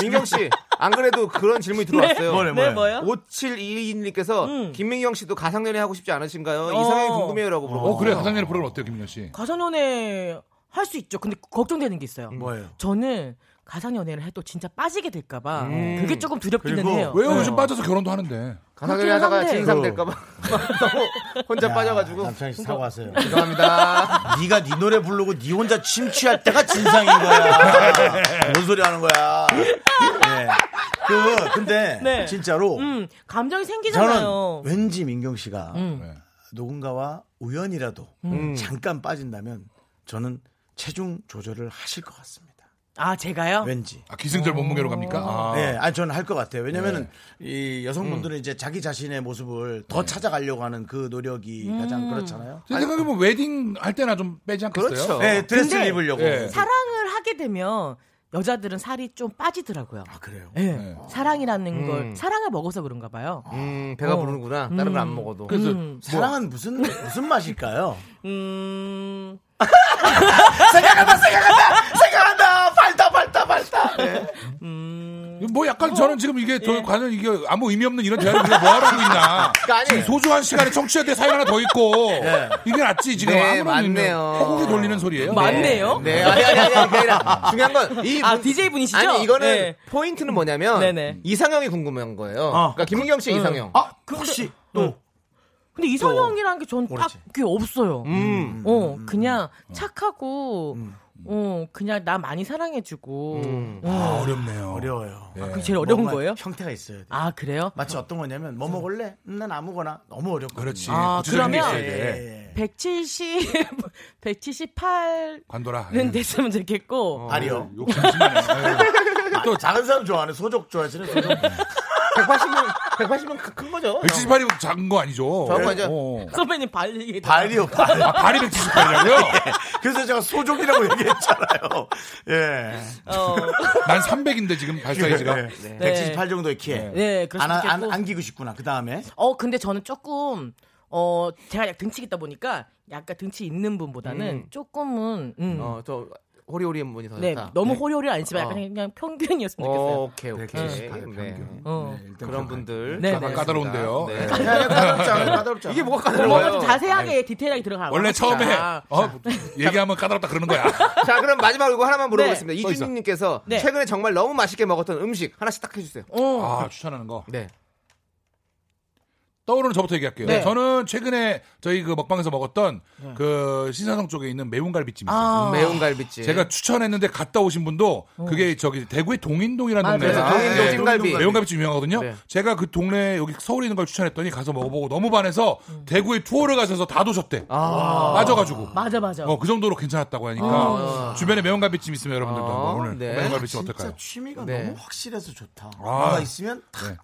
Speaker 3: 민경 씨, 안 그래도 그런 질문이 왔어요.
Speaker 9: 뭐래, 뭐래? 네, 뭐예요?
Speaker 3: 5722님께서 김민경 씨도 가상연애 하고 싶지 않으신가요? 이상형이
Speaker 9: 어.
Speaker 3: 궁금해요라고 물어봤어
Speaker 13: 어, 그래 가상연애 프로그램 어때요, 김민현 씨?
Speaker 9: 가상연애 할 수 있죠. 근데 걱정되는 게 있어요.
Speaker 13: 뭐예요?
Speaker 9: 저는 가상연애를 해도 진짜 빠지게 될까봐
Speaker 13: 음.
Speaker 9: 그게 조금 두렵기는
Speaker 13: 그리고
Speaker 9: 해요.
Speaker 13: 왜요?
Speaker 9: 네.
Speaker 13: 요즘 빠져서 결혼도 하는데.
Speaker 3: 가상연애 하다가
Speaker 9: 그렇긴 한데.
Speaker 3: 진상 될까봐 혼자 빠져가지고
Speaker 2: 남창희 씨 사과하세요.
Speaker 3: 죄송합니다.
Speaker 2: 네가 네 노래 부르고 네 혼자 침 취할 때가 진상인 거야. 뭔 소리 하는 거야. 네. 그 근데
Speaker 9: 네.
Speaker 2: 진짜로
Speaker 9: 음, 감정이
Speaker 2: 저는
Speaker 9: 생기잖아요.
Speaker 2: 왠지 민경 씨가
Speaker 13: 네.
Speaker 9: 음.
Speaker 2: 누군가와 우연이라도
Speaker 9: 음.
Speaker 2: 잠깐 빠진다면 저는 체중 조절을 하실 것 같습니다.
Speaker 9: 아 제가요?
Speaker 2: 왠지.
Speaker 13: 아, 기승전 몸무게로 갑니까? 아. 네. 음.
Speaker 2: 네, 아니 저는 할 것 같아요. 왜냐면은 이 여성분들은 이제 자기 자신의 모습을 더 찾아가려고 하는 그 노력이
Speaker 9: 음.
Speaker 2: 가장 그렇잖아요.
Speaker 13: 제 생각해보면 웨딩 할 때나 좀 빼지 않겠어요?
Speaker 2: 그렇죠. 네, 드레스를
Speaker 9: 근데
Speaker 2: 입으려고.
Speaker 13: 예.
Speaker 9: 사랑을 하게 되면 여자들은 살이 좀 빠지더라고요. 아
Speaker 2: 그래요?
Speaker 9: 예. 사랑이라는
Speaker 3: 음.
Speaker 9: 걸 사랑을 먹어서 그런가 봐요.
Speaker 3: 음, 배가
Speaker 9: 어.
Speaker 3: 부르는구나. 다른 걸 안
Speaker 9: 음.
Speaker 3: 먹어도.
Speaker 9: 그래서 음.
Speaker 2: 사랑은 무슨 무슨 맛일까요?
Speaker 9: 음.
Speaker 2: 생각한다, 생각한다,
Speaker 13: 아,
Speaker 2: 생각한다. 발다, 발다, 발다.
Speaker 13: 네.
Speaker 9: 음.
Speaker 13: 뭐 약간 저는 지금 이게 더 과연 이게 아무 의미 없는 이런 대화를 우리가 뭐 하라고 있나.
Speaker 3: 그러니까 아니.
Speaker 13: 지금 소중한 시간에 청취자들 사연 하나 더 있고
Speaker 2: 네.
Speaker 13: 이게 낫지 지금
Speaker 3: 네,
Speaker 13: 아무런
Speaker 3: 맞네요.
Speaker 13: 허공에 돌리는 소리예요.
Speaker 9: 맞네요.
Speaker 3: 네, 아니, 아니, 아니, 그게 아니라 중요한 건. 이
Speaker 9: 아
Speaker 3: 문-
Speaker 9: DJ 분이시죠?
Speaker 3: 아니, 이거는
Speaker 9: 네.
Speaker 3: 포인트는 뭐냐면.
Speaker 9: 네네. 음.
Speaker 3: 이상형이 궁금한 거예요.
Speaker 13: 어.
Speaker 3: 그러니까 김민경 씨 이상형.
Speaker 2: 아, 혹시
Speaker 13: 네.
Speaker 2: 또
Speaker 9: 근데 이상형이라는 게 전 딱 그게 없어요.
Speaker 3: 음.
Speaker 9: 어 그냥 착하고 어 그냥 나 많이 사랑해주고
Speaker 13: 아,
Speaker 9: 어.
Speaker 13: 어렵네요.
Speaker 2: 어려워요.
Speaker 9: 그게 제일 어려운
Speaker 2: 뭔가
Speaker 9: 거예요?
Speaker 2: 형태가 있어요. 야
Speaker 9: 아 그래요?
Speaker 2: 마치 어떤 거냐면 뭐 먹을래? 음, 난 아무거나 너무 예. 어렵고.
Speaker 13: 그렇지. 네,
Speaker 9: 아,
Speaker 13: 구체적인 게
Speaker 9: 그러면-
Speaker 13: 있어야
Speaker 2: 네.
Speaker 13: 돼.
Speaker 9: 170 178는
Speaker 13: 관둬라. 예.
Speaker 9: 됐으면
Speaker 2: 어.
Speaker 9: 좋겠고
Speaker 2: 아니요.
Speaker 13: 욕심 심하네.
Speaker 2: 또 작은 사람 좋아하는 소족 좋아하시는 소족.
Speaker 3: 180은, 180은 큰 거죠.
Speaker 13: 178이 작은 거 아니죠?
Speaker 3: 작은 거 아니죠.
Speaker 13: 어.
Speaker 9: 선배님 발이
Speaker 2: 발이요, 발.
Speaker 13: 아, 발이 178이라고요?
Speaker 2: 그래서 제가 소족이라고 얘기했잖아요. 예.
Speaker 9: 어,
Speaker 13: 난 300인데 지금 발 사이즈가.
Speaker 2: 예. 178 정도의 키에.
Speaker 9: 네, 그럴
Speaker 2: 안,
Speaker 9: 수도
Speaker 2: 안,
Speaker 9: 있겠고.
Speaker 2: 안기고 싶구나. 그 다음에.
Speaker 9: 어 근데 저는 조금 어 제가 약 등치 있다 보니까 약간 등치 있는 분보다는
Speaker 3: 음.
Speaker 9: 조금은 음.
Speaker 3: 어, 저, 호리호리한 분이 더
Speaker 9: 네
Speaker 3: 좋다.
Speaker 9: 너무 호리호리는 아니지만
Speaker 3: 어.
Speaker 9: 약간 그냥 평균이었으면 좋겠어요.
Speaker 3: 어, 오케이, 오케이. 네.
Speaker 9: 어.
Speaker 3: 그런 분들.
Speaker 9: 네,
Speaker 3: 잘
Speaker 9: 네.
Speaker 13: 까다로운데요.
Speaker 3: 네.
Speaker 13: 네.
Speaker 3: 이게 뭐가
Speaker 9: 뭔가 좀
Speaker 3: 까다로워요?
Speaker 9: 자세하게 디테일하게 들어가.
Speaker 13: 원래 처음에 어, 얘기하면 까다롭다 그러는 거야.
Speaker 3: 자, 그럼 마지막으로 이거 하나만 물어보겠습니다.
Speaker 13: 또 있어.
Speaker 3: 이준님께서
Speaker 9: 네.
Speaker 3: 최근에 정말 너무 맛있게 먹었던 음식 하나씩 딱 해주세요.
Speaker 9: 어.
Speaker 13: 아, 추천하는 거.
Speaker 3: 네.
Speaker 13: 떠오르는 저부터 얘기할게요.
Speaker 9: 네.
Speaker 13: 저는 최근에 저희 그 먹방에서 먹었던 그 신사동 쪽에 있는 매운갈비찜 있어요.
Speaker 9: 아.
Speaker 3: 매운 갈비찜.
Speaker 13: 제가 추천했는데 갔다 오신 분도 그게 저기 대구의 동인동이라는
Speaker 9: 맞아요.
Speaker 13: 동네에서
Speaker 3: 그래서 동인동
Speaker 13: 네.
Speaker 3: 찜갈비.
Speaker 13: 매운갈비찜 유명하거든요.
Speaker 3: 네.
Speaker 13: 제가 그 동네 여기 서울에 있는 걸 추천했더니 가서 먹어보고 너무 반해서 대구에 투어를 가셔서 다 도셨대.
Speaker 3: 아.
Speaker 13: 빠져가지고.
Speaker 9: 맞아 맞아.
Speaker 13: 어, 그 정도로 괜찮았다고 하니까 주변에 매운갈비찜 있으면 여러분들도
Speaker 3: 아,
Speaker 13: 한번 오늘
Speaker 3: 네.
Speaker 13: 매운갈비찜 어떨까요?
Speaker 2: 취미가
Speaker 3: 네.
Speaker 2: 너무 확실해서 좋다.
Speaker 13: 아.
Speaker 2: 뭐가 있으면 탁.
Speaker 13: 네.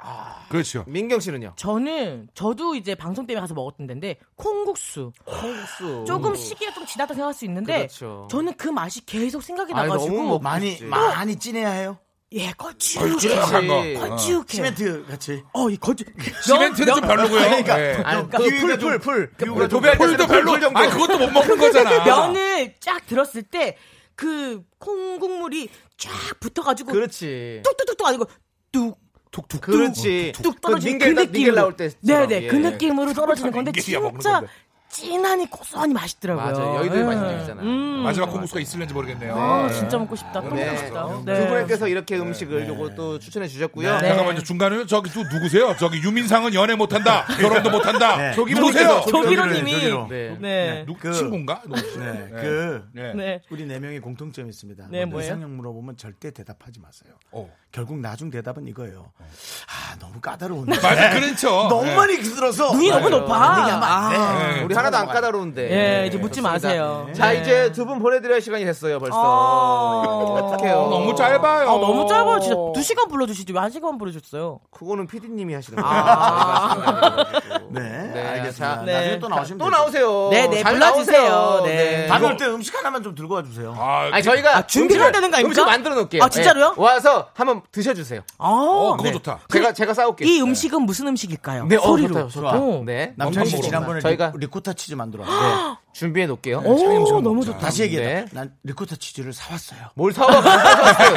Speaker 13: 그렇죠.
Speaker 3: 민경 씨는요?
Speaker 9: 저는 저도 이제 방송 때문에 가서 먹었던 데인데 콩국수
Speaker 3: 콩국수.
Speaker 9: 조금 시기가 좀 지났다 생각할 수 있는데
Speaker 3: 그렇죠.
Speaker 9: 저는 그 맛이 계속 생각이
Speaker 3: 아니,
Speaker 9: 나가지고
Speaker 3: 너무 뭐 먹-
Speaker 2: 많이,
Speaker 3: 그치.
Speaker 2: 많이 진해야 해요.
Speaker 9: 예 걸쭉해
Speaker 13: 걸쭉한 거.
Speaker 3: 그렇지.
Speaker 13: 어.
Speaker 9: 걸쭉해
Speaker 2: 시멘트 네. 같이. 네.
Speaker 9: 어이 거지
Speaker 13: 시멘트는 좀 별로고요. 네.
Speaker 3: 아니,
Speaker 2: 그 풀, 풀, 풀.
Speaker 3: 그 도배할
Speaker 13: 폴도
Speaker 3: 때도
Speaker 13: 별로.
Speaker 3: 폴 정도.
Speaker 13: 아 그것도 못 먹는 거잖아.
Speaker 9: 면을 쫙 들었을 때 그 콩국물이 쫙 붙어가지고
Speaker 3: 그렇지.
Speaker 9: 뚝뚝뚝뚝 아니고 뚝
Speaker 13: 툭툭.
Speaker 3: 그렇지.
Speaker 9: 뚝 떨어지는 그
Speaker 3: 닝겔 나- 닝겔
Speaker 9: 느낌으로
Speaker 3: 나올 때.
Speaker 9: 네네
Speaker 3: 예.
Speaker 9: 그 느낌으로 떨어지는 건데
Speaker 13: 닝겔이야, 먹는
Speaker 9: 진짜
Speaker 13: 건데.
Speaker 9: 진하니 고소하니 맛있더라고요.
Speaker 3: 맞아요. 여의도에
Speaker 9: 예.
Speaker 3: 맛있는 집이잖아.
Speaker 13: 마지막 콩국수가 있을는지 뭐. 모르겠네요. 어,
Speaker 9: 아, 진짜 먹고 싶다. 또
Speaker 3: 네.
Speaker 9: 먹고 싶다.
Speaker 3: 두 분께서 이렇게 음식을 요거 또 추천해 주셨고요.
Speaker 9: 네.
Speaker 13: 잠깐만요. 중간에 저기 또 누구세요? 저기 유민상은 연애 못한다. 결혼도 못한다.
Speaker 2: 네.
Speaker 13: 저기 누구세요?
Speaker 9: 조기로님이
Speaker 2: 저기로.
Speaker 9: 네.
Speaker 3: 네.
Speaker 9: 네.
Speaker 13: 누구
Speaker 2: 그-
Speaker 13: 친구인가? 누구지?
Speaker 2: 네,
Speaker 13: 네.
Speaker 2: 그
Speaker 13: 네.
Speaker 9: 네.
Speaker 2: 우리 네 명이 공통점이 있습니다.
Speaker 9: 네, 뭐예요?
Speaker 2: 이상형 물어보면 절대 대답하지 마세요.
Speaker 13: 어.
Speaker 2: 결국 나중 대답은 이거예요. 아 너무 까다로운데.
Speaker 13: 맞아,
Speaker 3: 어,
Speaker 13: 그렇죠.
Speaker 2: 너무
Speaker 13: 네.
Speaker 2: 많이 들어서 네.
Speaker 9: 눈이 너무 높아.
Speaker 2: 안 돼.
Speaker 3: 우리 하나도 안 까다로운데.
Speaker 9: 예, 이제 묻지 마세요.
Speaker 3: 네. 자,
Speaker 9: 네.
Speaker 3: 이제 두 분 보내드려야 할 시간이 됐어요, 벌써.
Speaker 9: 아.
Speaker 3: 어떡해요.
Speaker 13: 너무 짧아요.
Speaker 9: 아, 너무 짧아요. 진짜
Speaker 13: 어.
Speaker 9: 두 시간 불러주시지 왜 한 시간 불러줬어요?
Speaker 3: 그거는 피디님이 하시는 거예요.
Speaker 13: 아,
Speaker 3: 아.
Speaker 2: 네, 알겠습니다.
Speaker 3: 자,
Speaker 9: 네.
Speaker 2: 나중에 또 나오시면
Speaker 3: 또
Speaker 2: 되죠.
Speaker 3: 나오세요.
Speaker 9: 네, 네,
Speaker 3: 잘
Speaker 9: 불러주세요.
Speaker 3: 나오세요.
Speaker 9: 네.
Speaker 2: 다들 때 음식 하나만 좀 들고 와주세요.
Speaker 13: 아,
Speaker 3: 아니 저희가
Speaker 9: 준비를 해야 되는 거 아닙니까?
Speaker 3: 음식 만들어 놓을게요.
Speaker 9: 아, 진짜로요?
Speaker 3: 예. 와서 한번 드셔주세요.
Speaker 9: 아,
Speaker 13: 어, 그거 좋다.
Speaker 3: 제가 제가 싸올게요.
Speaker 9: 이 음식은 무슨 음식일까요?
Speaker 3: 네, 어,
Speaker 9: 소리로.
Speaker 3: 좋다, 좋다.
Speaker 9: 어.
Speaker 3: 네.
Speaker 2: 남창희 씨
Speaker 13: 먹어보러
Speaker 2: 지난번에 그
Speaker 3: 저희가- 네.
Speaker 2: 리, 코타 치즈 만들어 왔는데
Speaker 3: 준비해 놓을게요.
Speaker 14: 네, 오, 차이음식은 너무 먹자. 좋다. 다시 얘기해봐.
Speaker 3: 난 리코타 치즈를 사왔어요. 뭘 사와? 뭘 사왔어요?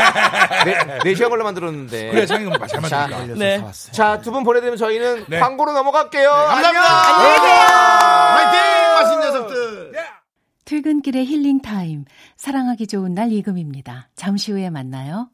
Speaker 3: 네, 네 시간 걸려 만들었는데.
Speaker 13: 그래, 차이음식 맛, 잘
Speaker 3: 자,
Speaker 13: 만드니까.
Speaker 3: 네. 자, 두 분 보내드리면 저희는
Speaker 13: 네.
Speaker 3: 광고로 넘어갈게요.
Speaker 13: 감사합니다.
Speaker 3: 안녕.
Speaker 13: 안녕히 계세요.
Speaker 3: 화이팅! 맛있는
Speaker 2: 녀석들.
Speaker 9: 퇴근길의 힐링 타임. 사랑하기 좋은 날 이금입니다. 잠시 후에 만나요.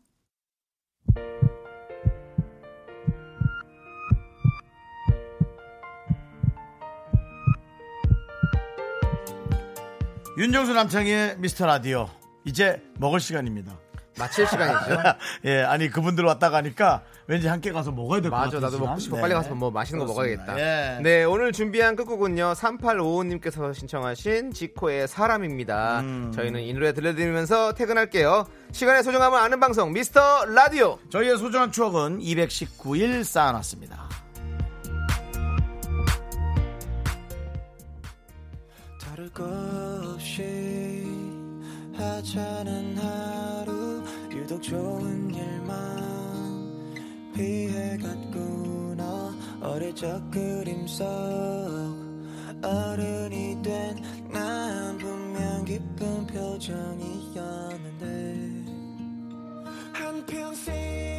Speaker 2: 윤정수 남창의 미스터 라디오 이제 먹을 시간입니다.
Speaker 3: 마칠 시간이죠.
Speaker 2: 예, 아니 그분들 왔다 가니까 왠지 함께 가서 먹어야 될 것
Speaker 3: 맞아,
Speaker 2: 같아요. 네.
Speaker 3: 나도 먹고 싶어. 빨리 가서 뭐 맛있는 거 먹어야겠다.
Speaker 2: 예.
Speaker 3: 네, 오늘 준비한 끝곡은요. 3855님께서 신청하신 지코의 사람입니다.
Speaker 2: 음.
Speaker 3: 저희는 이 노래 들려드리면서 퇴근할게요. 시간의 소중함을 아는 방송, 미스터 라디오.
Speaker 2: 저희의 소중한 추억은 219일 쌓아놨습니다.
Speaker 10: 다를 것 없이 하찮은 하루 유독 좋은 일만 피해갔구나 어릴 적 그림 속 어른이 된 난 분명 기쁜 표정이었는데 한평생